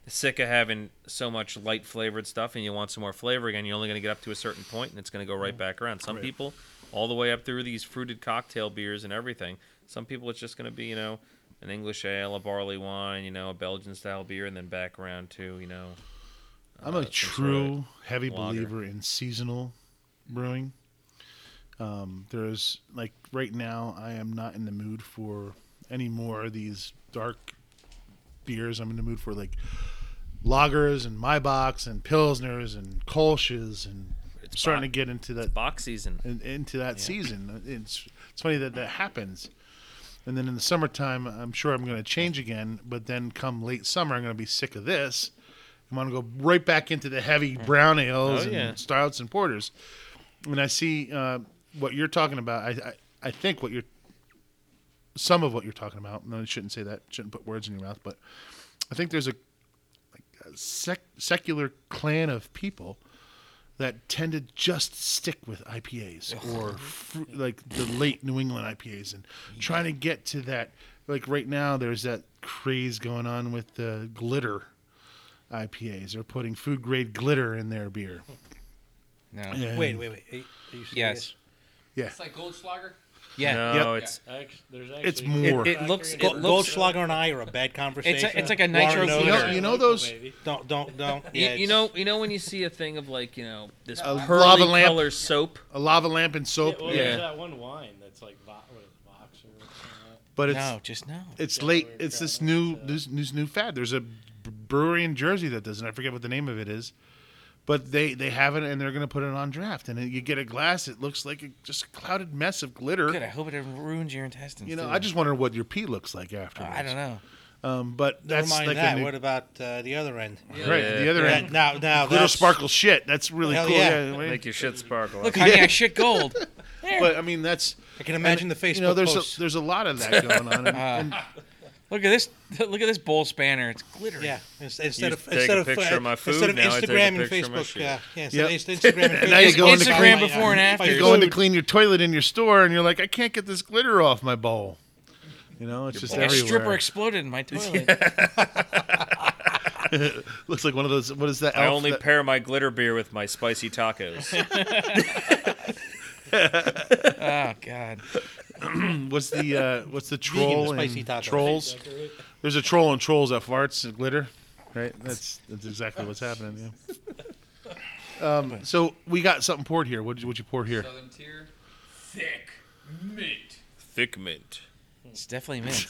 Speaker 2: sick of having so much light flavored stuff, and you want some more flavor again. You're only going to get up to a certain point, and it's going to go right back around. Some
Speaker 3: Mm-hmm. Right.
Speaker 2: people, all the way up through these fruited cocktail beers and everything. Some people, it's just going to be you know an English ale, a barley wine, you know, a Belgian style beer, and then back around to you know.
Speaker 3: I'm
Speaker 2: uh,
Speaker 3: a
Speaker 2: some
Speaker 3: true
Speaker 2: sort of
Speaker 3: heavy
Speaker 2: lager.
Speaker 3: believer in seasonal brewing. Um, there's like right now, I am not in the mood for any more of these dark beers. I'm in the mood for like lagers and Maybachs and pilsners and kolsches and starting
Speaker 2: bo-
Speaker 3: to get into that
Speaker 2: box season.
Speaker 3: in, into that season. It's it's funny that that happens. And then in the summertime, I'm sure I'm going to change again. But then come late summer, I'm going to be sick of this. I'm going to go right back into the heavy brown ales
Speaker 2: Oh,
Speaker 3: and
Speaker 2: yeah.
Speaker 3: stouts and porters. When I see uh, what you're talking about, I, I I think what you're some of what you're talking about. No, I shouldn't say that. Shouldn't put words in your mouth. But I think there's a like a sec- secular clan of people that tend to just stick with IPAs or fru- like the late New England IPAs and trying to get to that. Like right now, there's that craze going on with the glitter IPAs. They're putting food grade glitter in their beer.
Speaker 8: No.
Speaker 3: Yeah.
Speaker 9: Wait, wait, wait. Are you- are you serious?
Speaker 8: Yes.
Speaker 3: Yeah,
Speaker 6: It's like Goldschlager.
Speaker 8: Yeah.
Speaker 2: No, Oh, it's
Speaker 10: Act- there's actually
Speaker 3: it's more.
Speaker 2: it looks-
Speaker 10: factory
Speaker 2: it
Speaker 9: Go-
Speaker 10: in-
Speaker 2: looks-
Speaker 9: Goldschlager and I are a bad conversation.
Speaker 8: it's like a
Speaker 9: Warren
Speaker 8: nitro
Speaker 9: knows
Speaker 3: you know,
Speaker 9: it.
Speaker 3: you know those
Speaker 10: Baby.
Speaker 9: Don't, don't, don't.
Speaker 2: You-
Speaker 9: Yeah,
Speaker 2: you,
Speaker 9: it's-
Speaker 2: know, you know when you see a thing of like you know this
Speaker 3: A
Speaker 2: pearly
Speaker 3: lava lamp.
Speaker 2: color soap.
Speaker 3: a lava lamp and
Speaker 10: Yeah,
Speaker 3: soap,
Speaker 10: well,
Speaker 2: Yeah.
Speaker 10: there's that one wine that's like vo- what is it, Vox or something like
Speaker 3: but it's
Speaker 8: No, just no.
Speaker 3: it's
Speaker 10: Yeah,
Speaker 3: late.
Speaker 10: we were
Speaker 3: It's this
Speaker 10: driving
Speaker 3: new
Speaker 10: up to-
Speaker 3: this, this new fad. There's a b- brewery in Jersey that does it. I forget what the name of it is, but they they have it and they're going to put it on draft. And you get a glass. It looks like a, just a clouded mess of glitter.
Speaker 8: Good. I hope it ruins your intestines.
Speaker 3: you know,
Speaker 8: too.
Speaker 3: I just wonder what your pee looks like afterwards.
Speaker 8: I don't know.
Speaker 3: Um, but
Speaker 9: Never
Speaker 3: that's
Speaker 9: mind
Speaker 3: like
Speaker 9: that.
Speaker 3: a new,
Speaker 9: What about uh, the other end?
Speaker 3: right the other
Speaker 9: That-
Speaker 3: end.
Speaker 9: now, now
Speaker 3: Glitter
Speaker 9: that's-
Speaker 3: sparkle shit. That's really
Speaker 9: Hell
Speaker 3: cool.
Speaker 9: yeah.
Speaker 3: wait.
Speaker 2: Make your shit sparkle.
Speaker 8: Look, honey, I shit gold.
Speaker 3: but I mean, that's
Speaker 9: I can imagine the Facebook
Speaker 3: you know, there's
Speaker 9: posts. Ah.
Speaker 3: a, there's a lot of that going on. And, and
Speaker 8: Look at this. Look at this bowl spanner. It's glittering.
Speaker 9: yeah, Ins- instead
Speaker 2: You
Speaker 9: of
Speaker 2: take
Speaker 9: instead
Speaker 2: a
Speaker 9: of
Speaker 2: picture of my food,
Speaker 9: instead of
Speaker 2: now I take a
Speaker 9: Instagram and
Speaker 2: picture of my
Speaker 9: Facebook,
Speaker 2: shit.
Speaker 9: yeah, yeah, instead of
Speaker 3: Yep.
Speaker 9: Instagram and
Speaker 3: And now you
Speaker 9: Facebook,
Speaker 3: go into
Speaker 8: Instagram
Speaker 9: my-
Speaker 8: before and
Speaker 9: my
Speaker 8: after.
Speaker 9: food.
Speaker 8: You're
Speaker 3: you're going to clean your toilet in your store, and you're like, I can't get this glitter off my bowl. You know, it's just
Speaker 8: A
Speaker 3: everywhere.
Speaker 8: stripper exploded in my toilet.
Speaker 3: Looks like one of those. What is that?
Speaker 2: I
Speaker 3: elf
Speaker 2: only
Speaker 3: Oh, that-
Speaker 2: pair my glitter beer with my spicy tacos.
Speaker 8: Oh God.
Speaker 3: what's the uh, what's the troll
Speaker 9: spicy
Speaker 3: in
Speaker 9: taco.
Speaker 3: trolls? There's a troll in trolls that farts and glitter, right? That's that's exactly what's happening. Yeah. Um, so we got something poured here. What what you pour here?
Speaker 6: Southern tier. Thick mint.
Speaker 2: Thick mint.
Speaker 8: It's definitely mint.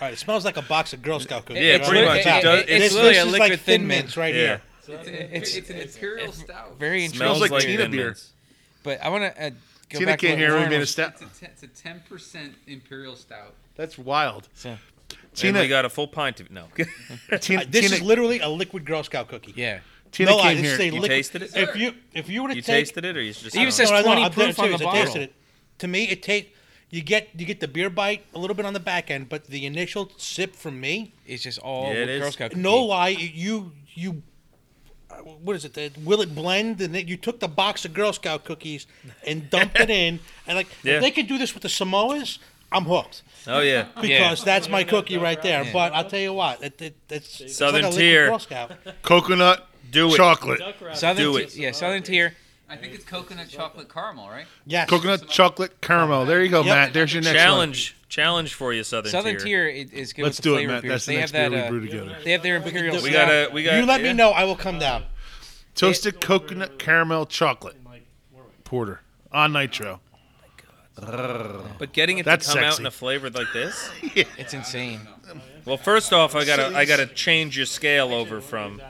Speaker 9: All right, it smells like a box of Girl Scout cookies.
Speaker 2: Yeah,
Speaker 9: right?
Speaker 2: pretty
Speaker 9: Right
Speaker 2: much.
Speaker 9: now.
Speaker 2: It does-
Speaker 9: This-
Speaker 2: it's
Speaker 9: this
Speaker 8: literally a
Speaker 9: is
Speaker 8: liquid
Speaker 9: like
Speaker 8: Thin
Speaker 9: thin
Speaker 8: Mint.
Speaker 9: mints right
Speaker 2: Yeah.
Speaker 9: here.
Speaker 6: It's, an, it's, an imperial stout.
Speaker 8: Very interesting.
Speaker 2: Smells
Speaker 3: like
Speaker 2: like
Speaker 3: Tina
Speaker 2: Thin
Speaker 3: beer.
Speaker 2: Mints.
Speaker 8: But I want to uh, go
Speaker 3: Tina
Speaker 8: back to
Speaker 3: can't
Speaker 8: what
Speaker 3: hear. We
Speaker 8: Warren
Speaker 3: made a
Speaker 8: was-
Speaker 3: stat.
Speaker 6: It's a ten percent imperial stout.
Speaker 3: That's wild.
Speaker 8: So,
Speaker 2: Tina and we got a full pint of no.
Speaker 3: Tina-
Speaker 9: Uh, this
Speaker 3: Tina-
Speaker 9: is literally a liquid Girl Scout cookie.
Speaker 8: Yeah.
Speaker 3: Tina
Speaker 9: no, I,
Speaker 3: came
Speaker 9: this
Speaker 3: here.
Speaker 9: is a
Speaker 2: You
Speaker 9: liquid.
Speaker 2: tasted it?
Speaker 9: If you if you were to
Speaker 2: You
Speaker 9: take,
Speaker 2: tasted it, or you just
Speaker 8: Even
Speaker 2: don't
Speaker 8: says-
Speaker 2: know?
Speaker 9: No, no,
Speaker 8: 20
Speaker 9: I'm dead
Speaker 8: proof on
Speaker 9: serious,
Speaker 8: the
Speaker 9: I tasted
Speaker 8: bottle.
Speaker 9: it. To me, it take you get you get the beer bite a little bit on the back end, but the initial sip from me,
Speaker 8: it's just all
Speaker 2: Yeah, it is.
Speaker 8: Girl Scout.
Speaker 9: no
Speaker 8: cookie.
Speaker 9: lie, you you what is it? The, will it blend? And then you took the box of Girl Scout cookies and dumped it in, and like
Speaker 2: Yeah.
Speaker 9: if they can do this with the Samoas, I'm hooked
Speaker 2: Oh yeah,
Speaker 9: because that's my cookie right there. But I'll tell you what, it, it, it's it's
Speaker 2: Southern
Speaker 9: like a liquid
Speaker 2: tier.
Speaker 9: Girl Scout.
Speaker 3: Coconut
Speaker 2: Do it.
Speaker 3: chocolate.
Speaker 8: Southern
Speaker 2: Do
Speaker 8: tier-
Speaker 2: it.
Speaker 8: yeah, Southern tier.
Speaker 6: I think it's coconut chocolate caramel, right?
Speaker 9: Yes.
Speaker 3: Coconut chocolate caramel. There you go,
Speaker 9: Yep.
Speaker 3: Matt. There's your next
Speaker 2: challenge, challenge for you, Southern,
Speaker 8: Southern
Speaker 2: tier.
Speaker 8: tier i- is good.
Speaker 3: One. Let's
Speaker 8: with
Speaker 3: do it,
Speaker 8: the flavor
Speaker 3: Matt.
Speaker 8: beers.
Speaker 3: That's the
Speaker 8: they
Speaker 3: next beer
Speaker 8: have that.
Speaker 3: we
Speaker 8: uh,
Speaker 3: brew together.
Speaker 8: they have their imperial.
Speaker 2: We
Speaker 8: Stout.
Speaker 2: gotta, we got.
Speaker 9: You let
Speaker 2: yeah.
Speaker 9: me know, I will come down.
Speaker 3: Toasted coconut caramel chocolate porter on nitro.
Speaker 2: But getting it
Speaker 3: That's
Speaker 2: to come out
Speaker 3: sexy.
Speaker 2: in a flavor like this.
Speaker 8: It's insane.
Speaker 2: Well, first off, I gotta, I gotta change your scale over from,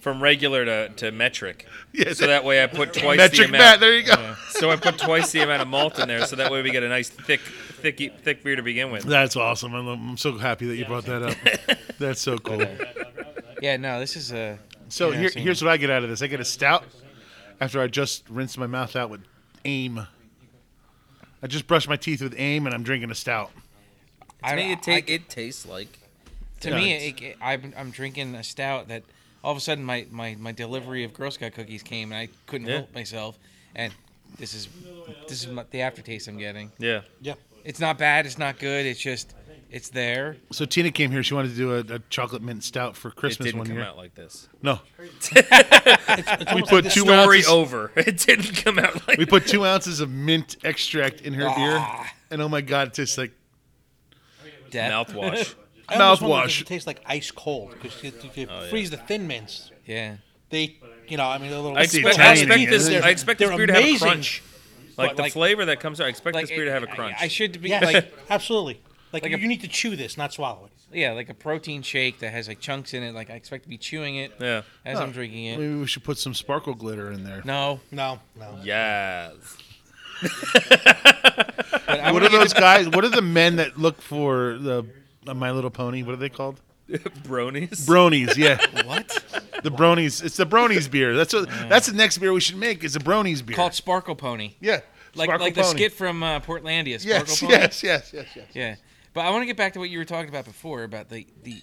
Speaker 2: from regular to, to metric.
Speaker 3: Yeah,
Speaker 2: So that way I put twice the
Speaker 3: metric
Speaker 2: amount.
Speaker 3: Matt. There you go.
Speaker 2: So I put twice the amount of malt in there, so that way we get a nice thick, thick, thick beer to begin with.
Speaker 3: That's awesome. I'm, I'm so happy that you brought that up. That's so cool.
Speaker 8: Yeah, no, this is a.
Speaker 3: So
Speaker 8: Yeah,
Speaker 3: here,
Speaker 8: same.
Speaker 3: here's what I get out of this. I get a stout after I just rinsed my mouth out with aim. I just brushed my teeth with aim and I'm drinking a stout.
Speaker 8: I-
Speaker 2: To me,
Speaker 8: I-
Speaker 2: it, ta- it tastes like.
Speaker 8: to me, it, it- I'm, I'm drinking a stout that all of a sudden my, my, my delivery of Girl Scout cookies came and I couldn't
Speaker 2: Yeah.
Speaker 8: help myself. And this is this is my, the aftertaste I'm getting.
Speaker 2: Yeah.
Speaker 9: Yeah.
Speaker 8: It's not bad. It's not good. It's just it's there.
Speaker 3: So Tina came here. She wanted to do a, a chocolate mint stout for Christmas
Speaker 2: it didn't
Speaker 3: one
Speaker 2: come
Speaker 3: year.
Speaker 2: out like this.
Speaker 3: No. we put two
Speaker 2: Story
Speaker 3: ounces.
Speaker 2: over. It didn't come out like
Speaker 3: We put two ounces of mint extract in her beer, and oh my god, it tastes like
Speaker 8: Death.
Speaker 2: mouthwash.
Speaker 9: I almost wonder if
Speaker 3: Mouthwash.
Speaker 9: It tastes like ice cold because if you
Speaker 2: Oh,
Speaker 9: freeze the thin mints,
Speaker 8: Yeah.
Speaker 9: they, you know, I mean, they're a little.
Speaker 2: I
Speaker 3: the
Speaker 2: expect, I
Speaker 3: Italian
Speaker 2: expect
Speaker 3: in
Speaker 2: this.
Speaker 3: it.
Speaker 2: I expect this
Speaker 9: They're
Speaker 2: beer to have a
Speaker 9: amazing.
Speaker 2: crunch. Like
Speaker 8: But,
Speaker 2: the
Speaker 8: like-
Speaker 2: flavor that comes out. I expect
Speaker 8: Like
Speaker 2: this beer to have a crunch.
Speaker 8: I, I should be
Speaker 9: Yes,
Speaker 8: like
Speaker 9: absolutely. Like,
Speaker 8: Like a-
Speaker 9: you need to chew this, not swallow it.
Speaker 8: yeah, like a protein shake that has like chunks in it. Like I expect to be chewing it
Speaker 2: yeah.
Speaker 8: as I'm drinking it.
Speaker 3: maybe we should put some sparkle glitter in there.
Speaker 8: No,
Speaker 9: No, no.
Speaker 2: Yes.
Speaker 8: but I
Speaker 3: What
Speaker 8: want
Speaker 3: are
Speaker 8: to
Speaker 3: those guys? What are the men that look for the uh, My Little Pony? What are they called?
Speaker 2: Bronies.
Speaker 3: Bronies. Yeah,
Speaker 8: what?
Speaker 3: the Bronies. It's the Bronies beer. That's what. That's the next beer we should make. Is a Bronies beer.
Speaker 8: Called Sparkle Pony.
Speaker 3: yeah,
Speaker 8: Like
Speaker 3: Sparkle
Speaker 8: like the
Speaker 3: Pony.
Speaker 8: skit from uh, Portlandia. Sparkle
Speaker 3: Yes,
Speaker 8: Pony.
Speaker 3: yes, yes, yes, yes.
Speaker 8: Yeah, but I want to get back to what you were talking about before about the the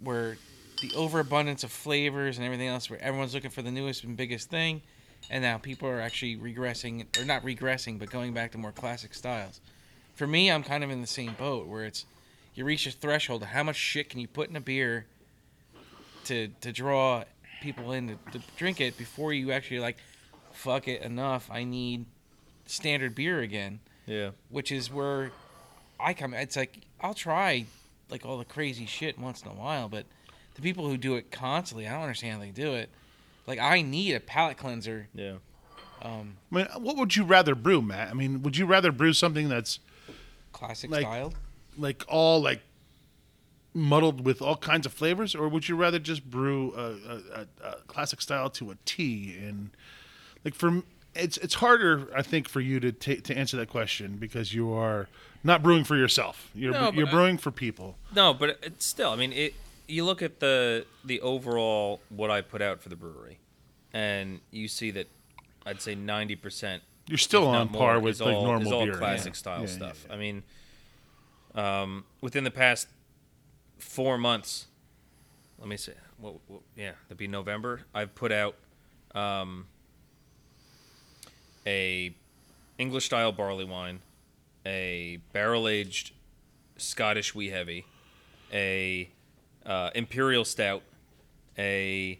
Speaker 8: where the overabundance of flavors and everything else, where everyone's looking for the newest and biggest thing, and now people are actually regressing or not regressing, but going back to more classic styles. For me, I'm kind of in the same boat where it's you reach a threshold of how much shit can you put in a beer to to draw people in to, to drink it before you actually like fuck it enough. I need standard beer again
Speaker 2: Yeah.
Speaker 8: which is where I come. It's like I'll try like all the crazy shit once in a while, but the people who do it constantly, I don't understand how they do it. Like I need a palate cleanser.
Speaker 2: Yeah.
Speaker 3: I mean, what would you rather brew, Matt? I mean, would you rather brew something that's
Speaker 8: Classic
Speaker 3: Like-
Speaker 8: style.
Speaker 3: like all like muddled with all kinds of flavors, or would you rather just brew a, a, a, a classic style to a tea? And like for m- it's it's harder, I think, for you to ta to answer that question because you are not brewing for yourself. You're
Speaker 2: No,
Speaker 3: you're
Speaker 2: but I-
Speaker 3: brewing for people.
Speaker 2: No, but it's still. I mean, it. You look at the the overall what I put out for the brewery, and you see that I'd say ninety percent
Speaker 3: You're still
Speaker 2: if not
Speaker 3: on
Speaker 2: more,
Speaker 3: par
Speaker 2: is
Speaker 3: with
Speaker 2: all,
Speaker 3: like normal
Speaker 2: is all
Speaker 3: beer.
Speaker 2: classic
Speaker 3: Yeah.
Speaker 2: style
Speaker 3: Yeah, yeah,
Speaker 2: stuff. I mean, um, within the past four months, let me say, what, what, yeah, that'd be November. I've put out um, a English style barley wine, a barrel aged Scottish wee heavy, a uh, imperial stout, a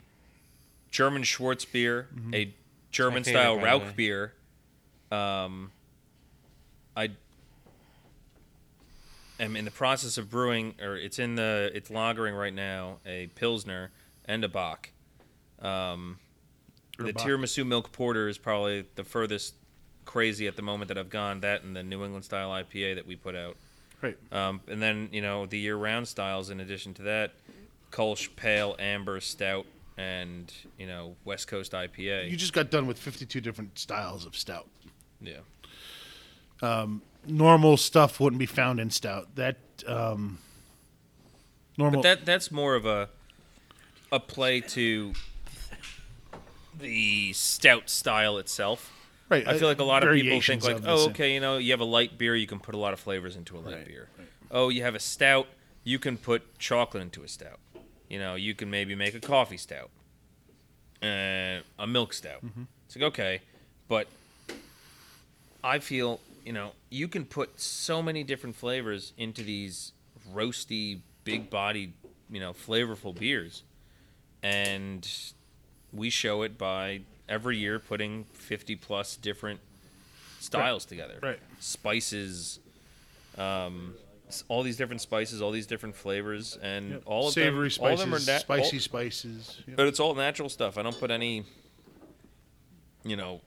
Speaker 2: German Schwartz beer, a German style
Speaker 8: favorite, Mm-hmm. by the
Speaker 2: Rauch
Speaker 8: way.
Speaker 2: beer. Um, I am in the process of brewing, or it's in the it's lagering right now, a pilsner and a bock. Um, the
Speaker 3: Bock.
Speaker 2: tiramisu milk porter is probably the furthest crazy at the moment that I've gone. That and the New England style IPA that we put out.
Speaker 3: Right.
Speaker 2: Um, and then you know the year-round styles. In addition to that, Kolsch, Pale, Amber, Stout, and you know West Coast IPA.
Speaker 3: You just got done with 52 different styles of stout.
Speaker 2: yeah.
Speaker 3: normal stuff wouldn't be found in stout. That um, normal.
Speaker 2: But that that's more of a a play to the stout style itself.
Speaker 3: Right,
Speaker 2: I feel
Speaker 3: uh,
Speaker 2: like a lot of people think
Speaker 3: variations
Speaker 2: like,
Speaker 3: of the
Speaker 2: oh,
Speaker 3: same.
Speaker 2: okay, you know, you have a light beer, you can put a lot of flavors into a light
Speaker 3: Right,
Speaker 2: beer. Oh, you have a stout, you can put chocolate into a stout. You know, you can maybe make a coffee stout, uh, a milk stout.
Speaker 3: Mm-hmm.
Speaker 2: It's like okay, but I feel you know you can put so many different flavors into these roasty, big-bodied, you know, flavorful beers, and we show it by every year putting 50 plus different styles together.
Speaker 3: Right.
Speaker 2: Spices, um, s- all these different spices, all these different flavors, and
Speaker 3: Yep.
Speaker 2: all of
Speaker 3: savory
Speaker 2: them,
Speaker 3: spices,
Speaker 2: all of them are nat-
Speaker 3: spicy
Speaker 2: all-
Speaker 3: spices. Yep.
Speaker 2: But it's all natural stuff. I don't put any, you know,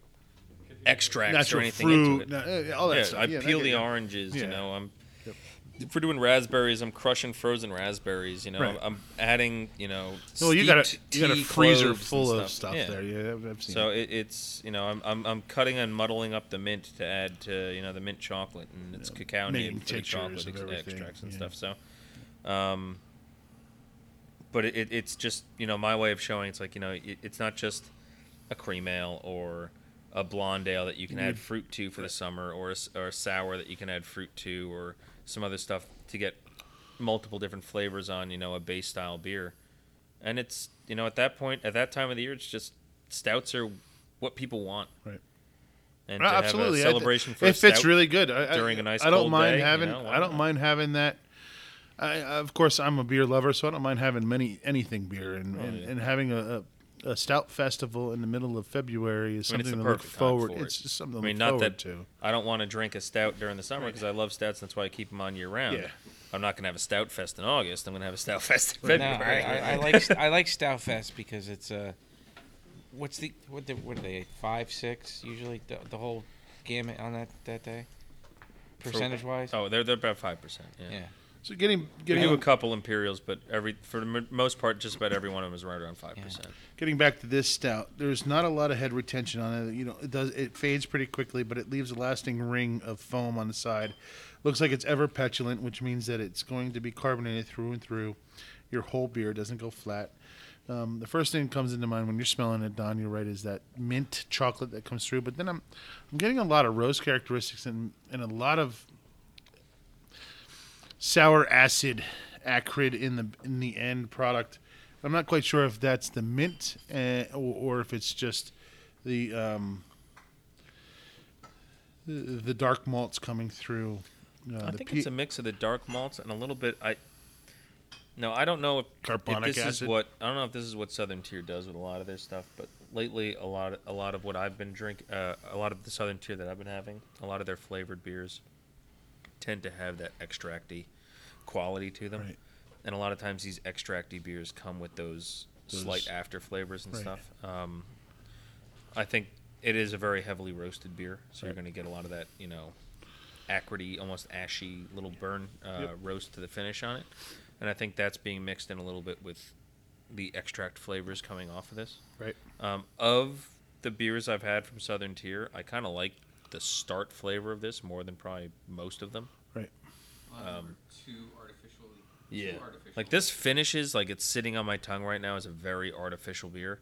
Speaker 2: extracts
Speaker 3: Natural
Speaker 2: or anything
Speaker 3: fruit,
Speaker 2: into it.
Speaker 3: na- uh, all that
Speaker 2: Yeah,
Speaker 3: stuff.
Speaker 2: I
Speaker 3: Yeah, I
Speaker 2: peel
Speaker 3: get
Speaker 2: the
Speaker 3: you.
Speaker 2: oranges.
Speaker 3: Yeah.
Speaker 2: You know, I'm. If we're doing raspberries, I'm crushing frozen raspberries. You know,
Speaker 3: Right.
Speaker 2: I'm adding. You know,
Speaker 3: Well, you got a-
Speaker 2: steeped
Speaker 3: you got a
Speaker 2: tea
Speaker 3: freezer
Speaker 2: cloves and
Speaker 3: full of stuff there. Yeah, I've- I've seen
Speaker 2: so it, it's you know I'm, I'm I'm cutting and muddling up the mint to add to you know the mint chocolate and it's cacao
Speaker 3: Making
Speaker 2: named for the
Speaker 3: tinctures
Speaker 2: chocolate
Speaker 3: of
Speaker 2: ex-
Speaker 3: everything,
Speaker 2: extracts and
Speaker 3: yeah.
Speaker 2: stuff. So, um, but it, it, it's just you know my way of showing it's like you know it, it's not just a cream ale or a blonde ale that you can add
Speaker 3: Mm.
Speaker 2: fruit to for the summer or a, s- or a sour that you can add fruit to or some other stuff to get multiple different flavors on you know a base style beer and it's you know at that point at that time of the year it's just stouts are what people want
Speaker 3: right
Speaker 2: and
Speaker 3: Uh,
Speaker 2: to
Speaker 3: absolutely,
Speaker 2: have a celebration
Speaker 3: I,
Speaker 2: for
Speaker 3: it
Speaker 2: a
Speaker 3: fits
Speaker 2: stout
Speaker 3: really good I, I-
Speaker 2: during a nice
Speaker 3: I don't
Speaker 2: cold
Speaker 3: mind
Speaker 2: day, you
Speaker 3: having.
Speaker 2: know, why
Speaker 3: I don't
Speaker 2: not?
Speaker 3: mind having that. I, of course, I'm a beer lover, so I don't mind having many anything beer, and and,
Speaker 2: Oh, yeah.
Speaker 3: and having a, a a stout festival in the middle of February is
Speaker 2: I mean, it's
Speaker 3: something
Speaker 2: the
Speaker 3: to look
Speaker 2: perfect time
Speaker 3: forward.
Speaker 2: for it.
Speaker 3: It's just something
Speaker 2: I mean,
Speaker 3: to look
Speaker 2: not
Speaker 3: forward
Speaker 2: that
Speaker 3: to.
Speaker 2: I don't want to drink a stout during the summer because I love stouts. That's why I keep them on year round.
Speaker 3: Yeah.
Speaker 2: I'm not gonna have a stout fest in August. I'm gonna have a stout fest in
Speaker 8: No,
Speaker 2: February.
Speaker 8: I, I, I like I like Stout Fest because it's uh, what's the what the what are they five six usually the, the whole gamut on that that day,
Speaker 2: For-
Speaker 8: percentage wise.
Speaker 2: Oh, they're they're about five percent. Yeah.
Speaker 8: Yeah.
Speaker 3: So getting
Speaker 2: We
Speaker 3: getting
Speaker 2: do a couple imperials, but every for the m- most part, just about every one of them is right around five percent.
Speaker 3: Getting back to this stout, there's not a lot of head retention on it. You know, it does it fades pretty quickly, but it leaves a lasting ring of foam on the side. Looks like it's ever petulant, which means that it's going to be carbonated through and through. Your whole beer doesn't go flat. Um, the first thing that comes into mind when you're smelling it, Don, you're right, is that mint chocolate that comes through. But then I'm, I'm getting a lot of rose characteristics and and a lot of sour acid acrid in the in the end product. I'm not quite sure if that's the mint uh, or, or if it's just the um, the, the dark malts coming through. Uh,
Speaker 2: I
Speaker 3: the
Speaker 2: think
Speaker 3: pe-
Speaker 2: it's a mix of the dark malts and a little bit. I no, I don't know if, if
Speaker 3: Carbonic
Speaker 2: this is
Speaker 3: acid?
Speaker 2: what I don't know if this is what Southern Tier does with a lot of their stuff. But lately, a lot a lot of what I've been drink, uh, a lot of the Southern Tier that I've been having, a lot of their flavored beers tend to have that extracty quality to them,
Speaker 3: Right.
Speaker 2: and a lot of times these extracty beers come with those,
Speaker 3: Those-
Speaker 2: slight after flavors and
Speaker 3: Right.
Speaker 2: stuff. Um, I think it is a very heavily roasted beer, so you're
Speaker 3: Right.
Speaker 2: going to get a lot of that, you know, acridy, almost ashy little burn uh,
Speaker 3: Yep.
Speaker 2: roast to the finish on it. And I think that's being mixed in a little bit with the extract flavors coming off of this.
Speaker 3: right.
Speaker 2: Um, of the beers I've had from Southern Tier, I kind of like the start flavor of this more than probably most of them.
Speaker 3: Right.
Speaker 2: Um,
Speaker 6: Too artificially. too
Speaker 2: yeah.
Speaker 6: artificial.
Speaker 2: Like this finishes like it's sitting on my tongue right now is a very artificial beer,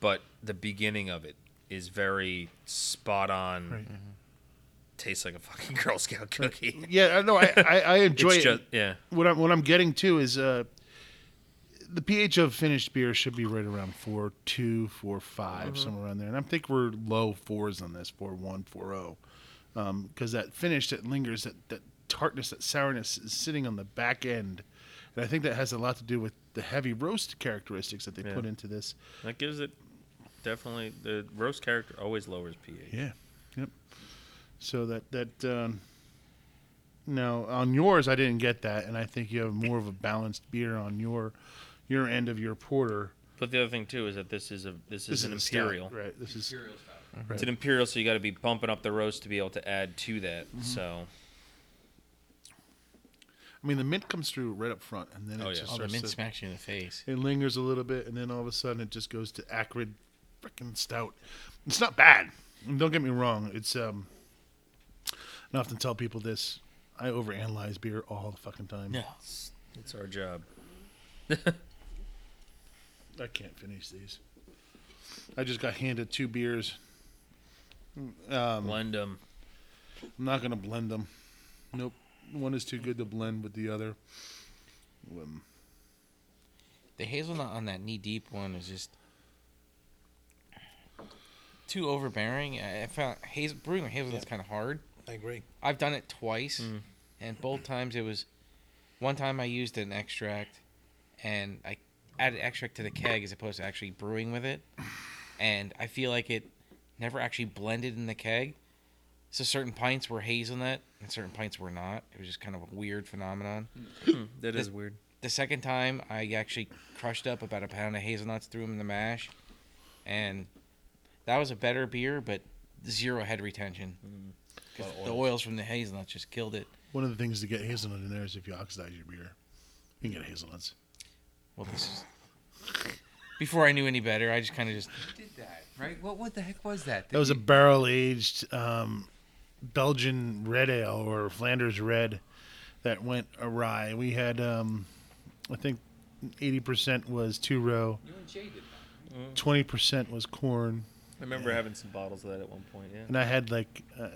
Speaker 2: but the beginning of it is very spot on. Mm-hmm.
Speaker 3: Right.
Speaker 2: Tastes like a fucking Girl Scout cookie.
Speaker 3: Yeah, I know. I, I, I enjoy
Speaker 2: It's
Speaker 3: it.
Speaker 2: just- yeah.
Speaker 3: What I'm what I'm getting to is uh, the pH of finished beer should be right around four two, four five,
Speaker 2: Mm-hmm.
Speaker 3: somewhere around there. And I think we're low fours on this, four one, four zero, because that finish that lingers, that that tartness, that sourness is sitting on the back end, and I think that has a lot to do with the heavy roast characteristics that they
Speaker 2: Yeah.
Speaker 3: put into this.
Speaker 2: That gives it definitely the roast character always lowers pH.
Speaker 3: Yeah. Yep. So that that um, now on yours, I didn't get that, and I think you have more of a balanced beer on your your end of your porter.
Speaker 2: But the other thing too is that this is a this, is, an
Speaker 3: a stout,
Speaker 2: imperial.
Speaker 3: right? This is
Speaker 6: Imperial style.
Speaker 2: It's an imperial, so you got to be bumping up the roast to be able to add to that.
Speaker 3: Mm-hmm.
Speaker 2: So
Speaker 3: I mean, the mint comes through right up front, and then it
Speaker 2: Oh, yeah.
Speaker 3: just
Speaker 8: Oh, the
Speaker 3: starts
Speaker 8: mint
Speaker 3: to-
Speaker 8: smacks you in the face.
Speaker 3: it lingers a little bit, and then all of a sudden it just goes to acrid, freaking stout. It's not bad. Don't get me wrong. It's um, I often tell people this. I overanalyze beer all the fucking time.
Speaker 2: Yeah. It's, it's our job.
Speaker 3: I can't finish these. I just got handed two beers. Um,
Speaker 2: blend them.
Speaker 3: I'm not gonna blend them. Nope. One is too good to blend with the other. Um,
Speaker 8: The hazelnut on that knee deep one is just too overbearing. I I found hazel brewing with hazelnut's kind of hard.
Speaker 9: I agree.
Speaker 8: I've done it twice, and both times it was. One time I used an extract, and I added extract to the keg as opposed to actually brewing with it, and I feel like it never actually blended in the keg. So certain pints were hazelnut and certain pints were not. It was just kind of a weird phenomenon.
Speaker 2: Hmm, that is weird.
Speaker 8: The second time, I actually crushed up about a pound of hazelnuts, threw them in the mash, and that was a better beer, but zero head retention. 'Cause
Speaker 3: Lot of
Speaker 8: the
Speaker 3: oil.
Speaker 8: oils from the hazelnuts just killed it.
Speaker 3: one of the things to get hazelnut in there is if you oxidize your beer, you can get hazelnuts.
Speaker 8: Well, this is Before I knew any better, I just kind of just
Speaker 6: did that, right? What what the heck was that?
Speaker 3: That was a barrel aged um, Belgian red ale or Flanders red that went awry. We had, um, I think, 80% was two row,
Speaker 6: You and Jay did
Speaker 3: 20% was corn,
Speaker 2: I remember having some bottles of that at one point. Yeah.
Speaker 3: and I had like uh,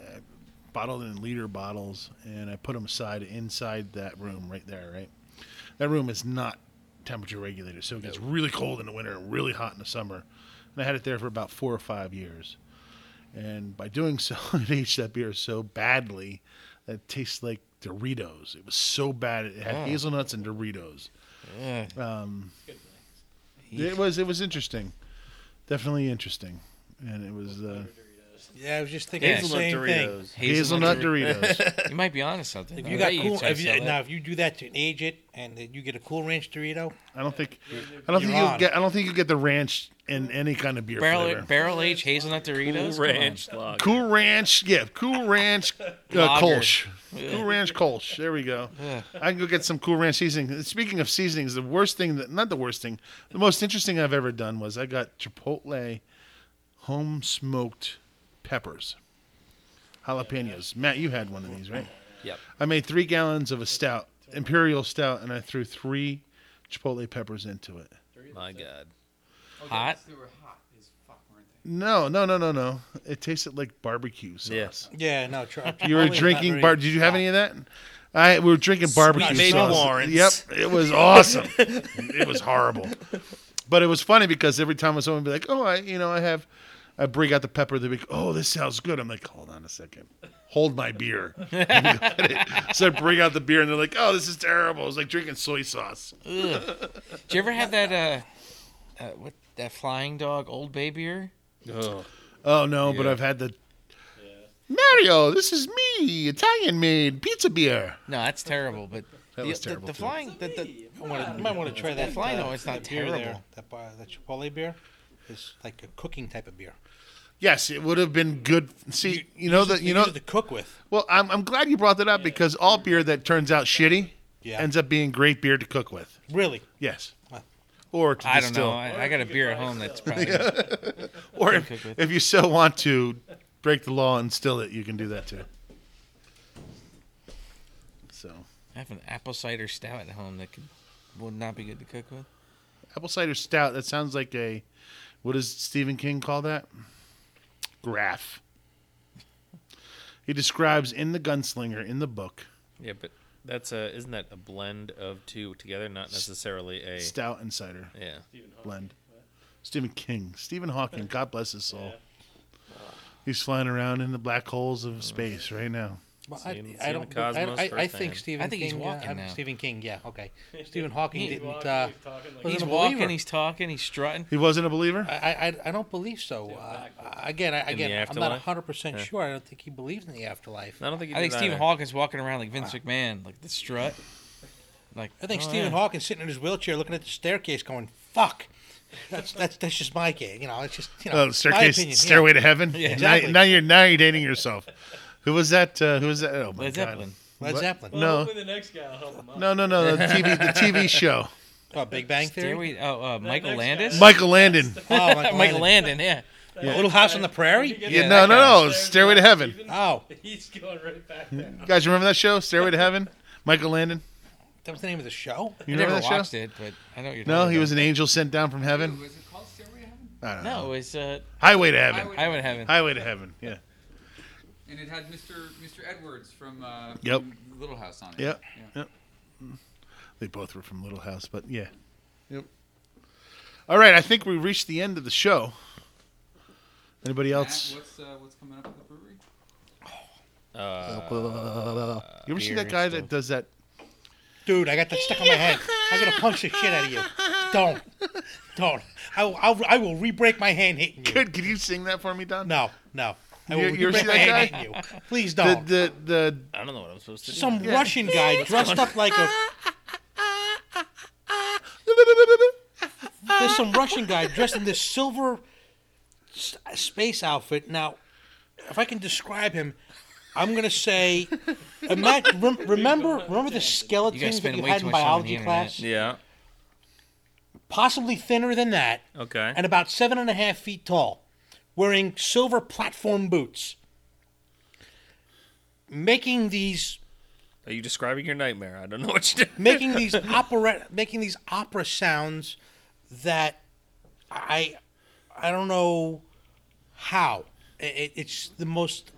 Speaker 3: bottled in liter bottles, and I put them aside inside that room right there. Right, that room is not temperature regulated, so it gets really cold in the winter and really hot in the summer. And I had it there for about four or five years, and by doing so, it aged that beer so badly that it tastes like Doritos. It was so bad; it had
Speaker 10: Oh.
Speaker 3: hazelnuts and Doritos.
Speaker 8: Yeah.
Speaker 3: Um, it was it was interesting, definitely interesting, and it was. Uh,
Speaker 9: Yeah, I was just thinking the same thing.
Speaker 3: Hazelnut Doritos.
Speaker 8: you might be onto something.
Speaker 9: If
Speaker 8: though.
Speaker 9: you got
Speaker 8: Yeah,
Speaker 9: cool,
Speaker 8: try to
Speaker 9: if you,
Speaker 8: sell that.
Speaker 9: now if you do that to age it and then you get a Cool Ranch Dorito,
Speaker 3: I don't think I don't think
Speaker 9: You're
Speaker 3: you
Speaker 9: on.
Speaker 3: get. I don't think you get the ranch in any kind of beer
Speaker 8: barrel
Speaker 3: flavor.
Speaker 8: barrel aged hazelnut Doritos, Come on.
Speaker 2: Ranch lager.
Speaker 3: Cool Ranch, yeah, Cool Ranch uh,
Speaker 8: Lager.
Speaker 3: Kolsch.
Speaker 8: Yeah.
Speaker 3: Cool Ranch Kolsch. There we go. I can go get some Cool Ranch seasoning. Speaking of seasonings, the worst thing that not the worst thing, the most interesting I've ever done was I got Chipotle home smoked peppers, jalapenos. Matt, you had one of these, right?
Speaker 6: Yep.
Speaker 3: I made three gallons of a stout, imperial stout, and I threw three chipotle peppers into it.
Speaker 2: My God.
Speaker 6: that.
Speaker 8: Hot?
Speaker 6: They were hot as fuck, weren't they?
Speaker 3: No, no, no, no, no. It tasted like barbecue sauce.
Speaker 2: Yes.
Speaker 9: Yeah, no, try-
Speaker 3: You were
Speaker 9: Chipotle is
Speaker 3: drinking
Speaker 9: not
Speaker 3: bar.
Speaker 9: very-
Speaker 3: Did you have any of that? I we were drinking barbecue
Speaker 9: Sweet
Speaker 3: sauce.
Speaker 9: Lawrence.
Speaker 3: Yep, it was awesome. it was horrible, but it was funny because every time someone would be like, "Oh, I, you know, I have," I bring out the pepper. They'd be, like, "Oh, this sounds good." I'm like, "Hold on a second, hold my beer." so I bring out the beer, and they're like, "Oh, this is terrible." It's like drinking soy sauce.
Speaker 8: Ugh. Did you ever have that uh, uh what that flying dog old bay beer?
Speaker 3: Oh, no, but
Speaker 8: Yeah.
Speaker 3: I've had the Mario. This is me, Italian made pizza beer.
Speaker 8: No, that's terrible. But
Speaker 3: That
Speaker 8: the,
Speaker 3: was
Speaker 8: the-
Speaker 3: terrible,
Speaker 8: the,
Speaker 3: too.
Speaker 8: flying, the, the,
Speaker 9: I wanna, you might want to try that.
Speaker 8: flying.
Speaker 9: uh,
Speaker 8: No, it's not
Speaker 9: that beer there,
Speaker 8: terrible.
Speaker 9: That bar, that Chipotle beer is like a cooking type of beer.
Speaker 3: Yes, it would have been good. See, you, know that you know
Speaker 9: to cook with.
Speaker 3: Well, I'm, I'm glad you brought that up because all beer that turns out shitty
Speaker 9: Yeah.
Speaker 3: ends up being great beer to cook with.
Speaker 9: Really?
Speaker 3: Yes. Or to
Speaker 8: I don't
Speaker 3: distill.
Speaker 8: know. I, I got a beer at home that's probably.
Speaker 3: or
Speaker 8: can
Speaker 3: if,
Speaker 8: cook with.
Speaker 3: if you so want to break the law and still it, you can do that too. So
Speaker 8: I have an apple cider stout at home that could, would not be good to cook with.
Speaker 3: apple cider stout. That sounds like a what does Stephen King call that? Graph. He describes in the Gunslinger in the book
Speaker 2: Yeah, but that's a isn't that a blend of two together, not necessarily a
Speaker 3: stout and cider.
Speaker 2: Yeah.
Speaker 3: blend. Stephen King, Stephen Hawking, God bless his soul. He's flying around in the black holes of space right now.
Speaker 9: Well, I,
Speaker 2: Seeing-
Speaker 9: I
Speaker 2: seeing
Speaker 9: don't.
Speaker 2: the cosmos
Speaker 9: I, I, I
Speaker 2: firsthand.
Speaker 9: think Stephen.
Speaker 8: I think he's
Speaker 9: King, uh,
Speaker 8: walking
Speaker 9: I'm-
Speaker 8: now.
Speaker 9: Stephen King. Yeah. Okay. Stephen Hawking
Speaker 8: He's
Speaker 9: didn't.
Speaker 8: walking,
Speaker 9: uh,
Speaker 8: he's talking
Speaker 9: wasn't
Speaker 8: he's
Speaker 9: a
Speaker 8: walking.
Speaker 9: believer.
Speaker 8: He's talking. He's strutting.
Speaker 3: He wasn't a believer.
Speaker 9: I, I, I don't believe so. Uh, again, I,
Speaker 2: the
Speaker 9: again, I'm not
Speaker 2: afterlife?
Speaker 9: 100 percent
Speaker 2: Yeah.
Speaker 9: sure. I don't think he believes in the afterlife.
Speaker 2: I don't think. He
Speaker 8: I think
Speaker 2: did
Speaker 8: Stephen
Speaker 2: either.
Speaker 8: Hawking's walking around like Vince McMahon, like the strut. Like
Speaker 9: I think
Speaker 8: oh,
Speaker 9: Stephen
Speaker 8: yeah.
Speaker 9: Hawking sitting in his wheelchair, looking at the staircase, going, "Fuck." That's that's that's just my game. You know, it's just you know.
Speaker 3: Oh,
Speaker 9: my
Speaker 3: staircase,
Speaker 9: opinion, yeah.
Speaker 3: stairway to heaven.
Speaker 9: Yeah,
Speaker 3: Now-
Speaker 9: exactly.
Speaker 3: Now, you're now you're dating yourself. Who was that? Uh, who was that? Oh my God.
Speaker 8: Led Zeppelin.
Speaker 9: Led
Speaker 3: What?
Speaker 9: Zeppelin.
Speaker 10: Well,
Speaker 3: No,
Speaker 10: hopefully the next guy will help him out.
Speaker 3: no, no, no. The TV, the TV show.
Speaker 9: Oh, Big Bang Theory.
Speaker 8: Stairway- Oh, uh, Michael
Speaker 10: next guy.
Speaker 8: Landis.
Speaker 3: Michael Landon.
Speaker 9: Oh,
Speaker 8: Michael Landon. Yeah.
Speaker 9: A Little House on the Prairie?
Speaker 10: Yeah,
Speaker 9: that
Speaker 10: no,
Speaker 3: no,
Speaker 9: guy.
Speaker 3: no, it's Stairway to Heaven.
Speaker 9: Oh,
Speaker 10: He's going right back
Speaker 3: You
Speaker 10: there.
Speaker 3: guys remember that show, Stairway to Heaven? Michael Landon.
Speaker 9: that was the name of the show.
Speaker 3: You remember
Speaker 8: I never
Speaker 3: that show?
Speaker 8: watched it, but I know what you're.
Speaker 3: No,
Speaker 8: talking
Speaker 3: he was
Speaker 8: about.
Speaker 3: an angel sent down from heaven.
Speaker 6: Was it called Stairway to Heaven?
Speaker 3: I don't know.
Speaker 8: No, it was. Uh,
Speaker 3: Highway to Heaven.
Speaker 8: I would have
Speaker 3: Highway to Heaven. Yeah.
Speaker 6: And it had Mr. Mr. Edwards from, uh,
Speaker 3: Yep.
Speaker 6: from Little House on it.
Speaker 3: Yep.
Speaker 6: Yeah.
Speaker 3: Yep. They both were from Little House, but yeah. Yep. All right, I think we reached the end of the show. Anybody
Speaker 6: Matt,
Speaker 3: else?
Speaker 6: what's, uh, what's coming up at the brewery?
Speaker 9: uh,
Speaker 3: You ever see
Speaker 8: beer
Speaker 3: that guy
Speaker 8: still.
Speaker 3: that does that?
Speaker 9: Dude, I got that stuck on my head. I'm gonna punch the shit out of you. Don't, don't. I will. I'll, I will re-break my hand hitting you.
Speaker 3: Could, could you sing that for me, Don?
Speaker 9: No, no. I
Speaker 3: You-
Speaker 9: will
Speaker 3: you ever
Speaker 9: re-break
Speaker 3: see
Speaker 9: my
Speaker 3: that
Speaker 9: hand
Speaker 3: guy?
Speaker 9: hitting you. Please
Speaker 3: The
Speaker 9: don't.
Speaker 3: the the
Speaker 2: I don't know what I'm supposed to do.
Speaker 9: Some Russian guy dressed up like a. There's some Russian guy dressed in this silver s- space outfit. Now, if I can describe him, I'm gonna say, ima- rem- remember, remember the
Speaker 8: You guys
Speaker 9: skeletons that
Speaker 8: spend
Speaker 9: you
Speaker 8: way
Speaker 9: had
Speaker 8: too
Speaker 9: in
Speaker 8: much time on the
Speaker 9: biology
Speaker 8: internet.
Speaker 9: class?
Speaker 2: Yeah.
Speaker 9: possibly thinner than that,
Speaker 2: Okay.
Speaker 9: and about seven and a half feet tall, wearing silver platform boots, making these
Speaker 2: Are you describing your nightmare? I don't know what you did.
Speaker 9: making these opera making these opera sounds that I I don't know how I- it, it's the most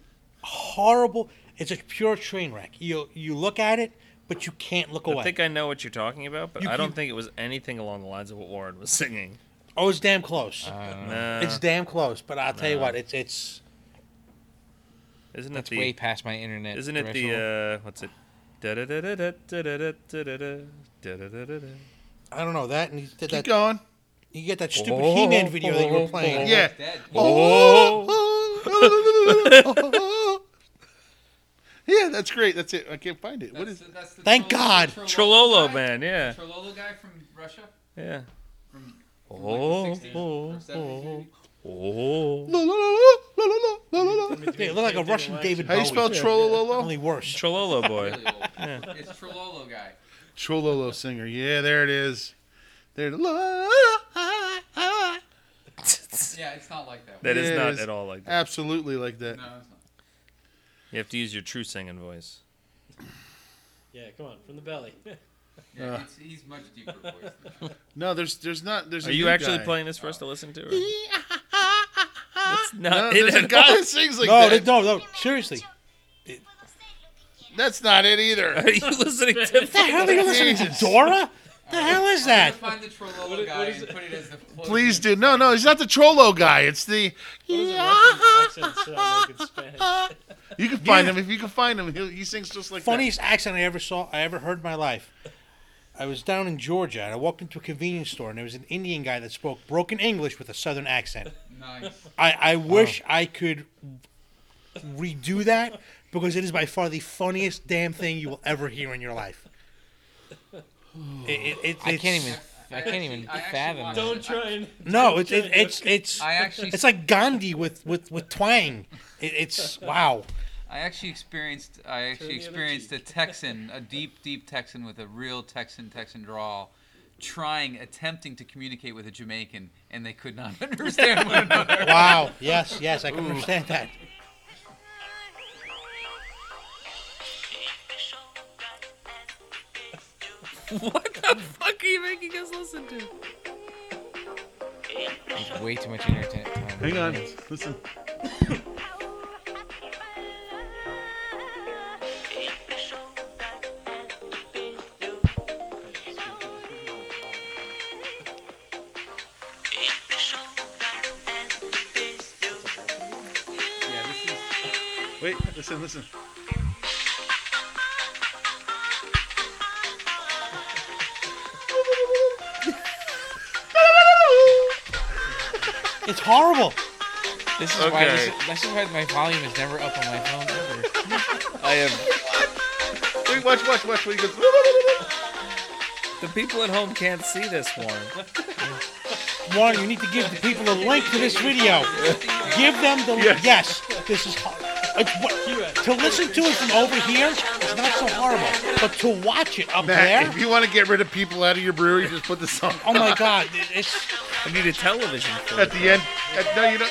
Speaker 9: horrible. It's a pure train wreck. You you look at it, but you can't look away.
Speaker 2: I think I know what you're talking about, but
Speaker 9: You
Speaker 2: I don't
Speaker 9: keep-
Speaker 2: think it was anything along the lines of what Warren was singing.
Speaker 9: oh, it's damn close.
Speaker 2: Uh, Nah.
Speaker 9: it's damn close. But I'll tell you what, it's it's
Speaker 2: isn't it
Speaker 8: That's
Speaker 2: the
Speaker 8: way past my internet.
Speaker 2: Isn't it
Speaker 8: threshold.
Speaker 2: the uh what's it? Da-da-da-da-da, da-da-da-da-da, da-da-da-da-da.
Speaker 9: I don't know that and he did that
Speaker 3: keep going.
Speaker 9: You get that stupid He-Man video that you were playing.
Speaker 3: Yeah.
Speaker 6: Dead.
Speaker 2: Oh,
Speaker 3: Oh. yeah, that's great. That's it. I can't find it. What
Speaker 6: That's
Speaker 3: is?
Speaker 6: the- that's the
Speaker 9: Thank
Speaker 6: Trololo-
Speaker 9: God.
Speaker 6: Trololo
Speaker 2: Trololo
Speaker 6: guy?
Speaker 2: man, yeah.
Speaker 6: Trololo guy from Russia?
Speaker 2: Yeah.
Speaker 6: From, from
Speaker 2: Oh,
Speaker 6: like the 60s
Speaker 2: oh,
Speaker 6: or 70s maybe?
Speaker 2: oh.
Speaker 3: La, la, la, la, la, la, la, la.
Speaker 9: Yeah, it looked like a Russian David
Speaker 3: How
Speaker 9: Bowie.
Speaker 3: do you spell Trololo?
Speaker 9: Only worse.
Speaker 2: Trololo boy.
Speaker 6: Really old. It's Trololo guy.
Speaker 3: Trololo singer. Yeah, there it is. There. it- La,
Speaker 6: Yeah, it's not like that.
Speaker 2: That is not
Speaker 3: Yes.
Speaker 2: at all like that.
Speaker 3: Absolutely like that.
Speaker 6: No, it's not.
Speaker 2: You have to use your true singing voice.
Speaker 10: Yeah, come on, from the belly.
Speaker 6: Yeah, it's, he's much deeper voice. than that.
Speaker 3: No, there's there's not there's.
Speaker 2: Are
Speaker 3: a
Speaker 2: you
Speaker 3: new
Speaker 2: actually
Speaker 3: guy.
Speaker 2: playing this for us to listen to? Or? That's
Speaker 3: No,
Speaker 2: not it
Speaker 3: there's a
Speaker 2: at
Speaker 3: guy
Speaker 2: all.
Speaker 3: that sings like
Speaker 9: No,
Speaker 3: that.
Speaker 9: that- no, no. Seriously.
Speaker 3: That's not it either.
Speaker 2: Are you listening to?
Speaker 9: The hell are you listening to Dora? The hell is that?
Speaker 6: Let's find the Trololo guy and put it as the closing.
Speaker 3: Please do. No, no, he's not the Trollo guy. It's the.
Speaker 10: What does a Russian accent sound like in Spanish?
Speaker 3: You can find him if you can find him. He, he sings just like
Speaker 9: Funniest accent I ever saw, I ever heard in my life. I was down in Georgia and I walked into a convenience store and there was an Indian guy that spoke broken English with a southern accent.
Speaker 6: Nice.
Speaker 9: I, I wish I could redo that because it is by far the funniest damn thing you will ever hear in your life. It, it, it,
Speaker 8: I
Speaker 9: it's-
Speaker 8: can't even. I can't
Speaker 6: actually-
Speaker 8: even
Speaker 6: I actually
Speaker 8: fathom.
Speaker 6: watched-
Speaker 8: that.
Speaker 10: Don't try and.
Speaker 9: No, it's it, it's it's
Speaker 6: I actually,
Speaker 9: it's like Gandhi with with with twang. It, it's wow.
Speaker 6: I actually experienced, I actually
Speaker 10: the other
Speaker 6: experienced a Texan, a deep, deep Texan with a real Texan Texan drawl, trying, attempting to communicate with a Jamaican, and they could not understand one another.
Speaker 9: Wow. Yes, yes, I can understand that.
Speaker 2: What the fuck are you making us listen to?
Speaker 8: There's way too much internet time.
Speaker 3: Hang on. Listen.
Speaker 6: Yeah, this is.
Speaker 3: Wait. Listen. Listen.
Speaker 9: It's horrible.
Speaker 8: This is why. This,
Speaker 2: Okay.
Speaker 8: this is why my volume is never up on my phone ever.
Speaker 2: I have
Speaker 3: Wait. Watch. Watch. Watch. Wait. He goes.
Speaker 2: the people at home can't see this Warren.
Speaker 9: Warren, you need to give the people a link to this video. Give them the yes. this is. hor- It's, what, to listen to it from over here is not so horrible, but to watch it up
Speaker 3: Matt, if
Speaker 9: there,
Speaker 3: you want to get rid of people out of your brewery, just put this on.
Speaker 9: oh my God, it- it's
Speaker 2: I need a television. For
Speaker 3: At
Speaker 2: it.
Speaker 3: the end, at, no, you don't.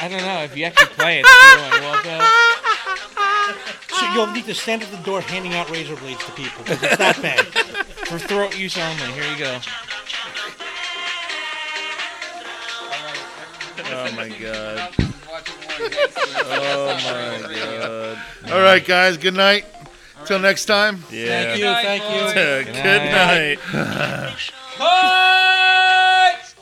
Speaker 8: I don't know if you actually play it. It's really well built.
Speaker 9: So you'll need to stand at the door handing out razor blades to people. 'cause It's that bad.
Speaker 8: For throat use only. Here you go.
Speaker 2: Oh my god.
Speaker 1: oh my god.
Speaker 3: All right, guys. Good night. Till next time.
Speaker 2: Yeah.
Speaker 9: Thank you, thank you.
Speaker 2: Good night.
Speaker 1: Cut!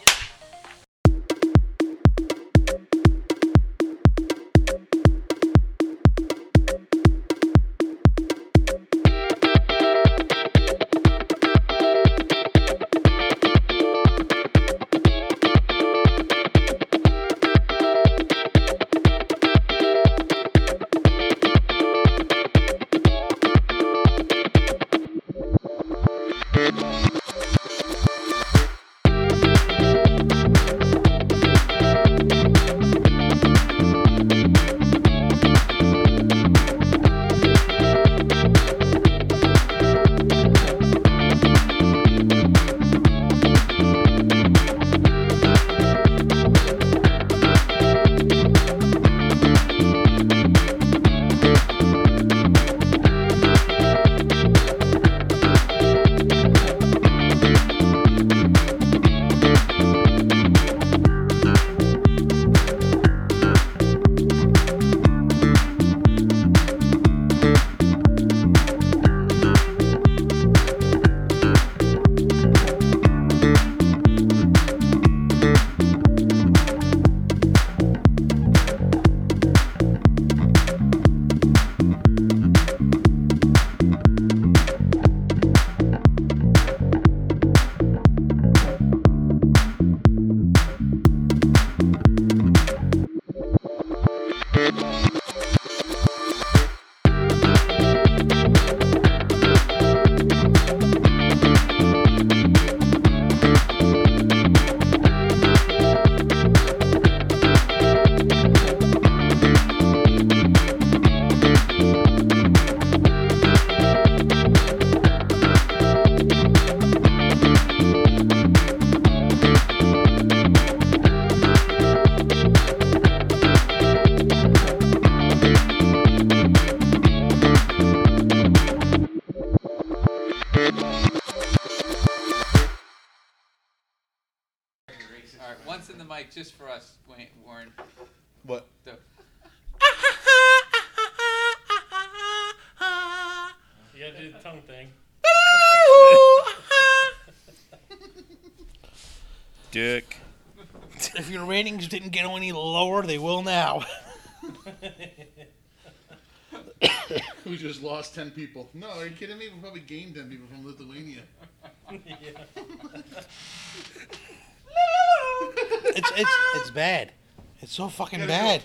Speaker 1: All right, once in the mic just for us, Wayne, Warren.
Speaker 12: What?
Speaker 1: The-
Speaker 13: You gotta do the tongue thing.
Speaker 2: Dick.
Speaker 9: If your ratings didn't get any lower, they will now.
Speaker 3: We just lost ten people. No, are you kidding me? We probably gained ten people from Lithuania.
Speaker 9: It's it's it's bad. It's so fucking bad.